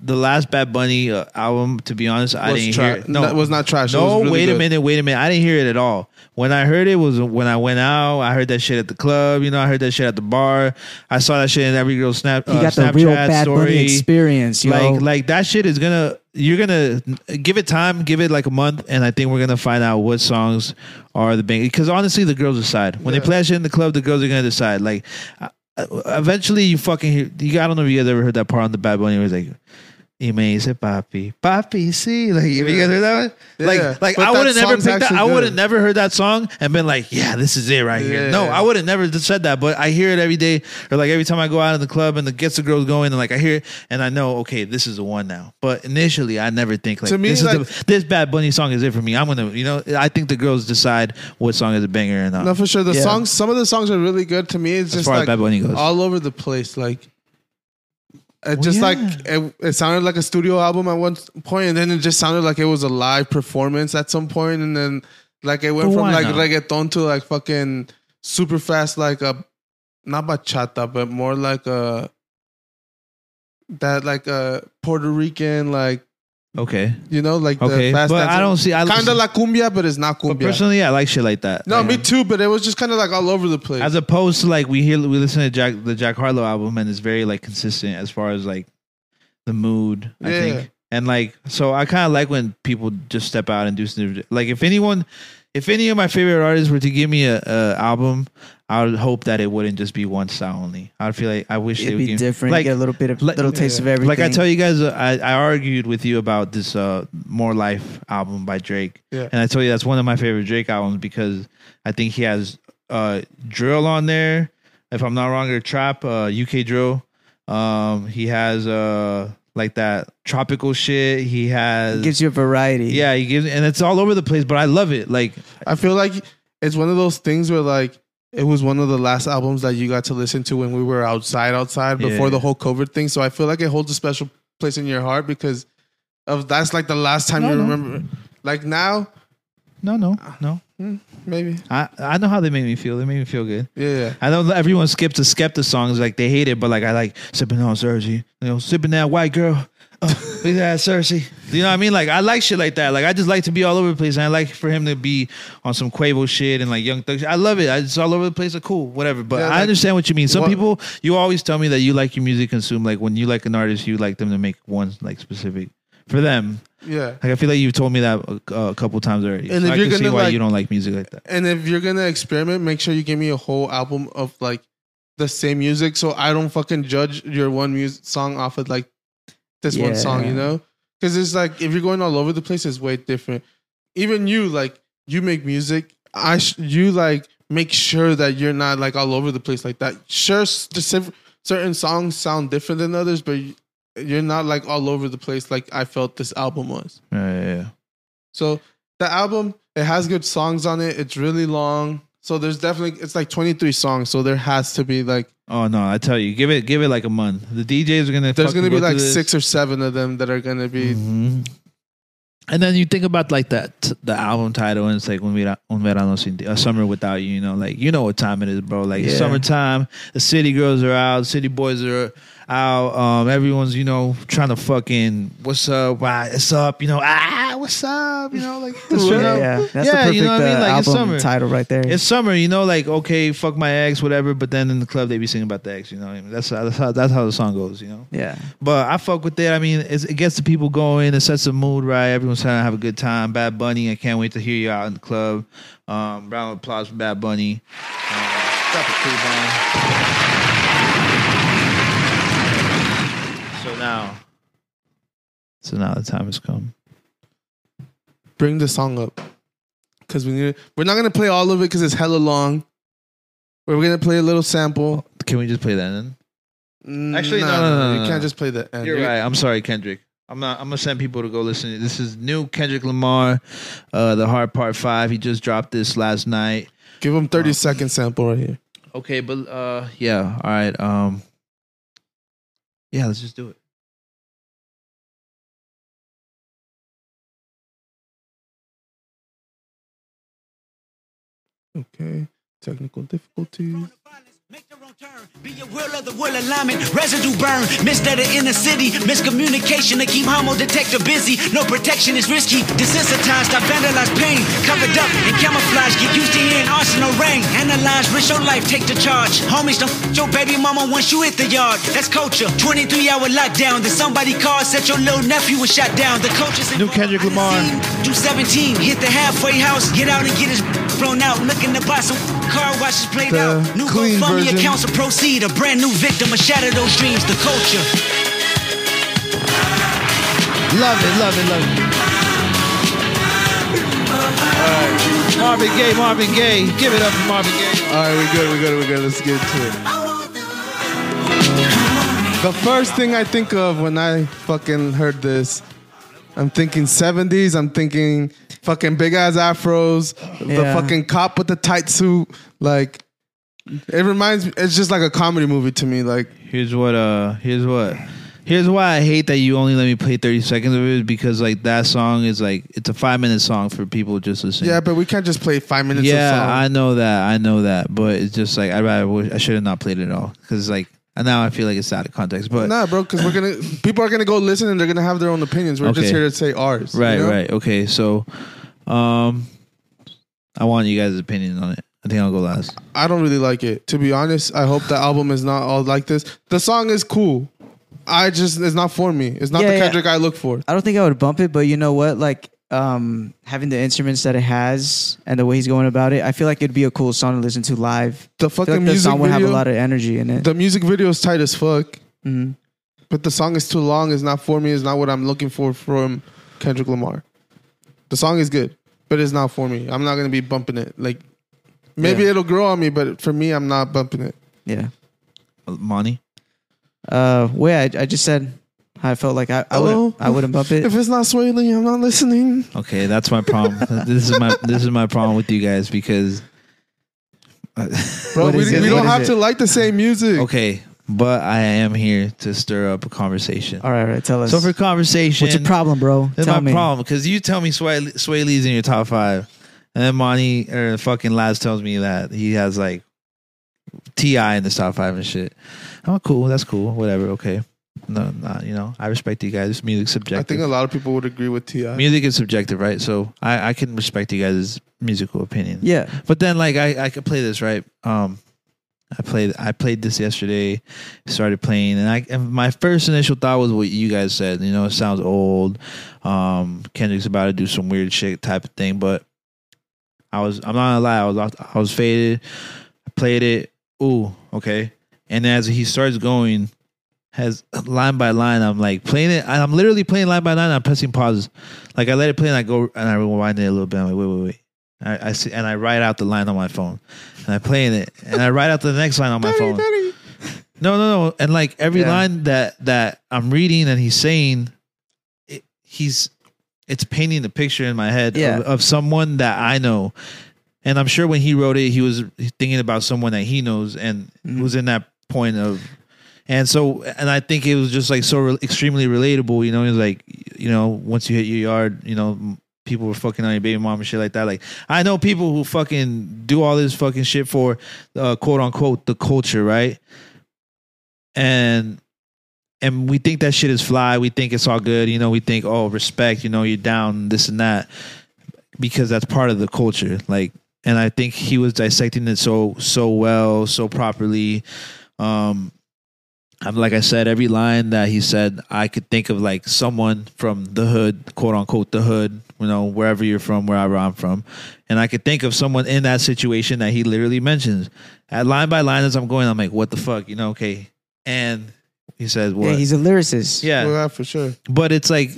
Speaker 5: the last Bad Bunny uh, album, to be honest, I
Speaker 3: Was
Speaker 5: didn't
Speaker 3: tra-
Speaker 5: hear it. No,
Speaker 3: that was not trash. It
Speaker 5: No,
Speaker 3: was really
Speaker 5: wait a
Speaker 3: good.
Speaker 5: minute, wait a minute. I didn't hear it at all. When I heard it was when I went out. I heard that shit at the club. You know, I heard that shit at the bar. I saw that shit in every girl's snap.
Speaker 2: He
Speaker 5: uh,
Speaker 2: got the
Speaker 5: Snapchat
Speaker 2: real Bad
Speaker 5: story.
Speaker 2: Bunny experience, yo.
Speaker 5: Like, like that shit is gonna. You're gonna give it time, give it like a month, and I think we're gonna find out what songs are the bang. Because honestly, the girls decide when they play that shit in the club. The girls are gonna decide. Like, uh, uh, eventually, you fucking. Hear, you, I don't know if you guys ever heard that part on the Bad Bunny where it's like. Y me dice papi, papi, sí. Like, have you guys heard that one?
Speaker 3: Yeah.
Speaker 5: Like, like
Speaker 3: But
Speaker 5: I
Speaker 3: that
Speaker 5: would have never
Speaker 3: song's
Speaker 5: picked that.
Speaker 3: actually
Speaker 5: I
Speaker 3: good.
Speaker 5: would have never heard that song and been like, yeah, this is it right here. No,
Speaker 3: Yeah.
Speaker 5: I would have never said that, but I hear it every day, or like every time I go out in the club and the gets the girls going, and like I hear it, and I know, okay, this is the one now. But initially, I never think like
Speaker 3: To me,
Speaker 5: this
Speaker 3: like-
Speaker 5: is the, this Bad Bunny song is it for me. I'm gonna, you know, I think the girls decide what song is a banger or not.
Speaker 3: No, for sure. The
Speaker 5: Yeah.
Speaker 3: songs, some of the songs are really good to me. It's
Speaker 5: As
Speaker 3: just
Speaker 5: far as
Speaker 3: like
Speaker 5: Bad Bunny goes.
Speaker 3: all over the place. Like, it
Speaker 5: Oh,
Speaker 3: just like it, it sounded like a studio album at one point, and then it just sounded like it was a live performance at some point, and then like it went
Speaker 5: But
Speaker 3: from
Speaker 5: why
Speaker 3: like
Speaker 5: not?
Speaker 3: reggaeton to like fucking super fast, like a not bachata, but more like a that like a Puerto Rican like.
Speaker 5: Okay,
Speaker 3: You know, like
Speaker 5: Okay,
Speaker 3: the fast
Speaker 5: but I don't see- I-
Speaker 3: kind of like cumbia, but it's not cumbia.
Speaker 5: but personally, I like shit like that.
Speaker 3: no,
Speaker 5: Like,
Speaker 3: me too. But it was just kind of like all over the place.
Speaker 5: As opposed to like we hear we listen to Jack the Jack Harlow album and it's very like consistent as far as like the mood I
Speaker 3: Yeah.
Speaker 5: think and like so I kind of like when people just step out and do some like if anyone if any of my favorite artists were to give me a, a album I would hope that it wouldn't just be one style only I'd feel like I wish they
Speaker 2: It'd
Speaker 5: would
Speaker 2: be
Speaker 5: give,
Speaker 2: different.
Speaker 5: like
Speaker 2: get a little bit of
Speaker 5: like-
Speaker 2: little taste of
Speaker 5: yeah.
Speaker 2: everything.
Speaker 5: Like I tell you guys, uh, I, I argued with you about this uh, "More Life" album by Drake,
Speaker 3: Yeah.
Speaker 5: and I told you that's one of my favorite Drake albums because I think he has uh, drill on there. If I'm not wrong, or trap uh, UK drill. Um, he has uh, like that tropical shit. He has
Speaker 2: gives you a variety.
Speaker 5: yeah, he gives, and it's all over the place. But I love it. Like
Speaker 3: I feel like it's one of those things where like it was one of the last albums that you got to listen to when we were outside outside
Speaker 5: Yeah,
Speaker 3: before the
Speaker 5: yeah.
Speaker 3: whole COVID thing. So I feel like it holds a special place in your heart because of that's like the last time
Speaker 5: No,
Speaker 3: you
Speaker 5: no.
Speaker 3: remember. Like now,
Speaker 5: no, no, no.
Speaker 3: maybe.
Speaker 5: I I know how they make me feel. They make me feel good.
Speaker 3: Yeah, yeah.
Speaker 5: I know everyone skips the Skepta songs, like they hate it, but like I like sipping on Cersei, you know, sipping that white girl. Oh, look at that Cersei. You know what I mean? Like I like shit like that. Like I just like to be all over the place, and I like for him to be on some Quavo shit and like Young Thug. Shit. I love it. I just all over the place. Like cool, whatever. But
Speaker 3: Yeah,
Speaker 5: I
Speaker 3: like-
Speaker 5: understand what you mean. Some
Speaker 3: What-
Speaker 5: people, you always tell me that you like your music consumed. Like when you like an artist, you like them to make one like specific for them.
Speaker 3: Yeah.
Speaker 5: Like I feel like you've told me that a, a couple times already.
Speaker 3: And
Speaker 5: so
Speaker 3: if
Speaker 5: I
Speaker 3: you're
Speaker 5: can see
Speaker 3: gonna,
Speaker 5: why
Speaker 3: like-
Speaker 5: you don't like music like that.
Speaker 3: And if you're gonna experiment, make sure you give me a whole album of like the same music, so I don't fucking judge your one music song off of like this one song,
Speaker 2: Yeah.
Speaker 3: you know? Because it's like if you're going all over the place, it's way different. Even you, like you make music, I sh- you like make sure that you're not like all over the place like that. Sure, specific, certain songs sound different than others, but you- you're not like all over the place like I felt this album was.
Speaker 5: Yeah, yeah, yeah.
Speaker 3: So the album, it has good songs on it. It's really long. So there's definitely it's like 23 songs. So there has to be like
Speaker 5: Oh no, I tell you, give it give it like a month. The DJs are gonna
Speaker 3: there's
Speaker 5: fucking
Speaker 3: gonna be
Speaker 5: go
Speaker 3: like
Speaker 5: through this.
Speaker 3: six or seven of them that are gonna be
Speaker 5: Mhm. And then you think about like that the album title, and it's like un, vera, un verano sin ti, a summer without you. You know, like you know what time it is, bro. Like it's
Speaker 2: Yeah.
Speaker 5: summertime, the city girls are out, city boys are out. Um, everyone's you know trying to fucking what's up, why it's up, you know ah what's up, you know like
Speaker 2: [LAUGHS]
Speaker 5: the
Speaker 2: yeah,
Speaker 5: straight up-
Speaker 2: yeah. that's the
Speaker 5: Yeah,
Speaker 2: perfect
Speaker 5: you know what I mean?
Speaker 2: uh,
Speaker 5: Like, it's
Speaker 2: album
Speaker 5: summer.
Speaker 2: title right there.
Speaker 5: It's summer, you know, like okay, fuck my ex, whatever. But then in the club, they be singing about the ex, you know. That's how, that's how that's how the song goes, you know.
Speaker 2: yeah,
Speaker 5: But I fuck with it. I mean, it's, it gets the people going. It sets the mood right. Everyone's trying to have a good time. Bad Bunny, I can't wait to hear you out in the club. Um, round of applause for Bad Bunny. Um, drop a cool bomb. So now, so now the time has come.
Speaker 3: bring the song up because we need we're not gonna play all of it because it's hella long. We're gonna play a little sample.
Speaker 5: Can we just play that in?
Speaker 3: Actually,
Speaker 5: no, no, no, no,
Speaker 3: you can't
Speaker 5: no.
Speaker 3: just play the end.
Speaker 5: You're
Speaker 3: You-
Speaker 5: right. I'm sorry, Kendrick. I'm not. I'm gonna send people to go listen. This is new Kendrick Lamar, uh, the Hard Part Five. He just dropped this last night.
Speaker 3: Give them
Speaker 5: Oh.
Speaker 3: 30 second sample right here.
Speaker 5: Okay, but uh, yeah. All right. Um, yeah. Let's just do it.
Speaker 3: Okay, technical difficulties.
Speaker 12: Be a will of the will alignment, residue burn, missed at the inner city, miscommunication to keep homo detector busy. No protection is risky, desensitized, I vandalize pain, covered up and camouflage, get used to hearing arsenal rain. Analyze, risk your life, take the charge. Homies, don't f- your baby mama once you hit the yard. That's culture. 23 hour lockdown, then somebody called, said your little nephew was shot down. The culture's
Speaker 5: New Kendrick Lamar.
Speaker 12: do 17, hit the halfway house, get out and get his blown out. Looking to buy some car washes played
Speaker 3: The
Speaker 12: out. New
Speaker 3: clean
Speaker 12: GoFundMe
Speaker 3: version.
Speaker 12: accounts will proceed. A brand new victim, a shatter those dreams. The culture.
Speaker 5: Love it, love it, love it. Marvin Gaye, Marvin Gaye. Give it up for Marvin Gaye.
Speaker 3: All right, we good, we good, we good. Let's get to it. The first thing I think of when I fucking heard this, I'm thinking 70s. I'm thinking fucking big ass afros,
Speaker 2: Yeah.
Speaker 3: the fucking cop with the tight suit. Like, it reminds me. It's just like a comedy movie to me. Like,
Speaker 5: Here's what uh here's what here's why I hate that you only let me play 30 seconds of it because like that song is like it's a 5 minute song for people just listening.
Speaker 3: yeah, but we can't just play five minutes.
Speaker 5: yeah,
Speaker 3: of song.
Speaker 5: I know that. I know that, but it's just like I rather wish, I should have not played it at all cuz like and now I feel like it's out of context, but
Speaker 3: nah, bro, because we're gonna people are gonna go listen and they're gonna have their own opinions. We're
Speaker 5: Okay.
Speaker 3: just here to say ours. you
Speaker 5: Right,
Speaker 3: know?
Speaker 5: right. Okay, so um I want you guys' opinion on it. I think I'll go last.
Speaker 3: I don't really like it. To be honest, I hope the album is not all like this. The song is cool. I just it's not for me. It's not
Speaker 2: Yeah,
Speaker 3: the
Speaker 2: yeah.
Speaker 3: Kendrick I look for.
Speaker 2: I don't think I would bump it, but you know what? Like um, having the instruments that it has and the way he's going about it, I feel like it'd be a cool song to listen to live.
Speaker 3: The
Speaker 2: I feel
Speaker 3: fucking
Speaker 2: like the
Speaker 3: music
Speaker 2: song would have
Speaker 3: video.
Speaker 2: a lot of Mm-hmm. energy in it.
Speaker 3: the music video is tight as fuck. But the song is too long. It's not for me. It's not what I'm looking for from Kendrick Lamar. The song is good, but it's not for me. I'm not gonna be bumping it. Like maybe
Speaker 2: Yeah.
Speaker 3: it'll grow on me, but for me, I'm not bumping it.
Speaker 2: yeah.
Speaker 5: Money.
Speaker 2: Uh, wait, I, I just said how I felt like I, I would
Speaker 3: Hello?
Speaker 2: I wouldn't bump it.
Speaker 3: [LAUGHS] If it's not Sway Lee, I'm not listening.
Speaker 5: Okay, that's my problem. [LAUGHS] this is my this is my problem with you guys because
Speaker 3: Bro,
Speaker 2: What
Speaker 3: we,
Speaker 2: is it?
Speaker 3: we
Speaker 2: What
Speaker 3: don't
Speaker 2: is
Speaker 3: have
Speaker 2: it?
Speaker 3: to like the same music.
Speaker 5: okay, but I am here to stir up a conversation.
Speaker 2: All right, all right, tell us.
Speaker 5: So for conversation,
Speaker 2: What's your problem, bro?
Speaker 5: That's
Speaker 2: tell
Speaker 5: my
Speaker 2: me.
Speaker 5: problem because you tell me Sway, Sway Lee's in your top five, and then Monty or fucking Laz tells me that he has like Ti in the top five and shit. I'm cool. That's cool. Whatever. Okay. No, not you know. I respect you guys. Music's
Speaker 3: I
Speaker 5: subjective.
Speaker 3: think a lot of people would agree with Ti.
Speaker 5: Music is subjective, right? So I, I can respect you guys' musical opinion.
Speaker 2: Yeah.
Speaker 5: But then like I, I could play this, right? Um I played I played this yesterday, started playing and I and my first initial thought was what you guys said, you know, it sounds old. Um Kendrick's about to do some weird shit type of thing, but I was I'm not gonna lie, I was off, I was faded. I played it. Ooh, okay. And as he starts going, has line by line, I'm like playing it. I'm literally playing line by line. I'm pressing pauses. Like I let it play and I go and I rewind it a little bit. I'm like, wait, wait, wait. I, I see, and I write out the line on my phone, and I playing it, and I write out the next line on my phone. No, no, no. And like every
Speaker 2: Yeah.
Speaker 5: line that that I'm reading and he's saying, it, he's it's painting the picture in my head
Speaker 2: Yeah.
Speaker 5: of, of someone that I know. And I'm sure when he wrote it, he was thinking about someone that he knows and was in that point of. And so, and I think it was just like so re- extremely relatable. You know, it was like, you know, once you hit your yard, you know, m- people were fucking on your baby mom and shit like that. Like, I know people who fucking do all this fucking shit for uh, quote unquote the culture, right? and and we think that shit is fly. We think it's all good. You know, we think oh respect. You know, you're down this and that because that's part of the culture. Like, and I think he was dissecting it so so well, so properly. Um, I'm like I said, every line that he said, I could think of like someone from the hood, quote unquote, the hood, you know, wherever you're from, wherever I'm from, and I could think of someone in that situation that he literally mentions. At line by line, as I'm going, I'm like, what the fuck, you know? Okay, and he says, what?
Speaker 2: Yeah, he's a lyricist.
Speaker 5: yeah,
Speaker 3: Well, yeah, for sure.
Speaker 5: but it's like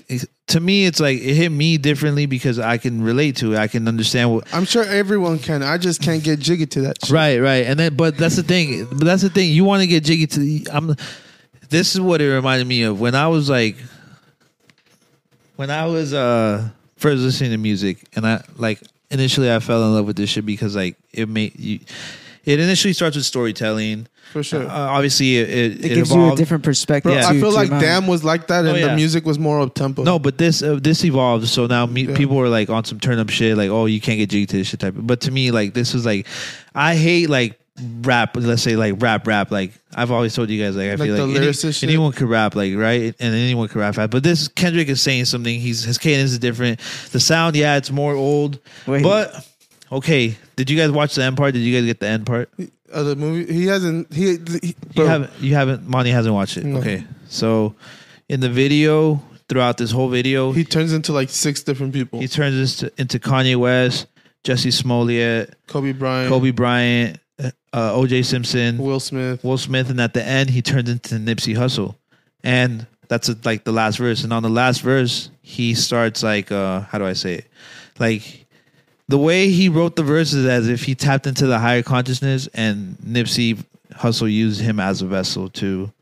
Speaker 5: to me, it's like it hit me differently because I can relate to it. I can understand what
Speaker 3: I'm sure everyone can. I just can't get jiggy to that. Shit.
Speaker 5: Right, right. And then but that's the thing. But that's the thing. You want to get jiggy to I'm this is what it reminded me of when I was like when I was uh first listening to music and I like initially I fell in love with this shit because like it made you it initially starts with storytelling.
Speaker 3: For sure.
Speaker 5: Uh, obviously it it,
Speaker 2: It, gives you a
Speaker 5: evolved.
Speaker 2: different perspective.
Speaker 3: Bro,
Speaker 5: Yeah.
Speaker 3: I
Speaker 2: to-
Speaker 3: feel
Speaker 2: to
Speaker 3: like
Speaker 2: mine.
Speaker 3: Damn was like that, and
Speaker 5: Oh, yeah.
Speaker 3: the music was more up tempo.
Speaker 5: No, but this uh, this evolved. So now me,
Speaker 3: Yeah.
Speaker 5: people were like on some turn up shit, like oh you can't get jiggy to this shit type. But to me, like this was like I hate like rap, let's say like rap, rap. Like I've always told you guys, like I
Speaker 3: Like
Speaker 5: feel
Speaker 3: the
Speaker 5: like any-
Speaker 3: lyricist shit?
Speaker 5: anyone could rap, like right, and anyone could rap. But this Kendrick is saying something. He's his cadence is different. The sound, yeah, it's more old, but okay. Did you guys watch the end part? Did you guys get the end part?
Speaker 3: of the movie. He hasn't. He, he
Speaker 5: You haven't. You haven't. Monty hasn't watched it.
Speaker 3: No.
Speaker 5: Okay. So, in the video, throughout this whole video,
Speaker 3: he turns into like six different people.
Speaker 5: He turns into, into Kanye West, Jesse Smollett,
Speaker 3: Kobe Bryant,
Speaker 5: Kobe Bryant, uh, O.J. Simpson,
Speaker 3: Will Smith,
Speaker 5: Will Smith, and at the end, he turns into Nipsey Hussle, and that's uh, like the last verse. And on the last verse, he starts like, uh, how do I say it? Like the way he wrote the verse is as if he tapped into the higher consciousness, and Nipsey Hussle used him as a vessel to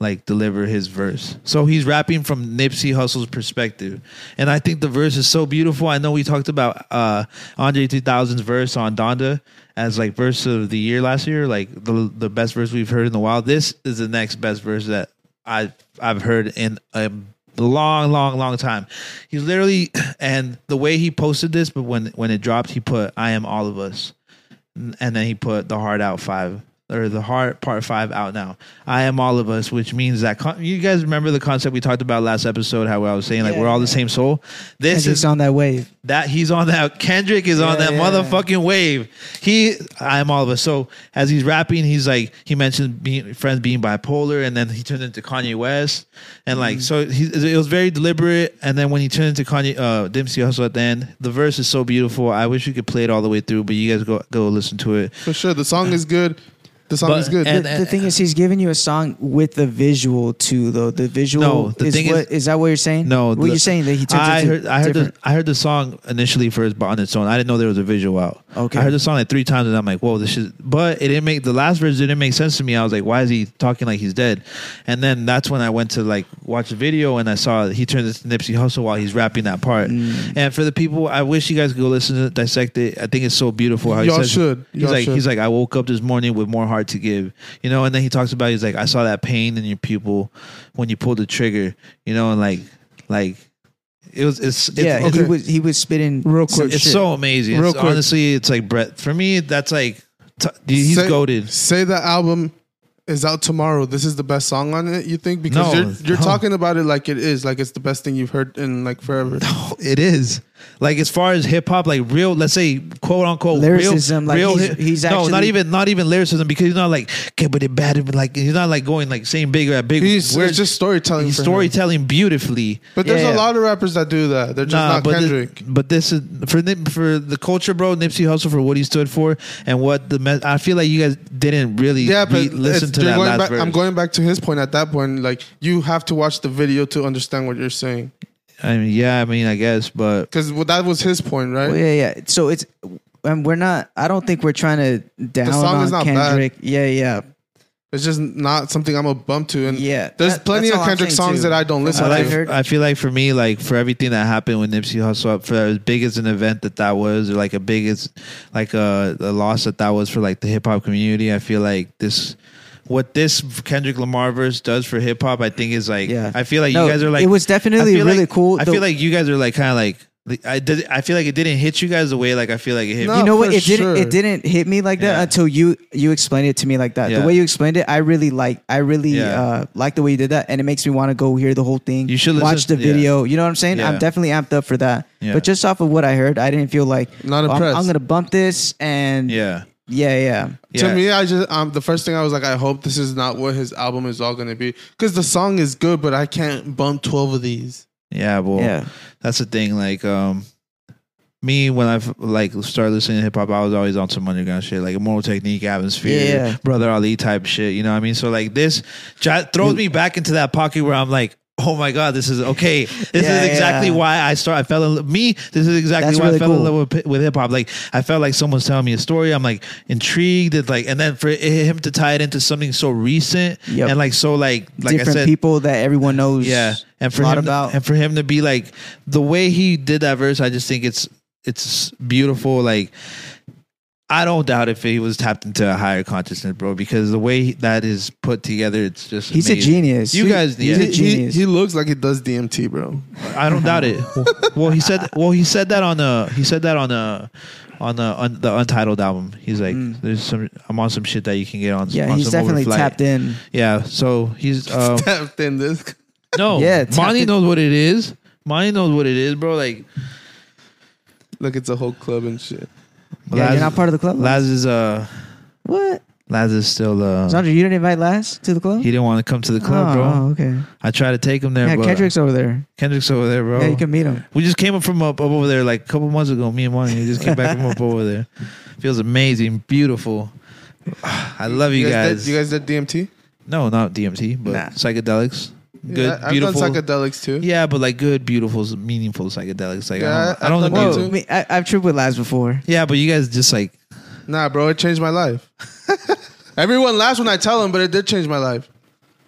Speaker 5: like deliver his verse. So he's rapping from Nipsey Hussle's perspective. And I think the verse is so beautiful. I know we talked about uh Andre 3000's verse on Donda as like verse of the year last year, like the the best verse we've heard in a while. This is the next best verse that I I've heard in a long long long time. He's literally [CLEARS THROAT] and the way he posted this but when when it dropped he put I am all of us and then he put the heart out five or the heart part five out now. I am all of us, which means that con- you guys remember the concept we talked about last episode. How I was saying like we're all the same soul. This
Speaker 2: Kendrick's
Speaker 5: is
Speaker 2: on that wave.
Speaker 5: that he's on that Kendrick is on
Speaker 2: Yeah,
Speaker 5: that
Speaker 2: yeah.
Speaker 5: motherfucking wave. He I am all of us. So as he's rapping, he's like he mentioned being friends being bipolar, and then he turned into Kanye West, and like so he, it was very deliberate. And then when he turned into Kanye uh, Dempsey Hustle at the end, the verse is so beautiful. I wish you could play it all the way through, but you guys go go listen to it.
Speaker 3: for sure. The song is good. The song
Speaker 5: But-
Speaker 3: is good.
Speaker 5: and-
Speaker 2: the, the thing is, he's giving you a song with the visual too, though. The visual
Speaker 5: No, the
Speaker 2: is
Speaker 5: thing is-
Speaker 2: what is, that what you're saying?
Speaker 5: No,
Speaker 2: what
Speaker 5: the-
Speaker 2: you're saying that he turns
Speaker 5: I
Speaker 2: into
Speaker 5: heard, I heard the
Speaker 2: different-
Speaker 5: I heard the song initially first, but on its own, I didn't know there was a visual out. Okay, I heard the song like three times, and I'm like, whoa, this is. But it didn't make the last verse didn't make sense to me. I was like, why is he talking like he's dead? And then that's when I went to like watch the video, and I saw he turned into Nipsey Hussle while he's rapping that part.
Speaker 2: Mm.
Speaker 5: And for the people, I wish you guys could go listen to it, dissect it. I think it's so beautiful how he
Speaker 3: Y'all
Speaker 5: says-
Speaker 3: should.
Speaker 5: He's
Speaker 3: Y'all
Speaker 5: like
Speaker 3: should.
Speaker 5: he's like I woke up this morning with more heart to give, you know. And then he talks about he's like I saw that pain in your pupil when you pulled the trigger, you know, and like like it was it's, it's
Speaker 2: yeah, he was he was spitting real
Speaker 5: it's, it's so amazing.
Speaker 3: Real
Speaker 5: It's-
Speaker 3: quick.
Speaker 5: honestly, it's like Brett for me. That's like t- he's
Speaker 3: say,
Speaker 5: goaded.
Speaker 3: Say the album is out tomorrow. This is the best song on it. You think because
Speaker 5: No,
Speaker 3: you're you're
Speaker 5: no.
Speaker 3: talking about it like it is, like it's the best thing you've heard in like forever.
Speaker 5: It is like as far as hip hop, like real, let's say quote unquote
Speaker 2: Lyricism,
Speaker 5: Real,
Speaker 2: like,
Speaker 5: real
Speaker 2: he's-
Speaker 5: hip-
Speaker 2: he's
Speaker 5: no, not
Speaker 2: actually-
Speaker 5: even not even lyricism because he's not like okay, but it bad, but like he's not like going like saying big or big.
Speaker 3: He's
Speaker 5: words.
Speaker 3: it's just storytelling.
Speaker 5: He's
Speaker 3: for him.
Speaker 5: storytelling beautifully.
Speaker 3: But there's
Speaker 5: Yeah.
Speaker 3: a lot of rappers that do that. They're just not
Speaker 5: but thi-
Speaker 3: Kendrick.
Speaker 5: but this is for Nip- for the culture, bro. Nipsey Hussle for what he stood for and what the me- I feel like you guys didn't really
Speaker 3: yeah, but
Speaker 5: re- listen
Speaker 3: it's-
Speaker 5: to
Speaker 3: you're
Speaker 5: that
Speaker 3: going
Speaker 5: last
Speaker 3: back-
Speaker 5: verse.
Speaker 3: I'm going back to his point. At that point, like you have to watch the video to understand what you're saying,
Speaker 5: I mean, yeah, I mean, I guess, but
Speaker 3: because that was his point, right?
Speaker 2: Well, Oh, yeah, yeah. So it's and we're not. I don't think we're trying to down
Speaker 3: song
Speaker 2: on
Speaker 3: is not bad.
Speaker 2: Kendrick. Yeah, yeah.
Speaker 3: It's just not something I'm a bump to. And
Speaker 2: Yeah,
Speaker 3: there's
Speaker 2: that-
Speaker 3: plenty
Speaker 2: that's
Speaker 3: of
Speaker 2: all I'm
Speaker 3: Kendrick
Speaker 2: saying,
Speaker 3: songs
Speaker 2: too.
Speaker 3: that I don't listen
Speaker 5: I,
Speaker 3: to.
Speaker 5: like, I feel like for me, like for everything that happened with Nipsey Hussle, for as big as an event that that was, or like a biggest, like a, a loss that that was for like the hip hop community, I feel like this, what this Kendrick Lamar verse does for hip hop, I think is like, I feel like
Speaker 2: No,
Speaker 5: you guys are like,
Speaker 2: it was definitely
Speaker 5: I feel
Speaker 2: really
Speaker 5: like-
Speaker 2: cool.
Speaker 5: I
Speaker 2: The-
Speaker 5: feel like you guys are like kind of like. I did. I feel like it didn't hit you guys the way like I feel like it hit. me.
Speaker 2: you know what? It didn't. It didn't hit me like that until you you explained it to me like that.
Speaker 5: Yeah.
Speaker 2: The way you explained it, I really like. I really
Speaker 5: Yeah.
Speaker 2: uh, like the way you did that, and it makes me want to go hear the whole thing. You
Speaker 5: should listen-
Speaker 2: watch the
Speaker 5: yeah.
Speaker 2: video. You know what I'm saying?
Speaker 5: Yeah.
Speaker 2: I'm definitely amped up for that.
Speaker 5: Yeah.
Speaker 2: But just off of what I heard, I didn't feel like
Speaker 3: Not
Speaker 2: "Oh, I'm- I'm,
Speaker 3: impressed.
Speaker 2: gonna bump this, and yeah,
Speaker 5: Yeah.
Speaker 2: yeah, yeah.
Speaker 5: Yeah.
Speaker 3: To me, I just um, the first thing I was like, I hope this is not what his album is all going to be, because the song is good, but I can't bump twelve of these.
Speaker 5: Yeah, well,
Speaker 2: Yeah.
Speaker 5: that's the thing. Like, um, me when I f- like started listening to hip hop, I was always on some underground shit, like Immortal Technique, Atmosphere,
Speaker 2: Yeah.
Speaker 5: Brother Ali type shit. You know what I mean? So like this j- throws me back into that pocket where I'm like. Oh my God! This is okay. This
Speaker 2: Yeah,
Speaker 5: is exactly
Speaker 2: yeah.
Speaker 5: why I start. I fell in love. me. This is exactly
Speaker 2: That's
Speaker 5: why I
Speaker 2: really
Speaker 5: fell in
Speaker 2: cool.
Speaker 5: love with, pi- with hip hop. Like I felt like someone's telling me a story. I'm like intrigued. It's like, and then for it- him to tie it into something so recent
Speaker 2: Yep.
Speaker 5: and like so like like
Speaker 2: Different
Speaker 5: I said,
Speaker 2: people that everyone knows.
Speaker 5: yeah, and for
Speaker 2: a lot
Speaker 5: him,
Speaker 2: about.
Speaker 5: and for him to be like the way he did that verse, I just think it's it's beautiful. Like I don't doubt if he was tapped into a higher consciousness, bro, because the way that is put together, it's just
Speaker 2: He's a
Speaker 5: amazing.
Speaker 2: genius.
Speaker 5: You
Speaker 2: He-
Speaker 5: guys,
Speaker 2: he's
Speaker 5: yeah.
Speaker 2: a genius.
Speaker 3: He looks like he does DMT, bro. [LAUGHS]
Speaker 5: I don't
Speaker 2: [LAUGHS]
Speaker 5: doubt it. Well, he said. Well, he said that on the. He said that on the. On the on the Untitled album, he's like, "There's some. I'm on some shit that you can get on.
Speaker 2: Mm. Yeah,
Speaker 5: on
Speaker 2: he's
Speaker 5: some
Speaker 2: definitely
Speaker 5: overflight."
Speaker 2: tapped in.
Speaker 5: Yeah, so he's um,
Speaker 3: Tapped in this.
Speaker 5: no.
Speaker 2: Yeah,
Speaker 5: Yeah,
Speaker 2: tapped
Speaker 5: Monty
Speaker 2: in-
Speaker 5: knows what it is. Monty knows what it is, bro. Like,
Speaker 3: Look, it's a whole club and shit.
Speaker 2: Yeah, you're not part of the club.
Speaker 5: Laz is uh,
Speaker 2: What?
Speaker 5: Laz is still uh,
Speaker 2: Sandra, you didn't invite Laz to the club?
Speaker 5: he didn't want to come to the club,
Speaker 2: oh,
Speaker 5: bro.
Speaker 2: okay.
Speaker 5: I tried to take him there,
Speaker 2: Yeah,
Speaker 5: but
Speaker 2: Kendrick's over there.
Speaker 5: Kendrick's over there, bro.
Speaker 2: Yeah, you can meet him.
Speaker 5: We just came up from up, up over there like a couple months ago. Me and Monty we just came back
Speaker 2: [LAUGHS]
Speaker 5: from up over there. Feels amazing, beautiful. I love you, guys.
Speaker 3: Did, you guys did DMT?
Speaker 5: no, not DMT, but
Speaker 3: Nah.
Speaker 5: psychedelics. Good,
Speaker 3: yeah, I've
Speaker 5: beautiful.
Speaker 3: done psychedelics too.
Speaker 5: yeah, but like good, beautiful, meaningful psychedelics. Like
Speaker 3: Yeah,
Speaker 5: I don't, I don't know.
Speaker 3: I've done that
Speaker 2: Whoa,
Speaker 3: too.
Speaker 2: Oh, me- I, I've tripped with Laz before.
Speaker 5: Yeah, but you guys just like
Speaker 3: Nah, bro, it changed my life. [LAUGHS] Everyone laughs when I tell them, but it did change my life.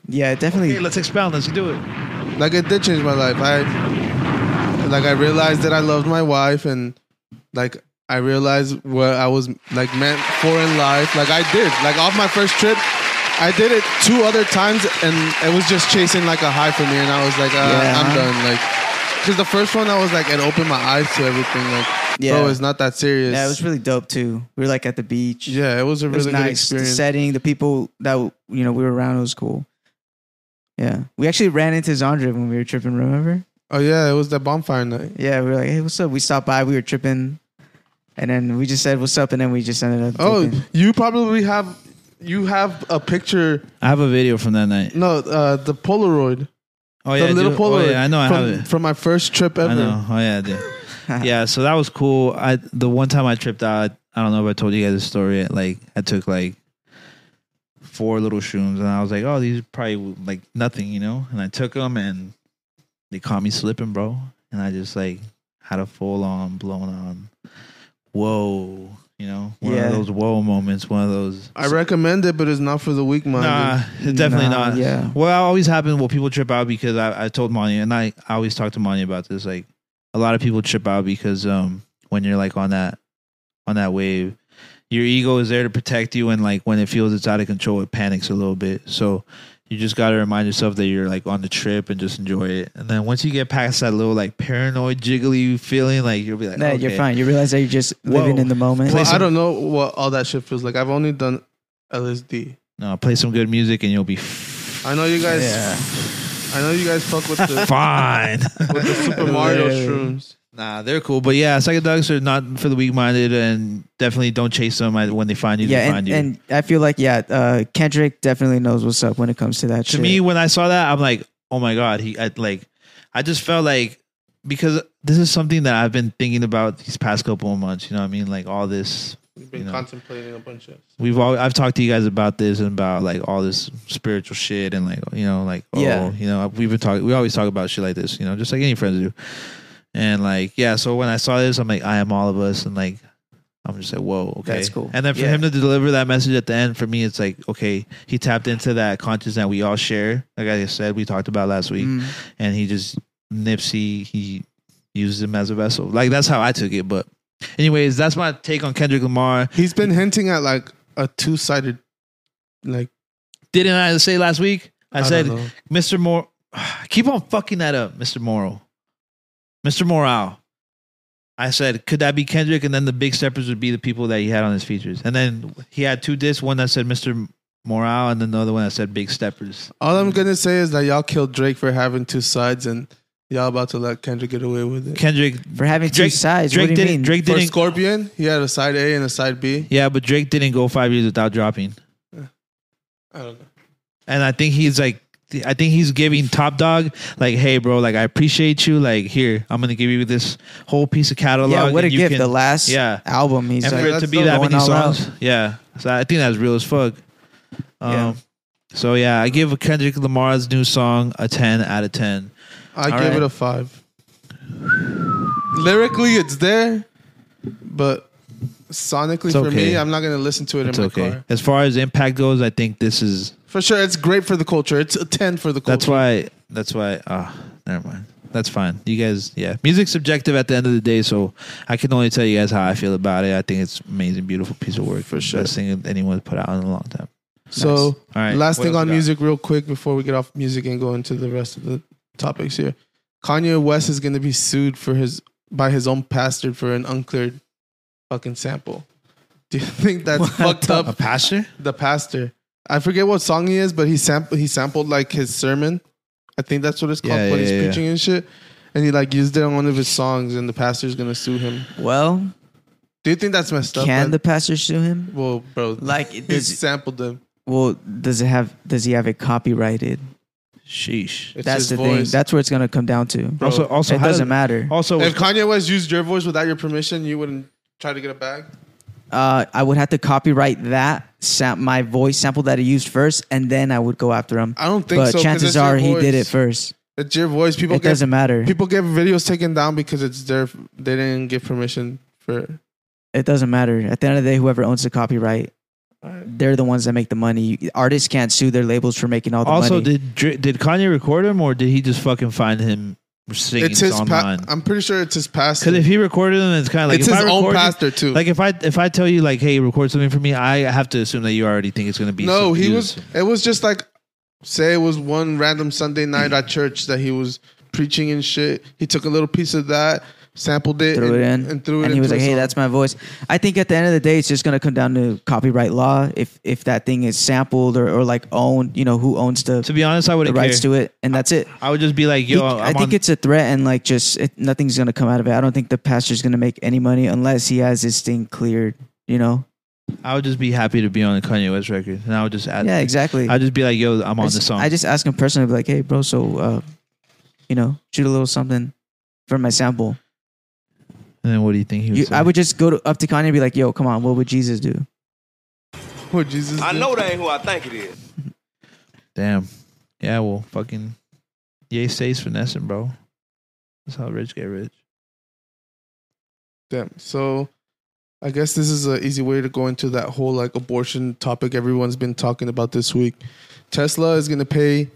Speaker 2: Yeah, definitely.
Speaker 5: Hey, let's expound. Let's do it.
Speaker 3: Like it did change my life. I like I realized that I loved my wife and like I realized what I was like meant for in life. Like I did. Like off my first trip, I did it two other times and it was just chasing like a high for me and I was like, uh,
Speaker 2: Yeah.
Speaker 3: I'm done. Like cuz the first one I was like it opened my eyes to everything like
Speaker 2: Yeah.
Speaker 3: bro, it's not that serious.
Speaker 2: Yeah, it was really dope too. We were like at the beach.
Speaker 3: Yeah, it was a
Speaker 2: it
Speaker 3: really
Speaker 2: was
Speaker 3: good
Speaker 2: nice. The
Speaker 3: experience.
Speaker 2: setting, the people that you know we were around it was cool. Yeah, we actually ran into Zandra when we were tripping. Remember?
Speaker 3: Oh yeah, it was that bonfire night.
Speaker 2: Yeah, we were like, "Hey, what's up?" We stopped by. We were tripping, and then we just said, "What's up?" And then we just ended up.
Speaker 3: Oh,
Speaker 2: talking.
Speaker 3: you probably have you have a picture.
Speaker 5: I have a video from that night.
Speaker 3: No, uh, the Polaroid.
Speaker 5: Oh yeah,
Speaker 3: the
Speaker 5: I
Speaker 3: little
Speaker 5: do.
Speaker 3: Polaroid.
Speaker 5: Oh, yeah, I know. I
Speaker 3: from,
Speaker 5: have it.
Speaker 3: from my first trip ever.
Speaker 5: I know. Oh yeah, I
Speaker 3: [LAUGHS]
Speaker 5: did. yeah, so that was cool. I the one time I tripped out, I don't know if I told you guys the story. Like I took like four little shrooms, and I was like, oh, these are probably like nothing, you know. And I took them, and they caught me slipping, bro. And I just like had a full on blown on, whoa, you know, one
Speaker 2: Yeah.
Speaker 5: of those whoa moments, one of those.
Speaker 3: I recommend it, but it's not for the weak minded.
Speaker 5: Nah, it's definitely
Speaker 2: Nah,
Speaker 5: not.
Speaker 2: yeah.
Speaker 5: Well, I always happen. Well, people trip out because I, I told Monty, and I, I always talk to Monty about this. Like, a lot of people trip out because um, when you're like on that, on that wave, your ego is there to protect you, and like when it feels it's out of control, it panics a little bit. So you just got to remind yourself that you're like on the trip and just enjoy it. And then once you get past that little like paranoid, jiggly feeling, like you'll be like,
Speaker 2: no,
Speaker 5: okay.
Speaker 2: you're fine. You realize that you're just living
Speaker 5: Whoa.
Speaker 2: in the moment.
Speaker 3: Well, I don't know what all that shit feels like. I've only done LSD.
Speaker 5: No, play some good music, and you'll be
Speaker 3: I know you guys.
Speaker 5: Yeah.
Speaker 3: I know you guys
Speaker 5: [LAUGHS]
Speaker 3: fuck with the
Speaker 5: fine.
Speaker 3: with the Super Mario shrooms.
Speaker 5: Nah, they're cool, but yeah, psychedelics are not for the weak-minded, and definitely don't chase them I- when they find you. they
Speaker 2: yeah,
Speaker 5: find
Speaker 2: and,
Speaker 5: you.
Speaker 2: and I feel like yeah, uh, Kendrick definitely knows what's up when it comes to that.
Speaker 5: to me, when I saw that, I'm like, oh my god, he I, like, I just felt like because this is something that I've been thinking about these past couple of months. You know what I mean? Like all this,
Speaker 3: We've been
Speaker 5: You know.
Speaker 3: contemplating a bunch of.
Speaker 5: we've all I've talked to you guys about this and about like all this spiritual shit and like you know like oh
Speaker 2: Yeah.
Speaker 5: you know we've been talking we always talk about shit like this you know just like any friends do and like yeah so when I saw this I'm like I am all of us and like I'm just like whoa okay
Speaker 2: That's cool.
Speaker 5: and then for
Speaker 2: Yeah.
Speaker 5: him to deliver that message at the end for me it's like okay he tapped into that consciousness that we all share like I said we talked about last week
Speaker 2: Mm.
Speaker 5: and he just Nipsey he used him as a vessel like that's how I took it but anyways that's my take on Kendrick Lamar
Speaker 3: He's been hinting at like a two sided, like
Speaker 5: Didn't I say last week? I,
Speaker 3: I don't
Speaker 5: said,
Speaker 3: know.
Speaker 5: Mr. Mor, [SIGHS] keep on fucking that up, Mr. Morrow. Mr. Morale. I said, could that be Kendrick? And then the big steppers would be the people that he had on his features. And then he had two discs, one that said Mr. Morale, and then the other one that said Big Steppers.
Speaker 3: All I'm gonna say is that y'all killed Drake for having two sides, and y'all about to let Kendrick get away with it.
Speaker 5: Kendrick
Speaker 2: for having two sides.
Speaker 5: Drake
Speaker 2: what do you
Speaker 5: didn't
Speaker 2: mean?
Speaker 5: Drake
Speaker 3: For
Speaker 5: didn't
Speaker 3: Scorpion, he had a side A and a side B.
Speaker 5: Yeah, but Drake didn't go five years without dropping.
Speaker 3: I don't know.
Speaker 5: And I think he's like, I think he's giving Top Dog like, hey, bro, like I appreciate you. Like here, I'm gonna give you this whole piece of catalog.
Speaker 2: yeah, what a
Speaker 5: and you
Speaker 2: gift!
Speaker 5: can-
Speaker 2: the last
Speaker 5: yeah.
Speaker 2: album, he's
Speaker 5: and for
Speaker 2: like
Speaker 5: it to be
Speaker 2: going
Speaker 5: that many
Speaker 2: all out.
Speaker 5: songs, yeah. So I think that's real as fuck. Um,
Speaker 2: Yeah.
Speaker 5: So yeah, I give Kendrick Lamar's new song a ten out of ten.
Speaker 3: I
Speaker 5: All
Speaker 3: give
Speaker 5: right.
Speaker 3: it a five. Lyrically, it's there, but sonically
Speaker 5: It's
Speaker 3: for me,
Speaker 5: okay.
Speaker 3: I'm not gonna listen to it
Speaker 5: It's
Speaker 3: in my
Speaker 5: okay.
Speaker 3: car.
Speaker 5: As far as impact goes, I think this is.
Speaker 3: For sure, it's great for the culture. It's a ten for the culture.
Speaker 5: That's why. That's why. Ah, never mind. that's fine. You guys, yeah, music's subjective at the end of the day, so I can only tell you guys how I feel about it. I think it's amazing, beautiful piece of work for sure. Best thing anyone's put out in a long time.
Speaker 3: So,
Speaker 5: Nice. all right,
Speaker 3: last
Speaker 5: what
Speaker 3: thing
Speaker 5: else
Speaker 3: on
Speaker 5: we got?
Speaker 3: music, real quick, before we get off music and go into the rest of the topics here. Kanye West is going to be sued for his by his own pastor for an uncleared fucking sample. Do you [LAUGHS] think that's
Speaker 5: What
Speaker 3: fucked
Speaker 5: the-
Speaker 3: up?
Speaker 5: A pastor?
Speaker 3: The pastor. I forget what song he is, but he sampled he sampled like his sermon. I think that's what it's called
Speaker 5: Yeah,
Speaker 3: when
Speaker 5: yeah,
Speaker 3: he's
Speaker 5: yeah.
Speaker 3: preaching and shit. And he like used it on one of his songs, and the pastor's gonna sue him.
Speaker 2: Well,
Speaker 3: do you think that's messed up?
Speaker 2: Can
Speaker 3: man?
Speaker 2: the pastor sue him?
Speaker 3: Well, bro,
Speaker 5: [LAUGHS]
Speaker 2: like
Speaker 3: he
Speaker 2: does-
Speaker 3: sampled them.
Speaker 2: Well, does it have? Does he have it copyrighted?
Speaker 5: Sheesh.
Speaker 3: It's
Speaker 2: That's
Speaker 3: his
Speaker 2: the
Speaker 3: voice.
Speaker 2: thing. That's where it's gonna come down to.
Speaker 5: Also- also,
Speaker 2: it
Speaker 5: how
Speaker 2: doesn't
Speaker 5: does-
Speaker 2: matter.
Speaker 5: Also,
Speaker 3: if Kanye West used your voice without your permission, you wouldn't try to get it back.
Speaker 2: uh, I would have to copyright that sam- my voice sample that he used first, and then I would go after him. I
Speaker 3: don't think
Speaker 2: but
Speaker 3: so, 'cause it's
Speaker 2: chances
Speaker 3: your
Speaker 2: are he did
Speaker 3: voice.
Speaker 2: it first.
Speaker 3: It's your voice. People
Speaker 2: It doesn't matter.
Speaker 3: People get videos taken down because it's their. They didn't give permission for.
Speaker 2: It doesn't matter. At the end of the day, whoever owns the copyright, they're the ones that make the money. Artists can't sue their labels for making all the
Speaker 5: also,
Speaker 2: money.
Speaker 5: did Dr- did Kanye record him, or did he just fucking find him singing
Speaker 3: It's his. Pa-
Speaker 5: online?
Speaker 3: I'm pretty sure it's his pastor.
Speaker 5: Because if he recorded them, it's kind of like
Speaker 3: It's
Speaker 5: if I
Speaker 3: his own
Speaker 5: record you-
Speaker 3: pastor, too.
Speaker 5: Like if I if I tell you like, hey, record something for me, I have to assume that you already think it's going to be
Speaker 3: no,
Speaker 5: some-
Speaker 3: he
Speaker 5: used.
Speaker 3: was. It was just like, say it was one random Sunday night at church that he was preaching and shit. He took a little piece of that, sampled it,
Speaker 2: threw
Speaker 3: and,
Speaker 2: it in
Speaker 3: and threw it.
Speaker 2: he was
Speaker 3: into
Speaker 2: like
Speaker 3: a
Speaker 2: hey
Speaker 3: song. [LAUGHS]
Speaker 2: that's my voice i think at the end of the day it's just going to come down to copyright law if if that thing is sampled or, or like owned you know who owns the to
Speaker 5: be honest i would
Speaker 2: the rights
Speaker 5: care.
Speaker 2: to it and that's it
Speaker 5: I would just be like, yo,
Speaker 2: i
Speaker 5: I'm
Speaker 2: think
Speaker 5: on-
Speaker 2: it's a threat and like just it, nothing's going to come out of it i don't think the pastor's going to make any money unless he has his thing cleared you know
Speaker 5: I would just be happy to be on the Kanye West record, and I would just add.
Speaker 2: Yeah, exactly.
Speaker 5: I'd just be like, yo, I'm
Speaker 2: I
Speaker 5: on
Speaker 2: just,
Speaker 5: the song.
Speaker 2: i just ask him personally be like hey bro so uh you know shoot a little something for my sample
Speaker 5: and then what do you think he would
Speaker 2: You-
Speaker 5: say?
Speaker 2: i would just go to, up to kanye and be like yo come on what would jesus do
Speaker 3: What Oh, Jesus?
Speaker 6: I know that ain't who I think it is.
Speaker 5: Damn. Yeah, well, fucking. Yay stays finessing, bro. That's how rich get rich.
Speaker 3: Damn. So I guess this is an easy way to go into that whole like abortion topic everyone's been talking about this week. Tesla is going to pay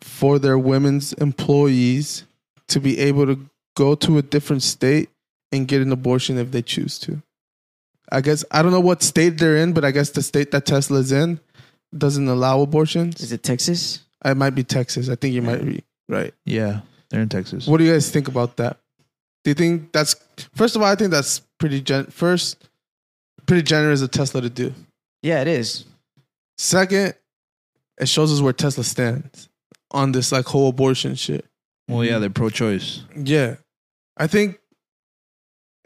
Speaker 3: for their women's employees to be able to go to a different state and get an abortion if they choose to. I guess I don't know what state they're in, but I guess the state that Tesla's in doesn't allow abortions. Is
Speaker 2: it Texas?
Speaker 3: It might be Texas. I think you might be right.
Speaker 5: Yeah, they're in Texas.
Speaker 3: What do you guys think about that? Do you think that's first of all? I think that's pretty gen first, pretty generous of Tesla to do.
Speaker 2: Yeah, it is.
Speaker 3: Second, it shows us where Tesla stands on this like whole abortion shit.
Speaker 5: Well, yeah, they're pro-choice.
Speaker 3: Yeah, I think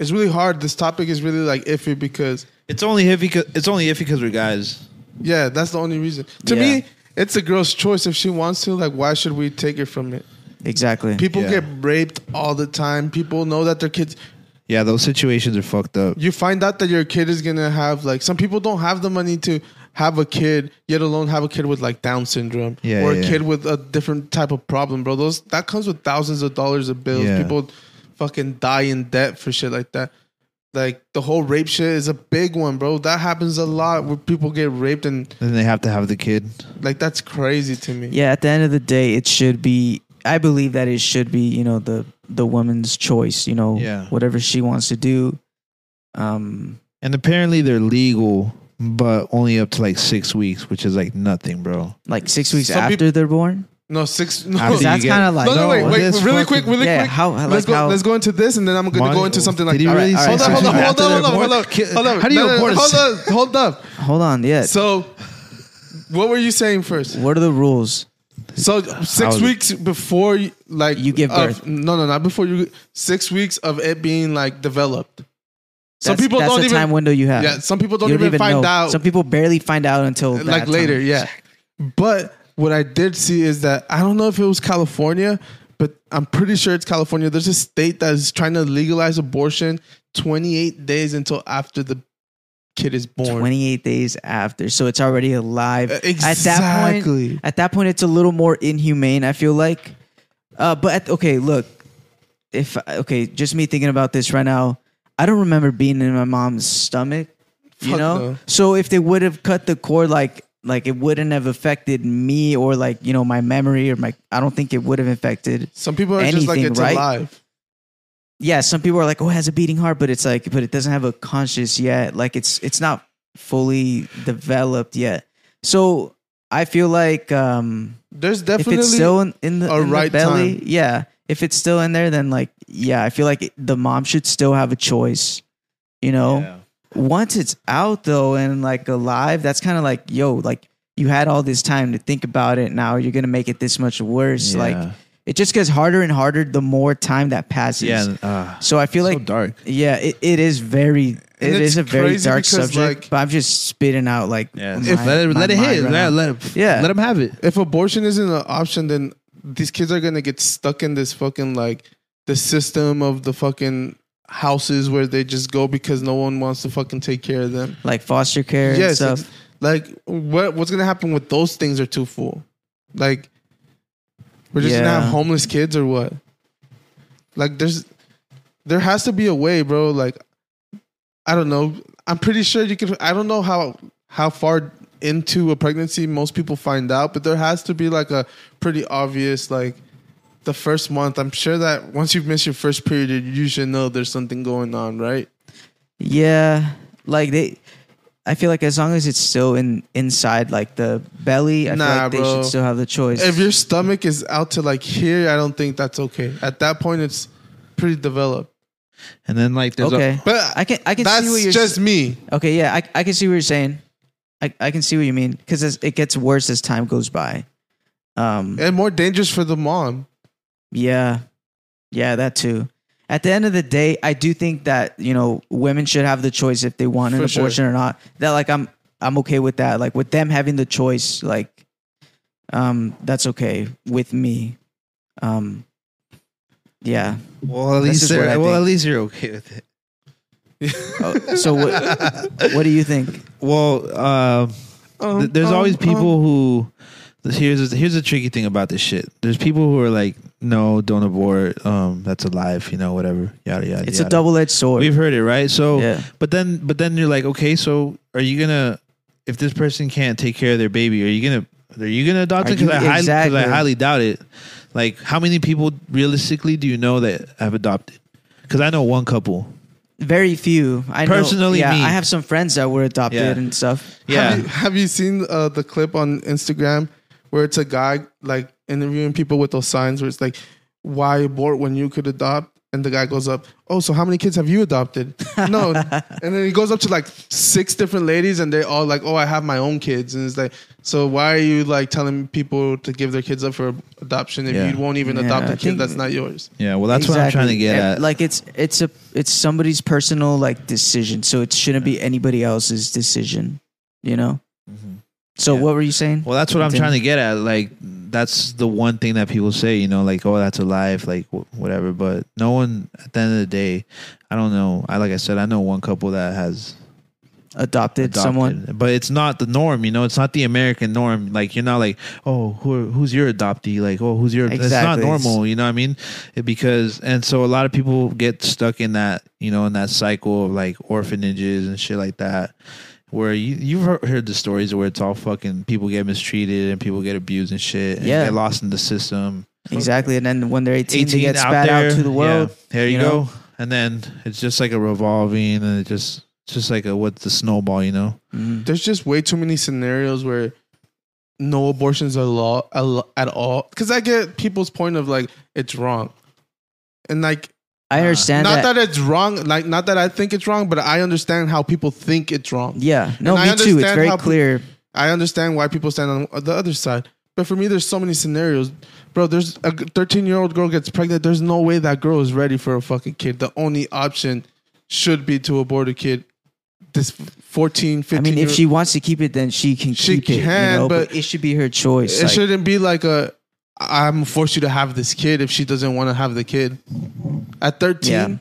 Speaker 3: it's really hard. This topic is really like iffy because
Speaker 5: it's only iffy. Cause, it's only iffy because we're guys.
Speaker 3: Yeah, that's the only reason. To
Speaker 5: Yeah.
Speaker 3: me, it's a girl's choice if she wants to. Like, why should we take it from it?
Speaker 2: Exactly.
Speaker 3: People
Speaker 5: Yeah.
Speaker 3: get raped all the time. People know that their kids.
Speaker 5: Yeah, those situations are fucked up.
Speaker 3: you find out that your kid is gonna have like some people don't have the money to have a kid, yet alone have a kid with like Down syndrome
Speaker 5: Yeah,
Speaker 3: or a
Speaker 5: yeah,
Speaker 3: kid with a different type of problem, bro. Those that comes with thousands of dollars of bills.
Speaker 5: Yeah.
Speaker 3: People fucking die in debt for shit like that. Like the whole rape shit is a big one, bro. That happens a lot where people get raped and
Speaker 5: Then they have to have the kid.
Speaker 3: like that's crazy to me.
Speaker 2: Yeah, at the end of the day, it should be. I believe that it should be, you know, the the woman's choice. You know,
Speaker 5: Yeah.
Speaker 2: whatever she wants to do. Um,
Speaker 5: And apparently they're legal, but only up to like six weeks, which is like nothing, bro.
Speaker 2: like six weeks
Speaker 3: Some
Speaker 2: after
Speaker 3: peop-
Speaker 2: they're born.
Speaker 3: No six. [LAUGHS] No,
Speaker 5: After you That's get- kinda like-
Speaker 3: no, no, wait,
Speaker 5: No,
Speaker 3: wait,
Speaker 5: this
Speaker 3: really
Speaker 5: fucking-
Speaker 3: quick, really
Speaker 5: Yeah,
Speaker 3: quick.
Speaker 5: how- how-
Speaker 3: let's
Speaker 5: like
Speaker 3: go.
Speaker 5: how-
Speaker 3: let's go into this, and then I'm gonna go
Speaker 5: Mon-
Speaker 3: into something like.
Speaker 5: Did he
Speaker 3: All
Speaker 5: really
Speaker 3: all
Speaker 5: say
Speaker 3: hold,
Speaker 5: six
Speaker 3: on, hold on,
Speaker 5: weeks
Speaker 3: hold
Speaker 5: after
Speaker 3: on,
Speaker 5: they're
Speaker 3: hold on,
Speaker 5: born?
Speaker 3: hold
Speaker 5: Kid-
Speaker 3: on, hold on.
Speaker 5: how do you
Speaker 3: no, no,
Speaker 5: abort a
Speaker 3: Hold
Speaker 5: s-
Speaker 3: on, hold up.
Speaker 2: Hold on, yeah.
Speaker 3: So, what were you
Speaker 5: [LAUGHS]
Speaker 3: saying first?
Speaker 2: What are the rules?
Speaker 3: So six
Speaker 2: was-
Speaker 3: weeks before, you- like you
Speaker 2: give birth.
Speaker 3: no, no, not before you. Six weeks of it being like developed. Some
Speaker 2: That's-
Speaker 3: people
Speaker 2: that's
Speaker 3: don't
Speaker 2: the
Speaker 3: even
Speaker 2: time window you have.
Speaker 3: Yeah, some people don't
Speaker 2: You
Speaker 3: even, find
Speaker 2: know.
Speaker 3: out
Speaker 2: Some people barely find out until that
Speaker 3: like
Speaker 2: time.
Speaker 3: later, yeah. But what I did see is that I don't know if it was California, but I'm pretty sure it's California. There's a state that is trying to legalize abortion 28 days until after the kid is born. E,
Speaker 2: 28 days after. So it's already alive. At that
Speaker 3: exactly.
Speaker 2: point, at that point it's a little more inhumane, I feel like. Uh, but at, okay, look. If okay, just me thinking about this right now, I don't remember being in my mom's stomach, you
Speaker 3: Fuck
Speaker 2: know?
Speaker 3: no.
Speaker 2: So if they would have cut the cord like like it wouldn't have affected me or like you know my memory or my. I don't think it would have affected.
Speaker 3: Some people are just like it's alive.
Speaker 2: Yeah, some people are like, oh, it has a beating heart, but it's like, but it doesn't have a conscious yet. Like it's it's not fully developed yet. So I feel like um
Speaker 3: There's definitely
Speaker 2: if it's still in, in the,
Speaker 3: a
Speaker 2: in the
Speaker 3: right
Speaker 2: belly,
Speaker 3: time.
Speaker 2: yeah. If it's still in there, then like yeah, I feel like it- the mom should still have a choice. You
Speaker 5: Oh.
Speaker 2: know, once it's out though and like alive, that's kind of like yo, like you had all this time to think about it. Now you're gonna make it this much worse.
Speaker 5: Yeah.
Speaker 2: Like it just gets harder and harder the more time that passes.
Speaker 5: Yeah, and, uh,
Speaker 2: so I feel
Speaker 5: so
Speaker 2: like
Speaker 5: dark.
Speaker 2: Yeah, it, it is very.
Speaker 5: And
Speaker 2: It
Speaker 5: it's
Speaker 2: is a very
Speaker 5: crazy
Speaker 2: dark
Speaker 5: because,
Speaker 2: subject,
Speaker 5: like-
Speaker 2: but I'm just spitting out like my-
Speaker 5: If- let it-
Speaker 2: my
Speaker 5: let it
Speaker 2: mind
Speaker 5: hit.
Speaker 2: right now.
Speaker 5: Let- let it-
Speaker 2: yeah,
Speaker 5: let 'em have it.
Speaker 3: If abortion isn't an option, then these kids are gonna get stuck in this fucking like the system of the fucking houses where they just go because no one wants to fucking take care of them.
Speaker 2: like foster care
Speaker 3: Yes,
Speaker 2: and
Speaker 3: it's-
Speaker 2: stuff.
Speaker 3: like what what's gonna happen with those things are too full. Like we're just
Speaker 2: Yeah.
Speaker 3: gonna have homeless kids or what? Like there's there has to be a way, bro. Like I don't know. I'm pretty sure you could I don't know how how far into a pregnancy most people find out, but there has to be like a pretty obvious like the first month. I'm sure that once you've missed your first period, you should know there's something going on, right?
Speaker 2: Yeah, like they. I feel like as long as it's still in inside like the belly, I feel
Speaker 3: Nah,
Speaker 2: like they
Speaker 3: bro.
Speaker 2: should still have the choice.
Speaker 3: If your stomach is out to like here, I don't think that's okay. At that point, it's pretty developed.
Speaker 5: And then like there's
Speaker 2: okay,
Speaker 5: a,
Speaker 3: but
Speaker 2: I can I can
Speaker 3: that's
Speaker 2: see what you're
Speaker 3: just me.
Speaker 2: Okay, yeah, I I can see what you're saying. I I can see what you mean because it gets worse as time goes by. Um,
Speaker 3: and more dangerous for the mom.
Speaker 2: Yeah, yeah, that too. At the end of the day, I do think that you know women should have the choice if they want an
Speaker 3: For sure.
Speaker 2: abortion or not. That like I'm I'm okay with that. Like with them having the choice, like um that's okay with me. Um, yeah.
Speaker 5: well at
Speaker 2: This
Speaker 5: least
Speaker 2: is what I
Speaker 5: they're, well at
Speaker 2: think.
Speaker 5: least you're okay with it.
Speaker 2: Oh, so what? what do you think?
Speaker 5: [LAUGHS] Well, uh, th- there's always people who. Here's here's the tricky thing about this shit. There's people who are like, no, don't abort. Um, that's a life, you know, whatever. Yada yada.
Speaker 2: It's a
Speaker 5: yada.
Speaker 2: double edged sword.
Speaker 5: We've heard it, right? So,
Speaker 2: Yeah.
Speaker 5: but then, but then you're like, okay, so are you gonna, if this person can't take care of their baby, are you gonna, are you gonna adopt
Speaker 2: Are
Speaker 5: it? Because
Speaker 2: you-
Speaker 5: I, highly- 'cause I
Speaker 2: exactly.
Speaker 5: highly doubt it. Like, how many people realistically do you know that have adopted? Because I know one couple.
Speaker 2: Very few. I know-
Speaker 5: Personally,
Speaker 2: yeah,
Speaker 5: me.
Speaker 2: I have some friends that were adopted
Speaker 5: Yeah.
Speaker 2: and stuff.
Speaker 5: Yeah.
Speaker 3: Have you, have you seen uh, the clip on Instagram where it's a guy like interviewing people with those signs where it's like, "Why abort when you could adopt?" And the guy goes up, "Oh, so how many kids have you adopted?"
Speaker 2: [LAUGHS]
Speaker 3: no, and then he goes up to like six different ladies, and they're all like, "Oh, I have my own kids." And it's like, "So why are you like telling people to give their kids up for adoption if
Speaker 5: Yeah.
Speaker 3: you won't even
Speaker 2: Yeah,
Speaker 3: adopt
Speaker 2: I
Speaker 3: a kid
Speaker 2: think-
Speaker 3: that's not yours?"
Speaker 5: Yeah, well, that's what I'm trying to get
Speaker 2: Yeah,
Speaker 5: at.
Speaker 2: Like it's it's a it's somebody's personal like decision, so it shouldn't be anybody else's decision. You know. So what were you saying?
Speaker 5: Mm-hmm. Well, that's what I'm
Speaker 2: Continue.
Speaker 5: trying to get at. Like, that's the one thing that people say, you know, like, oh, that's a life, like, wh- whatever. But no one, at the end of the day, I don't know. I like I said, I know one couple that has
Speaker 2: Adopted,
Speaker 5: adopted,
Speaker 2: someone.
Speaker 5: but it's not the norm. You know, it's not the American norm. Like, you're not like, oh, who are, who's your adoptee? Like, oh, who's your? It's not
Speaker 2: Exactly.
Speaker 5: normal. You know what I mean? It, because and so a lot of people get stuck in that, you know, in that cycle of like orphanages and shit like that where you you've heard, heard the stories where it's all fucking people get mistreated and people get abused and shit and
Speaker 2: Yeah.
Speaker 5: get lost in the system.
Speaker 2: Exactly, and then when they're 18, they
Speaker 5: 18
Speaker 2: get
Speaker 5: out
Speaker 2: spat
Speaker 5: there,
Speaker 2: out to the world.
Speaker 5: Yeah, there you,
Speaker 2: know?
Speaker 5: go. And then it's just like a revolving and it just it's just like a what's the snowball, you know?
Speaker 2: Mm-hmm.
Speaker 3: there's just way too many scenarios where no abortions are law a lo- at all. Because I get people's point of like it's wrong, and like
Speaker 2: I understand
Speaker 3: not
Speaker 2: that.
Speaker 3: that. it's wrong, like not that I think it's wrong, but I understand how people think it's wrong.
Speaker 2: Yeah, no, me
Speaker 3: And I
Speaker 2: too. It's
Speaker 3: understand
Speaker 2: very
Speaker 3: how pe-
Speaker 2: clear.
Speaker 3: I understand why people stand on the other side, but for me, there's so many scenarios, bro. There's a 13 year old girl gets pregnant. There's no way that girl is ready for a fucking kid. The only option should be to abort a kid. This 14, 15.
Speaker 2: I mean,
Speaker 3: year-
Speaker 2: if she wants to keep it, then she can
Speaker 3: She
Speaker 2: keep it. you
Speaker 3: can,
Speaker 2: know, but,
Speaker 3: but
Speaker 2: it should be her choice.
Speaker 3: It
Speaker 2: like-
Speaker 3: shouldn't be like a I'm gonna force you to have this kid if she doesn't want to have the kid. At 13,
Speaker 2: Yeah.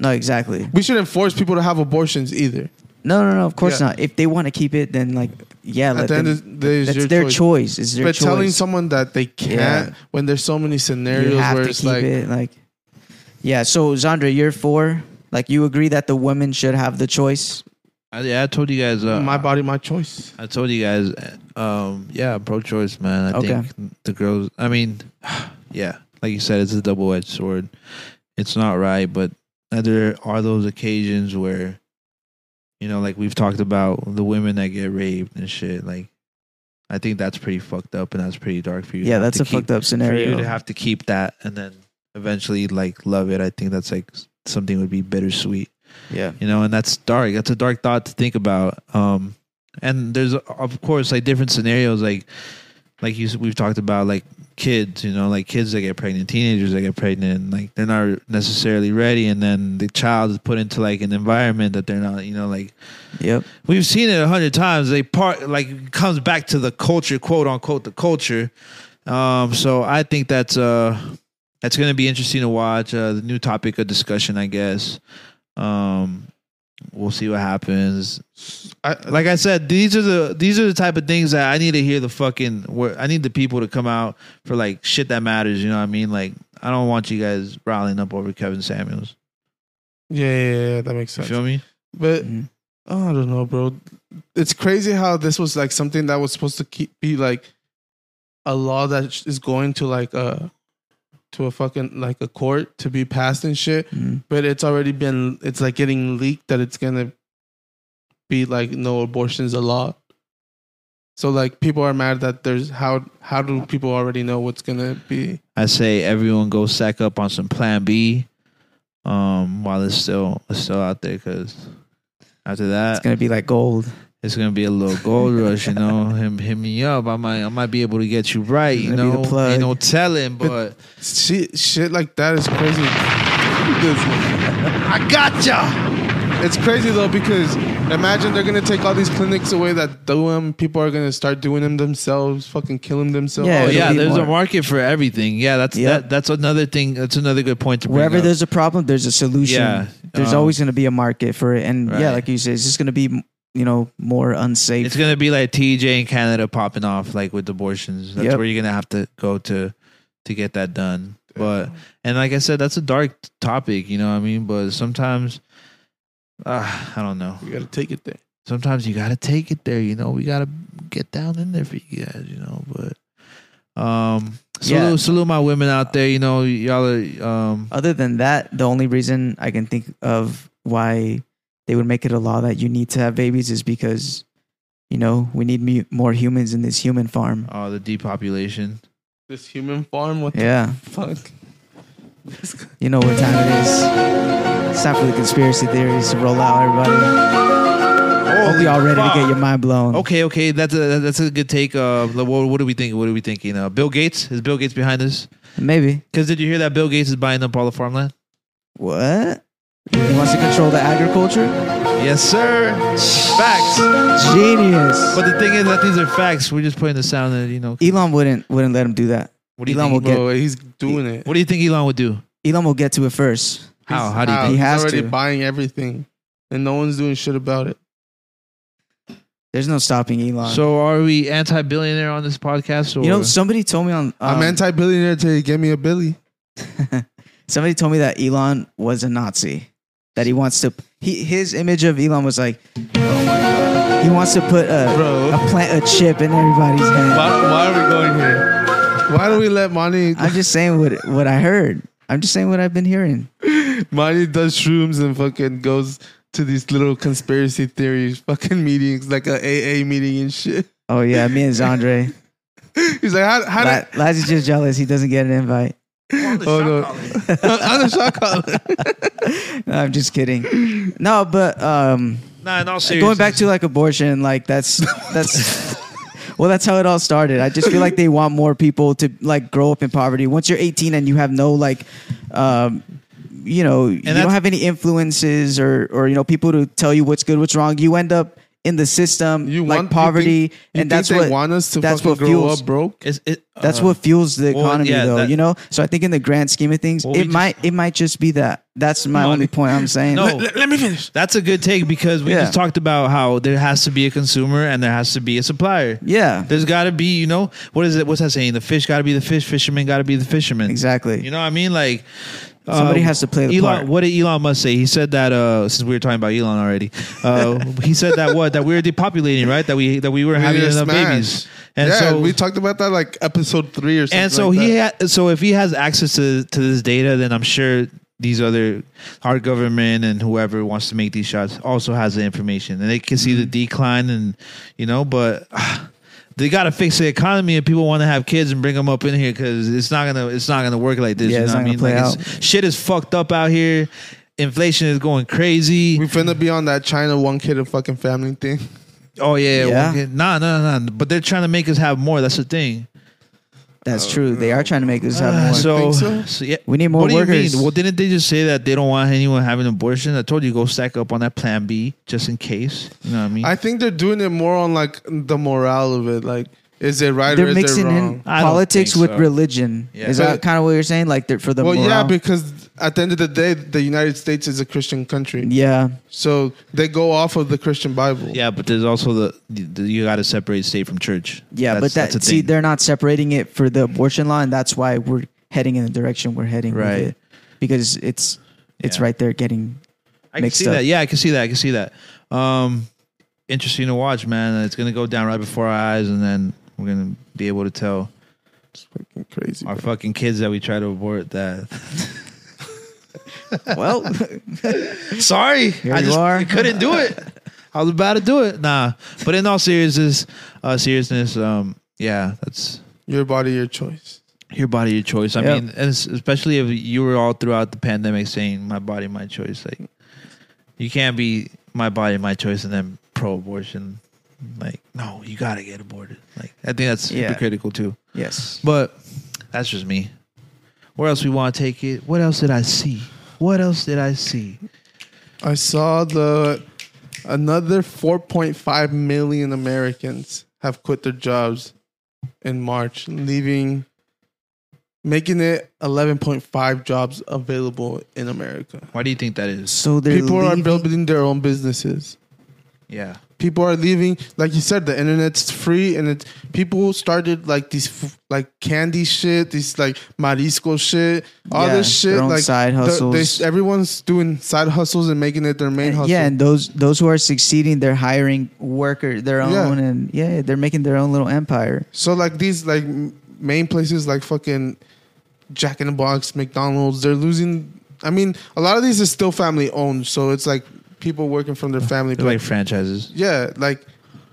Speaker 2: No, exactly.
Speaker 3: we shouldn't force people to have abortions either.
Speaker 2: No, no, no. Of course
Speaker 3: Yeah.
Speaker 2: not. If they want to keep it, then like, yeah,
Speaker 3: At
Speaker 2: let
Speaker 3: the end
Speaker 2: them-
Speaker 3: of the day, it's
Speaker 2: that's
Speaker 3: your
Speaker 2: their
Speaker 3: choice.
Speaker 2: choice. It's their
Speaker 3: but
Speaker 2: choice.
Speaker 3: telling someone that they can't
Speaker 2: Yeah.
Speaker 3: when there's so many scenarios where it's like
Speaker 2: it like yeah so Zandra you're for like you agree that the women should have the choice
Speaker 5: I, yeah, I told you guys. Uh,
Speaker 3: my body, my choice.
Speaker 5: I told you guys. Um, yeah, pro-choice, man. I
Speaker 3: Okay.
Speaker 5: think the girls. I mean, [SIGHS] yeah, like you said, it's a double-edged sword. It's not right, but there are those occasions where, you know, like we've talked about the women that get raped and shit. Like, I think that's pretty fucked up, and that's pretty dark for you. to
Speaker 2: Yeah,
Speaker 5: have
Speaker 2: that's
Speaker 5: to
Speaker 2: a fucked up
Speaker 5: For you
Speaker 2: scenario.
Speaker 5: to have to keep that, and then eventually, like, love it. I think that's like something would be bittersweet.
Speaker 2: Yeah.
Speaker 5: You know, and that's dark. That's a dark thought to think about. Um, and there's of course like different scenarios, like like you s- we've talked about, like kids. You know, like kids that get pregnant, teenagers that get pregnant, and, like they're not necessarily ready, and then the child is put into like an environment that they're not. You know, like
Speaker 2: yep,
Speaker 5: we've seen it a hundred times. They part like comes back to the culture, quote unquote, the culture. Um, so I think that's uh that's going to be interesting to watch. Uh, the new topic of discussion, I guess. Um, we'll see what happens. like I said, these are the these are the type of things that I need to hear the fucking. Where I need the people to come out for like shit that matters. You know what I mean? Like I don't want you guys riling up over Kevin Samuels.
Speaker 3: Yeah, yeah, yeah, that makes sense.
Speaker 5: feel me?
Speaker 3: But
Speaker 2: Mm-hmm.
Speaker 3: oh, I don't know, bro. It's crazy how this was like something that was supposed to keep be like a law that sh- is going to like a to a fucking like a court to be passed and shit.
Speaker 2: Mm-hmm.
Speaker 3: But it's already been it's like getting leaked that it's gonna be like no abortions allowed. So like people are mad that there's how how do people already know what's gonna be?
Speaker 5: I say everyone go sack up on some Plan B, um, while it's still it's still out there because after that
Speaker 2: it's gonna be like gold.
Speaker 5: it's gonna be a little gold rush. You
Speaker 3: [LAUGHS]
Speaker 5: know, him hit me up. I might I might be able to get you right. You
Speaker 3: Let me be the
Speaker 5: know,
Speaker 3: plug.
Speaker 5: ain't no telling, but
Speaker 3: shit, shit like that is crazy. I
Speaker 5: gotcha.
Speaker 3: It's crazy though because imagine they're gonna take all these clinics away that do them. People are gonna start doing them themselves, fucking killing themselves.
Speaker 5: Oh, yeah. There's a market for everything. Yeah, that's that, that's another thing. That's another good point to bring
Speaker 2: Wherever
Speaker 5: up.
Speaker 2: there's a problem, there's a solution.
Speaker 5: Yeah,
Speaker 2: There's
Speaker 5: um,
Speaker 2: always going to be a market for it, and yeah,
Speaker 5: Right.
Speaker 2: like you said, it's just going to be you know more unsafe.
Speaker 5: It's gonna be like TJ in Canada popping off like with abortions. That's
Speaker 2: Yep.
Speaker 5: where you're gonna have to go to to get that done. But and like I said, that's a dark topic, you know what I mean? But sometimes uh, I don't know.
Speaker 3: You gotta take it there.
Speaker 5: Sometimes you gotta take it there, you know. We gotta get down in there for you guys, you know, but um salute
Speaker 2: Yeah.
Speaker 5: salute my women out there, you know, y'all are um
Speaker 2: Other than that, the only reason I can think of why they would make it a law that you need to have babies is because you know we need mu- more humans in this human farm.
Speaker 5: oh the depopulation.
Speaker 3: This human farm, what
Speaker 2: Yeah.
Speaker 3: the fuck?
Speaker 2: You know what time it is. It's time for the conspiracy theories to roll out, everybody. Hope y'all ready to get your mind blown.
Speaker 5: Okay, okay, that's a that's a good take. Uh, what, what are we thinking? What are we thinking? Uh, Bill Gates is Bill Gates behind this?
Speaker 2: Maybe.
Speaker 5: Because did you hear that Bill Gates is buying up all the farmland?
Speaker 2: What? He wants to control the agriculture?
Speaker 5: Yes, sir. Facts.
Speaker 2: Genius.
Speaker 5: But the thing is that these are facts. We're just putting the sound that you know.
Speaker 2: Elon wouldn't wouldn't let him do that.
Speaker 5: What do you
Speaker 2: Elon
Speaker 5: think,
Speaker 2: will
Speaker 5: bro?
Speaker 3: He's doing it.
Speaker 5: What do you think Elon would do?
Speaker 2: Elon will get to it first.
Speaker 5: How? How do you? Think?
Speaker 3: How?
Speaker 2: He
Speaker 3: He's
Speaker 2: has
Speaker 3: already
Speaker 2: to.
Speaker 3: buying everything, and no one's doing shit about it.
Speaker 2: There's no stopping Elon.
Speaker 5: So are we anti-billionaire on this podcast? Or?
Speaker 2: you know, somebody told me on
Speaker 3: I'm
Speaker 2: um,
Speaker 3: anti-billionaire till you get me a billy.
Speaker 2: somebody told me that Elon was a Nazi. That he wants to he his image of Elon was like oh my god. He wants to put a a plant a chip in everybody's head.
Speaker 3: Why, why are we going here? Why do we let money?
Speaker 2: I'm just saying what what I heard. I'm just saying what I've been hearing.
Speaker 3: Money does shrooms and fucking goes to these little conspiracy theories, fucking meetings, like a AA meeting and shit. [LAUGHS]
Speaker 2: Oh yeah, me and Zandre.
Speaker 3: He's like, how, [LAUGHS] how
Speaker 2: La- Laz is just jealous he doesn't get an invite. [LAUGHS]
Speaker 3: Oh, no. [LAUGHS] I'm the shot caller.
Speaker 2: No, I'm just kidding. No, but um
Speaker 5: Nah, in all
Speaker 2: going
Speaker 5: seriousness.
Speaker 2: back to like abortion, like that's
Speaker 3: [LAUGHS]
Speaker 2: that's well, that's how it all started. I just feel like they want more people to like grow up in poverty. Once you're 18 and you have no like, um, you know, you don't
Speaker 5: that's-
Speaker 2: have any influences or or you know people to tell you what's good, what's wrong. You end up in the system
Speaker 3: You
Speaker 2: like
Speaker 3: want- you
Speaker 2: poverty,
Speaker 3: think- you
Speaker 2: and
Speaker 3: think
Speaker 2: that's
Speaker 3: they
Speaker 2: what
Speaker 3: want us to
Speaker 2: that's
Speaker 3: fucking
Speaker 2: what
Speaker 3: grow
Speaker 2: fuels
Speaker 3: up broke?
Speaker 5: Is it?
Speaker 2: that's
Speaker 5: uh,
Speaker 2: what fuels the
Speaker 5: well,
Speaker 2: economy,
Speaker 5: yeah,
Speaker 2: though.
Speaker 5: that-
Speaker 2: you know, so I think in the grand scheme of things,
Speaker 5: we
Speaker 2: it might it might just be that. That's my only point. I'm saying [LAUGHS]
Speaker 5: No,
Speaker 3: me finish.
Speaker 5: That's a good take because we
Speaker 2: Yeah.
Speaker 5: just talked about how there has to be a consumer and there has to be a supplier.
Speaker 2: Yeah.
Speaker 5: There's got to be, you know, what is it? What's that saying? The fish got to be the fish, fisherman got to be the fisherman.
Speaker 2: Exactly.
Speaker 5: You know what I mean? Like,
Speaker 2: Somebody
Speaker 5: Uh,
Speaker 2: has to play the
Speaker 5: Elon,
Speaker 2: part.
Speaker 5: What did Elon Musk say? He said that uh, since we were talking about Elon already, uh, he said that what that we were depopulating, right? That we that we weren't having
Speaker 3: need to
Speaker 5: enough
Speaker 3: smash.
Speaker 5: babies, and
Speaker 3: yeah,
Speaker 5: so
Speaker 3: we talked about that like episode three or something.
Speaker 5: and so
Speaker 3: like
Speaker 5: he
Speaker 3: that.
Speaker 5: ha- so if he has access to to this data, then I'm sure these other our government and whoever wants to make these shots also has the information, and they can see
Speaker 2: Mm-hmm.
Speaker 5: the decline, and you know, but. [SIGHS] They gotta fix the economy if people want to have kids and bring them up in here because it's not gonna it's not gonna work like this.
Speaker 2: Yeah,
Speaker 5: you know
Speaker 2: it's
Speaker 5: what I
Speaker 2: not gonna
Speaker 5: mean?
Speaker 2: play
Speaker 5: like It's, shit is fucked up out here. Inflation is going crazy.
Speaker 3: We finna be on that China one kid a fucking family thing.
Speaker 5: Oh yeah,
Speaker 3: Yeah.
Speaker 5: yeah. One, nah, nah, nah. But they're trying to make us have more. That's the thing.
Speaker 3: Oh,
Speaker 2: That's true. They are trying to make
Speaker 3: [SIGHS]
Speaker 2: us have more.
Speaker 5: So, so, yeah,
Speaker 2: we need more
Speaker 5: what do you
Speaker 2: workers.
Speaker 5: mean? Well, didn't they just say that they don't want anyone having an abortion? I told you go stack up on that Plan B just in case. You know what I mean?
Speaker 3: I think they're doing it more on like the morale of it. Like, is it right
Speaker 2: they're
Speaker 3: or is it
Speaker 2: mixing
Speaker 3: wrong?
Speaker 2: in politics with religion.
Speaker 3: Yeah.
Speaker 2: Is
Speaker 3: But-
Speaker 2: that kind of what you're saying? Like they're- for the
Speaker 3: well, yeah,
Speaker 2: morale?
Speaker 3: because at the end of the day, the United States is a Christian country.
Speaker 2: Yeah.
Speaker 3: So they go off of the Christian Bible.
Speaker 5: yeah, but there's also the, the you got to separate state from church.
Speaker 2: yeah, but that
Speaker 5: that's a
Speaker 2: see,
Speaker 5: thing.
Speaker 2: they're not separating it for the abortion law, and that's why we're heading in the direction we're heading. with
Speaker 5: Right.
Speaker 2: it. because it's it's right there getting
Speaker 5: I can
Speaker 2: mixed
Speaker 5: see
Speaker 2: up.
Speaker 5: that. Yeah, I can see that. I can see that. Um, interesting to watch, man. It's gonna go down right before our eyes, and then we're gonna be able to tell.
Speaker 3: fucking crazy.
Speaker 5: Our fucking kids that we try to abort that.
Speaker 2: well, [LAUGHS]
Speaker 5: sorry, I
Speaker 2: you
Speaker 5: just
Speaker 2: are.
Speaker 5: couldn't do it. [LAUGHS] I was about to do it. Nah, but in all seriousness, uh, seriousness, um, yeah, that's
Speaker 3: Your body, your choice.
Speaker 5: your body, your choice. I
Speaker 3: Yeah.
Speaker 5: mean, and es- especially if you were all throughout the pandemic saying "my body, my choice," like you can't be my body, my choice, and then pro-abortion. Like, no, you gotta get aborted. Like, I think that's
Speaker 2: Yeah.
Speaker 5: hypocritical too.
Speaker 2: Yes,
Speaker 5: but that's just me. Where else we want to take it? What else did I see? What else did I see?
Speaker 3: I saw the another 4.5 million Americans have quit their jobs in March, leaving making it 11.5 jobs available in America.
Speaker 5: Why do you think that is?
Speaker 2: So
Speaker 3: People are building their own businesses.
Speaker 5: yeah.
Speaker 3: People are leaving, like you said, the internet's free, and it people started like these f- like candy shit, these like marisco shit, all
Speaker 2: Yeah,
Speaker 3: this shit.
Speaker 2: their own
Speaker 3: like
Speaker 2: side
Speaker 3: the- they-
Speaker 2: hustles.
Speaker 3: everyone's doing side hustles and making it their main hustle.
Speaker 2: yeah, and those those who are succeeding, they're hiring workers, their
Speaker 3: Yeah.
Speaker 2: own, and yeah, they're making their own little empire.
Speaker 3: So like these like m- main places like fucking Jack in the Box, McDonald's, they're losing. I mean, a lot of these are still family owned, so it's like people working from their family.
Speaker 5: They're like franchises.
Speaker 3: yeah, like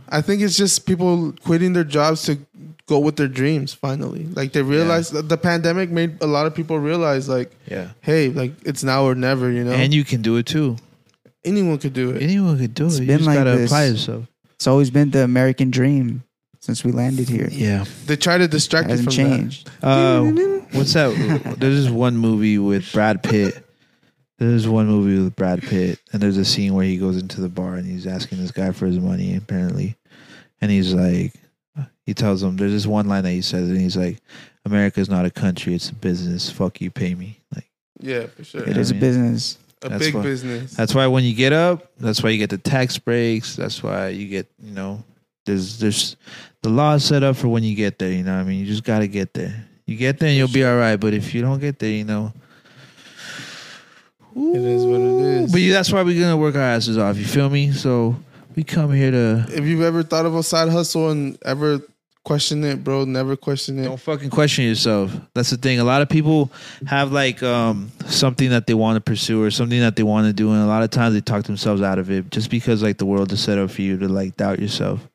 Speaker 3: I think it's just people quitting their jobs to go with their dreams. Finally, like they realize that the pandemic made a lot of people realize like,
Speaker 5: Yeah.
Speaker 3: hey, like it's now or never, you know.
Speaker 5: And you can do it too.
Speaker 3: anyone could do it.
Speaker 5: Anyone could do it.
Speaker 2: It's
Speaker 5: you
Speaker 2: been
Speaker 5: just
Speaker 2: like
Speaker 5: gotta
Speaker 2: this.
Speaker 5: apply yourself.
Speaker 2: It's always been the American dream since we landed here.
Speaker 5: Yeah,
Speaker 3: They try to distract you
Speaker 2: hasn't
Speaker 3: from
Speaker 2: changed.
Speaker 5: Uh, what's that? There's this one movie with Brad Pitt. There's one movie with Brad Pitt, and there's a scene where he goes into the bar and he's asking this guy for his money, apparently. And he's like, he tells him, there's this one line that he says, and he's like, America's not a country, it's a business. Fuck you, pay me. Like,
Speaker 3: that. Yeah, for sure.
Speaker 2: It is a business.
Speaker 3: A
Speaker 5: That's
Speaker 3: big
Speaker 5: why-
Speaker 3: business.
Speaker 5: That's why when you get up, that's why you get the tax breaks. That's why you get, you know, there's there's the law is set up for when you get there. You know, what I mean, you just gotta get there. You get there and you'll be all right. But if you don't get there, you know,
Speaker 3: It is what it is.
Speaker 5: but you, that's why we're gonna work our asses off. You feel me? So we come here to
Speaker 3: if you've ever thought of a side hustle and ever questioned it, bro, never question it.
Speaker 5: Don't fucking question yourself. That's the thing. A lot of people have like um, something that they want to pursue or something that they want to do, and a lot of times they talk themselves out of it just because like the world is set up for you to like doubt yourself.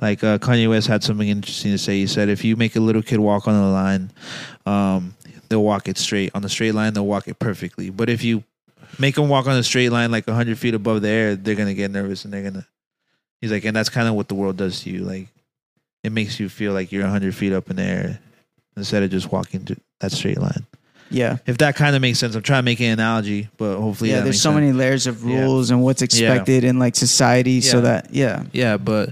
Speaker 5: Like uh, Kanye West had something interesting to say. He said, "If you make a little kid walk on the line, um, they'll walk it straight. On the straight line, they'll walk it perfectly. But if you make them walk on a straight line like hundred feet above the air, they're gonna get nervous and they're gonna." He's like, and that's kind of what the world does to you. Like, it makes you feel like you're 100 feet up in the air instead of just walking to that straight line.
Speaker 2: Yeah.
Speaker 5: If that kind of makes sense, I'm trying to make an analogy, but hopefully,
Speaker 2: Yeah,
Speaker 5: that
Speaker 2: there's
Speaker 5: makes
Speaker 2: so
Speaker 5: sense.
Speaker 2: many layers of
Speaker 5: Yeah.
Speaker 2: rules and what's expected in like society, so
Speaker 5: Yeah.
Speaker 2: that yeah,
Speaker 5: Yeah, but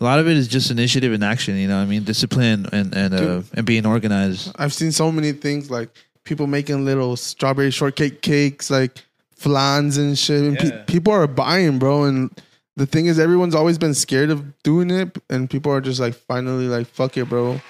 Speaker 5: a lot of it is just initiative and action. You know, what I mean, discipline and and uh,
Speaker 3: Dude.
Speaker 5: and being organized.
Speaker 3: I've seen so many things like people making little strawberry shortcake cakes, like flans and shit. And pe-
Speaker 5: Yeah.
Speaker 3: people are buying, bro. And the thing is, everyone's always been scared of doing it, and people are just like, finally, like, fuck it, bro.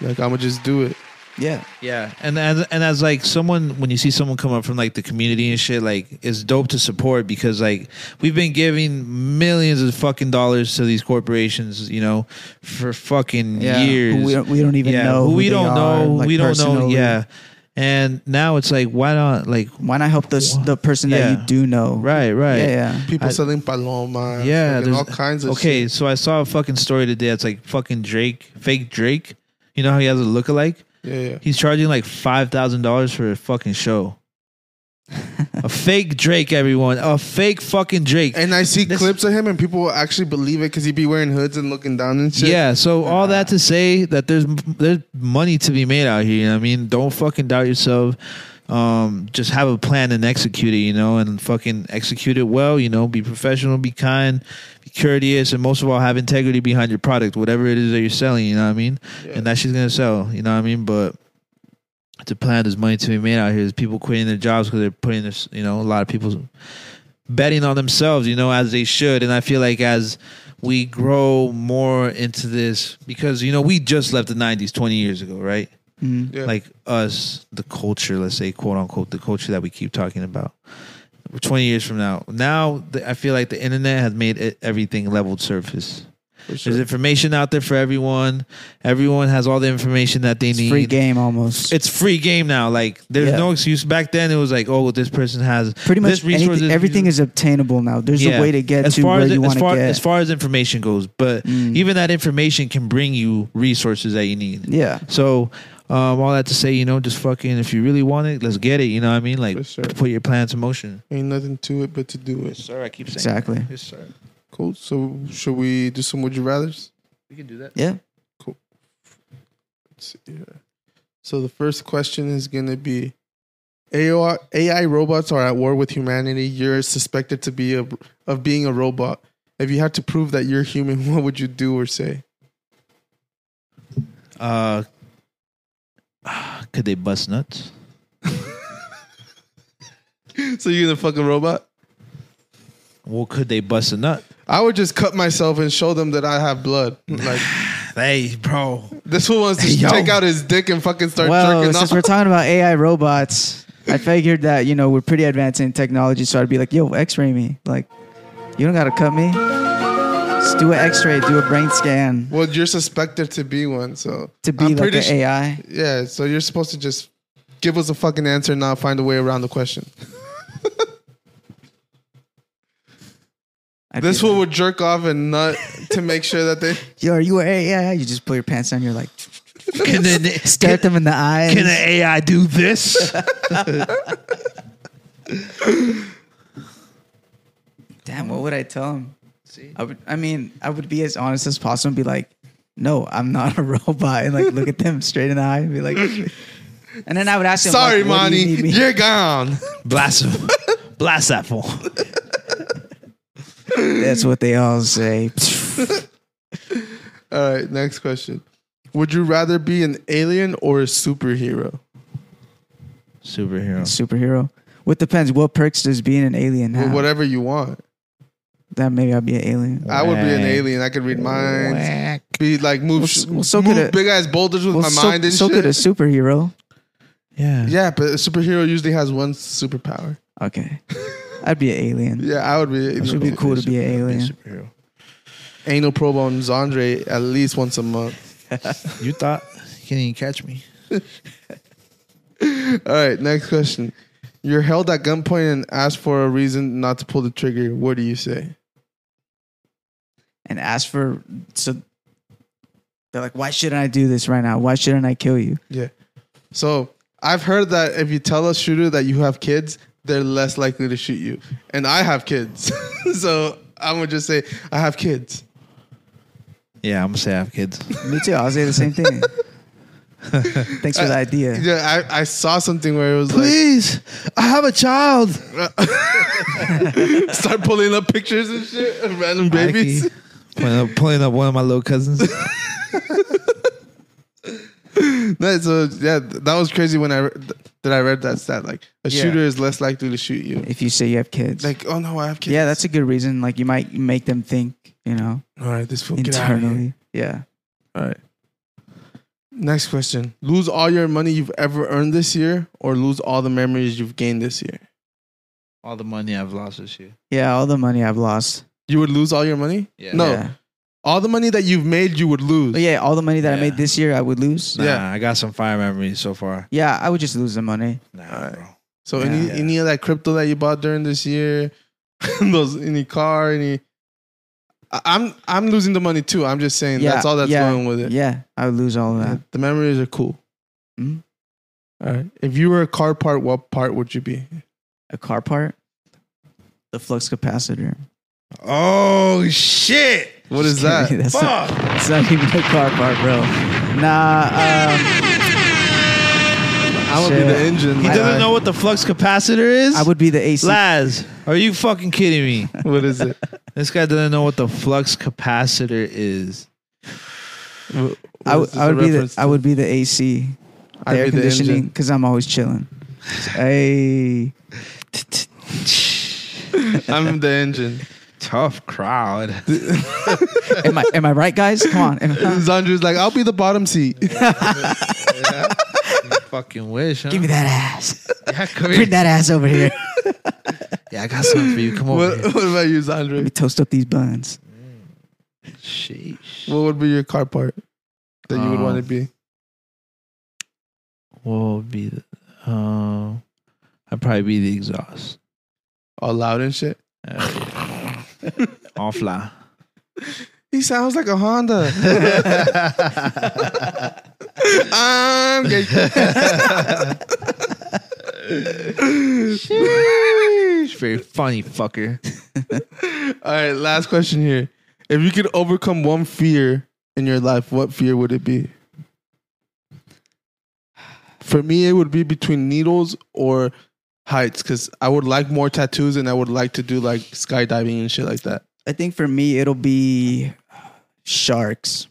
Speaker 3: Like, I'm gonna just do it.
Speaker 2: Yeah.
Speaker 5: Yeah. And as and as like someone when you see someone come up from like the community and shit, like it's dope to support because like we've been giving millions of fucking dollars to these corporations, you know, for fucking
Speaker 2: Yeah, who
Speaker 5: years.
Speaker 2: we don't- we don't even
Speaker 5: Yeah,
Speaker 2: know
Speaker 5: Who,
Speaker 2: who
Speaker 5: we
Speaker 2: they
Speaker 5: don't
Speaker 2: are,
Speaker 5: know.
Speaker 2: like,
Speaker 5: we don't know.
Speaker 2: personally.
Speaker 5: Yeah. And now it's like why not like
Speaker 2: Why not help the the person that
Speaker 5: Yeah.
Speaker 2: you do know?
Speaker 5: Right, right.
Speaker 2: Yeah, yeah.
Speaker 3: People
Speaker 5: I-
Speaker 3: selling paloma.
Speaker 5: Yeah,
Speaker 3: fucking all
Speaker 5: there's-
Speaker 3: kinds of
Speaker 5: Okay,
Speaker 3: shit.
Speaker 5: so I saw a fucking story today. It's like fucking Drake, fake Drake. You know how he has a lookalike.
Speaker 3: Yeah, yeah.
Speaker 5: He's charging like five thousand dollars for a fucking show.
Speaker 2: [LAUGHS]
Speaker 5: a fake Drake, everyone. A fake fucking Drake.
Speaker 3: And I see clips of him, and people will actually believe it because he'd be wearing hoods and looking down and shit.
Speaker 5: Yeah, so all that to say that there's there's money to be made out here. You know what I mean, don't fucking doubt yourself. Um, just have a plan and execute it. You know, and fucking execute it well. You know, be professional, be kind, be courteous, and most of all, have integrity behind your product, whatever it is that you're selling. You know what I mean? And that shit's gonna sell. You know what I mean? But to plan, there's money to be made out here. There's people quitting their jobs because they're putting their, you know, a lot of people betting on themselves, you know, as they should. And I feel like as we grow more into this, because, you know, we just left the 90s 20 years ago, right?
Speaker 2: Mhm.
Speaker 3: Yeah.
Speaker 5: Like us, the culture, let's say, quote unquote, the culture that we keep talking about. We're 20 years from now. Now, th- I feel like the internet has made it, everything leveled surface. There's information out there for everyone. Everyone has all the information that they need
Speaker 2: Free game almost.
Speaker 5: it's free game now. Like there's
Speaker 2: Yeah.
Speaker 5: no excuse. Back then it was like, oh, this person has
Speaker 2: Pretty much
Speaker 5: this resource,
Speaker 2: anything,
Speaker 5: this
Speaker 2: everything is obtainable now. There's
Speaker 5: yeah.
Speaker 2: a way to get
Speaker 5: as
Speaker 2: to
Speaker 5: far
Speaker 2: where
Speaker 5: as
Speaker 2: you want
Speaker 5: as
Speaker 2: to
Speaker 5: far,
Speaker 2: get. Mm.
Speaker 5: As far as information goes, but even that information can bring you resources that you need.
Speaker 2: Yeah.
Speaker 5: So, um, all that to say, you know, just fucking if you really want it, let's get it. You know what I mean? Like put your plans in motion.
Speaker 3: Ain't nothing to it but to do it.
Speaker 5: sir. I keep saying
Speaker 2: Exactly.
Speaker 5: Yes, sir.
Speaker 3: Cool. So should we do some would you rather's?
Speaker 5: We can do that.
Speaker 2: yeah.
Speaker 3: Let's see here. So the first question is gonna be AI, AI robots are at war with humanity. You're suspected to be a, of being a robot. If you had to prove that you're human, [LAUGHS] what would you do or say?
Speaker 5: Uh, could they bust nuts?
Speaker 3: So you're gonna fuck a robot?
Speaker 5: Well, could they bust a nut?
Speaker 3: I would just cut myself and show them that I have blood.
Speaker 2: [LAUGHS]
Speaker 3: Like
Speaker 5: Hey, bro.
Speaker 3: this one wants to
Speaker 2: Yo.
Speaker 3: take out his dick and fucking start
Speaker 2: well,
Speaker 3: jerking
Speaker 2: since
Speaker 3: off.
Speaker 2: we're talking about AI robots, I figured that you know we're pretty advanced in technology, so I'd be like, "Yo, X-ray me. Like, you don't gotta cut me. Just do an X-ray, do a brain scan
Speaker 3: [LAUGHS] well, you're suspected to be one, so
Speaker 2: to be
Speaker 3: I'm
Speaker 2: like
Speaker 3: pretty
Speaker 2: an
Speaker 3: su-
Speaker 2: AI."
Speaker 3: Yeah, so you're supposed to just give us a fucking answer and not find a way around the question.
Speaker 2: I'd
Speaker 3: this
Speaker 2: be
Speaker 3: one would jerk off and nut to make sure
Speaker 2: [LAUGHS]
Speaker 3: that they.
Speaker 2: like, Yo, are you an AI? You just pull your pants down. You're like,
Speaker 5: Can they,
Speaker 2: stare at them in the eyes.
Speaker 5: can an AI do this?
Speaker 2: Damn, what would I tell him? I would. I mean, I would be as honest as possible and be like, "No, I'm not a [LAUGHS] robot," and like look at them straight in the eye and be like.
Speaker 3: [LAUGHS]
Speaker 2: And then I would ask him,
Speaker 3: Sorry,
Speaker 2: like, "What do
Speaker 3: Monty,
Speaker 2: you need me-
Speaker 3: you are gone.
Speaker 5: [LAUGHS] Blast him. Blast that [LAUGHS] fool.
Speaker 2: That's what they all
Speaker 3: [LAUGHS]
Speaker 2: say.
Speaker 3: All right, next question. Would you rather be an alien or a superhero?
Speaker 5: Superhero.
Speaker 2: Superhero. What depends? What perks does being an alien
Speaker 3: Well,
Speaker 2: have?
Speaker 3: whatever you want.
Speaker 2: That maybe I'd be an alien.
Speaker 3: I would be an
Speaker 5: Whack.
Speaker 3: alien. I could read minds.
Speaker 5: Whack.
Speaker 3: Be like move, sh
Speaker 2: well, so could
Speaker 3: move
Speaker 2: a-
Speaker 3: big ass boulders with
Speaker 2: Well,
Speaker 3: my
Speaker 2: so,
Speaker 3: mind and
Speaker 2: so
Speaker 3: shit.
Speaker 2: could a superhero.
Speaker 5: Yeah.
Speaker 3: yeah, but a superhero usually has one superpower. [LAUGHS]
Speaker 2: Okay, I'd be an alien.
Speaker 3: Yeah, I would be.
Speaker 2: It would be cool to be an alien.
Speaker 5: Superhero.
Speaker 3: Anal probe on Zandre at least once a month.
Speaker 5: You thought you can't even catch me.
Speaker 3: All right, next question. You're held at gunpoint and asked for a reason not to pull the trigger. What do you say?
Speaker 2: And ask for so. They're like, why shouldn't I do this right now? Why shouldn't I kill you?
Speaker 3: Yeah. So I've heard that if you tell a shooter that you have kids, they're less likely to shoot you. And I have kids. [LAUGHS] so I'm going to just say, I have kids.
Speaker 5: Yeah, I'm gonna say I have [LAUGHS] kids.
Speaker 2: Me too. I'll say the same
Speaker 3: [LAUGHS]
Speaker 2: thing. Thanks for the idea.
Speaker 3: Uh, Yeah, I, I saw something where it was
Speaker 5: Please, I have a child.
Speaker 3: like, [LAUGHS] start pulling up pictures and shit of random babies. [LAUGHS]
Speaker 5: Mikey, pulling, up, pulling up one of my little cousins.
Speaker 3: No, so yeah, th- that was crazy when I re- th- that I read that stat. Like a
Speaker 5: Yeah.
Speaker 3: shooter is less likely to shoot you.
Speaker 2: If you say you have kids,
Speaker 3: Like, oh no, I have kids.
Speaker 2: yeah, that's a good reason. Like you might make them think, you know,
Speaker 3: all right. This fool, get out of here.
Speaker 2: internally. Yeah.
Speaker 3: All right. Next question. Lose all your money you've ever earned this year or lose all the memories you've gained this year?
Speaker 5: [LAUGHS] All the money I've lost this year.
Speaker 2: Yeah, all the money I've lost.
Speaker 3: You would lose all your money?
Speaker 5: Yeah.
Speaker 3: No.
Speaker 2: Yeah.
Speaker 3: All the money that you've made, you would lose.
Speaker 2: But yeah, all the money that I made this year, I would lose.
Speaker 5: Nah, I got some fire memories so far.
Speaker 2: Yeah, I would just lose the money.
Speaker 5: Nah, bro.
Speaker 3: So any
Speaker 5: Yeah.
Speaker 3: any of that crypto that you bought during this year, [LAUGHS] those any car, any I- I'm I'm losing the money too. I'm just saying
Speaker 2: Yeah,
Speaker 3: that's all that's
Speaker 2: yeah,
Speaker 3: going with it.
Speaker 2: Yeah, I would lose all of that.
Speaker 3: The memories are cool.
Speaker 2: Mhm.
Speaker 3: All right. If you were a car part, what part would you be?
Speaker 2: A car part? The flux capacitor.
Speaker 5: Oh shit!
Speaker 3: What is
Speaker 2: [LAUGHS]
Speaker 3: that?
Speaker 2: That's not,
Speaker 5: Fuck!
Speaker 2: that's not even a car part, bro. Nah, um,
Speaker 3: [LAUGHS] I would be
Speaker 2: Shit.
Speaker 3: the engine.
Speaker 5: He doesn't know what the flux capacitor is.
Speaker 2: I would be the AC.
Speaker 5: Laz, are you fucking kidding me? [LAUGHS]
Speaker 3: What is it?
Speaker 5: this guy doesn't know what the flux capacitor
Speaker 2: I,
Speaker 5: is.
Speaker 3: What is
Speaker 2: would-
Speaker 3: this
Speaker 2: I
Speaker 3: a
Speaker 2: would be the
Speaker 3: reference
Speaker 2: I would be the AC, the
Speaker 3: I'd
Speaker 2: air
Speaker 3: be the
Speaker 2: conditioning,
Speaker 3: engine.
Speaker 2: because I'm always chilling. hey,
Speaker 3: to? I'm the engine.
Speaker 5: Tough [LAUGHS] crowd.
Speaker 2: am I am I right, guys? Come on, Am-
Speaker 3: [LAUGHS] Zandra's like, I'll be the bottom seat.
Speaker 5: fucking wish. Huh?
Speaker 2: give me that ass.
Speaker 5: Yeah, come here.
Speaker 2: Bring that ass over here.
Speaker 5: Yeah, I got something for you. Come over.
Speaker 3: [LAUGHS] What,
Speaker 5: Here.
Speaker 3: what about you,
Speaker 2: Let [LAUGHS]
Speaker 3: Zandra?
Speaker 2: me toast up these buns.
Speaker 5: Sheesh.
Speaker 3: What would be your car part that you would
Speaker 5: Um,
Speaker 3: want to be?
Speaker 5: What would be the? Um, I'd probably be the exhaust.
Speaker 3: All loud and shit.
Speaker 5: Offline.
Speaker 3: He sounds like a Honda. I'm gay.
Speaker 5: Sheesh. Very funny, fucker.
Speaker 3: All right, last question here. If you could overcome one fear in your life, what fear would it be? For me, it would be between needles or heights because I would like more tattoos and I would like to do like skydiving and shit like that.
Speaker 2: I think for me it'll be sharks.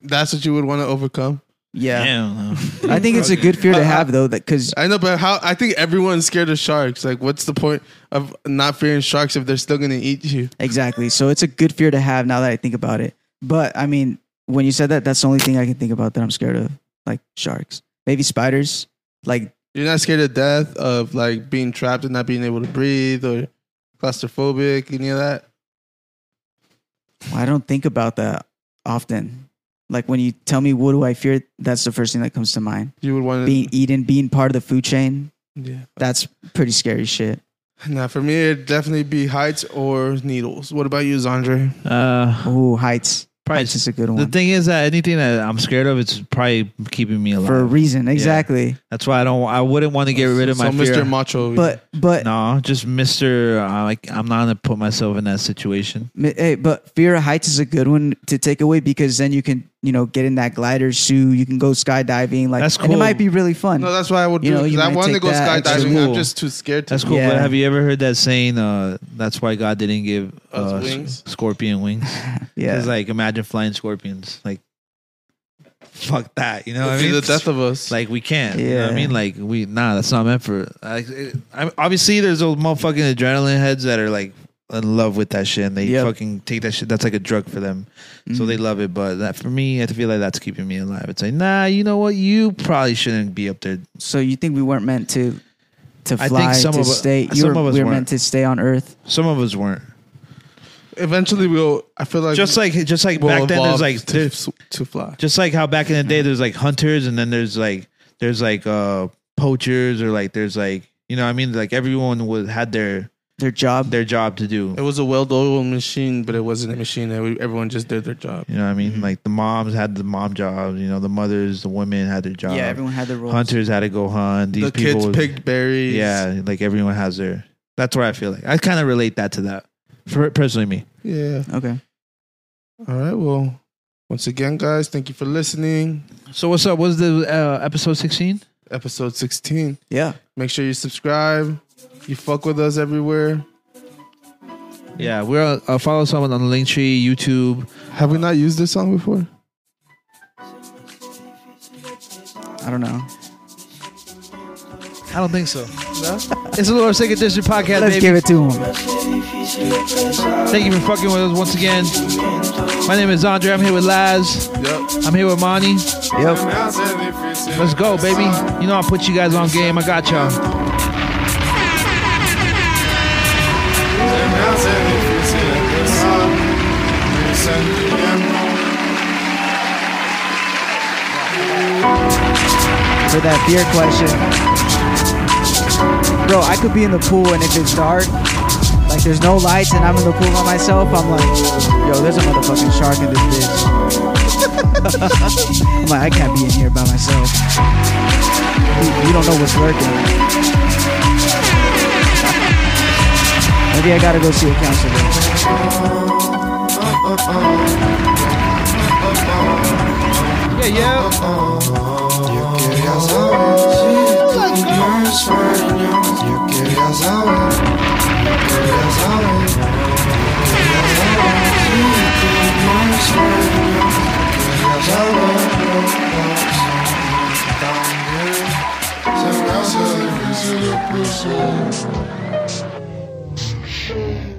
Speaker 3: That's what you would want to overcome.
Speaker 2: Yeah,
Speaker 5: Damn.
Speaker 2: I think it's a good fear to have though, that because
Speaker 3: I know, but how? I think everyone's scared of sharks. Like, what's the point of not fearing sharks if they're still gonna eat you?
Speaker 2: Exactly. So it's a good fear to have now that I think about it. But I mean, when you said that, that's the only thing I can think about that I'm scared of, like sharks, maybe spiders. Like,
Speaker 3: You're not scared of death, of like being trapped and not being able to breathe, or claustrophobic, any of that.
Speaker 2: I don't think about that often. Like when you tell me what do I fear, that's the first thing that comes to mind.
Speaker 3: You would want to.
Speaker 2: Being eaten, being part of the food chain,
Speaker 3: Yeah.
Speaker 2: that's pretty scary shit.
Speaker 3: Nah, for me, it'd definitely be heights or needles. What about you, Zandre?
Speaker 5: Uh,
Speaker 2: Oh, heights.
Speaker 5: Probably
Speaker 2: Heights is a good one.
Speaker 5: the thing is that anything that I'm scared of, it's probably keeping me alive.
Speaker 2: For a reason, exactly.
Speaker 5: That's why I don't. I wouldn't want to get rid of
Speaker 3: so,
Speaker 5: my
Speaker 3: Mr.
Speaker 5: fear.
Speaker 3: Macho.
Speaker 2: But but
Speaker 5: no, just Mister. I like. I'm not gonna put myself in that situation.
Speaker 2: Mi- Hey, but fear of heights is a good one to take away because then you can, you know, get in that glider shoe. You can go skydiving. Like
Speaker 5: That's
Speaker 2: And it
Speaker 5: cool.
Speaker 2: might be really fun.
Speaker 3: no, that's why I would
Speaker 2: You
Speaker 3: do
Speaker 2: know,
Speaker 3: it,
Speaker 2: you
Speaker 3: 'cause I
Speaker 2: might
Speaker 3: want to
Speaker 2: take
Speaker 3: go
Speaker 2: that. That's
Speaker 3: skydiving. I'm
Speaker 5: cool.
Speaker 3: just too scared to.
Speaker 5: That's cool.
Speaker 2: Yeah.
Speaker 5: But have you ever heard that saying? Uh, that's why God didn't give
Speaker 3: Us
Speaker 5: uh, s-
Speaker 3: wings?
Speaker 5: scorpion [LAUGHS] wings.
Speaker 2: yeah.
Speaker 5: It's like imagine flying scorpions. Like, fuck that. You know what I
Speaker 3: It'd be
Speaker 5: mean?
Speaker 3: the death of us.
Speaker 5: Like we can't. You know what I
Speaker 2: Yeah.
Speaker 5: mean? Like we nah, that's not meant for. Like, it, I, obviously, there's those motherfucking adrenaline heads that are like in love with that shit, and they
Speaker 2: Yep.
Speaker 5: fucking take that shit. That's like a drug for them, so
Speaker 2: Mhm.
Speaker 5: they love it. But that for me, I feel like that's keeping me alive. It's like nah, you know what? You probably shouldn't be up there.
Speaker 2: so you think we weren't meant to to
Speaker 5: I think
Speaker 2: fly
Speaker 5: some
Speaker 2: to
Speaker 5: of u-
Speaker 2: stay? You
Speaker 5: some
Speaker 2: were,
Speaker 5: of us
Speaker 2: we were
Speaker 5: weren't.
Speaker 2: meant to stay on Earth.
Speaker 5: Some of us weren't.
Speaker 3: Eventually, we'll. I feel like
Speaker 5: Just like just like
Speaker 3: we'll
Speaker 5: back then,
Speaker 3: evolve
Speaker 5: there's like
Speaker 3: to,
Speaker 5: there's,
Speaker 3: to fly.
Speaker 5: just like how back in the day there's like hunters and then there's like there's like uh poachers or like there's like you know what I mean like everyone was had their
Speaker 2: Their job.
Speaker 5: their job to do.
Speaker 3: It was a well-oiled machine, but it wasn't a machine. Every- Everyone just did their job.
Speaker 5: You know what I mean? Like the moms had the mom jobs, you know, the mothers, the women had their job.
Speaker 2: yeah, everyone had their roles.
Speaker 5: hunters had to go hunt. These
Speaker 3: the
Speaker 5: people
Speaker 3: kids picked berries.
Speaker 5: Yeah, like everyone has their that's where I feel like I kind of relate that to that. For personally me.
Speaker 3: Yeah.
Speaker 2: Okay.
Speaker 3: All right. Well, once again, guys, thank you for listening.
Speaker 5: So what's up? What's the uh, episode 16?
Speaker 3: Episode 16.
Speaker 2: Yeah.
Speaker 3: Make sure you subscribe. You fuck with us everywhere.
Speaker 5: Yeah, we're uh, follow someone on Linktree, YouTube.
Speaker 3: Have we not used this song before?
Speaker 2: I don't know.
Speaker 5: I don't think [LAUGHS] so. It's the Lower Second District podcast.
Speaker 2: Let's
Speaker 5: baby.
Speaker 2: give it to him.
Speaker 5: Thank you for fucking with us once again. My name is Andre. I'm here with Laz.
Speaker 3: Yep.
Speaker 5: I'm here with Monty.
Speaker 2: Yep.
Speaker 5: Let's go, baby. You know I'll put you guys on game. I got y'all.
Speaker 2: for that beer question. Bro, I could be in the pool and if it's dark, like there's no lights and I'm in the pool by myself, I'm like, yo, there's a motherfucking shark in this bitch. [LAUGHS] I'm like, I can't be in here by myself. You, you don't know what's lurking. Maybe I gotta go see a counselor.
Speaker 5: Yeah, yeah.
Speaker 7: Thank you.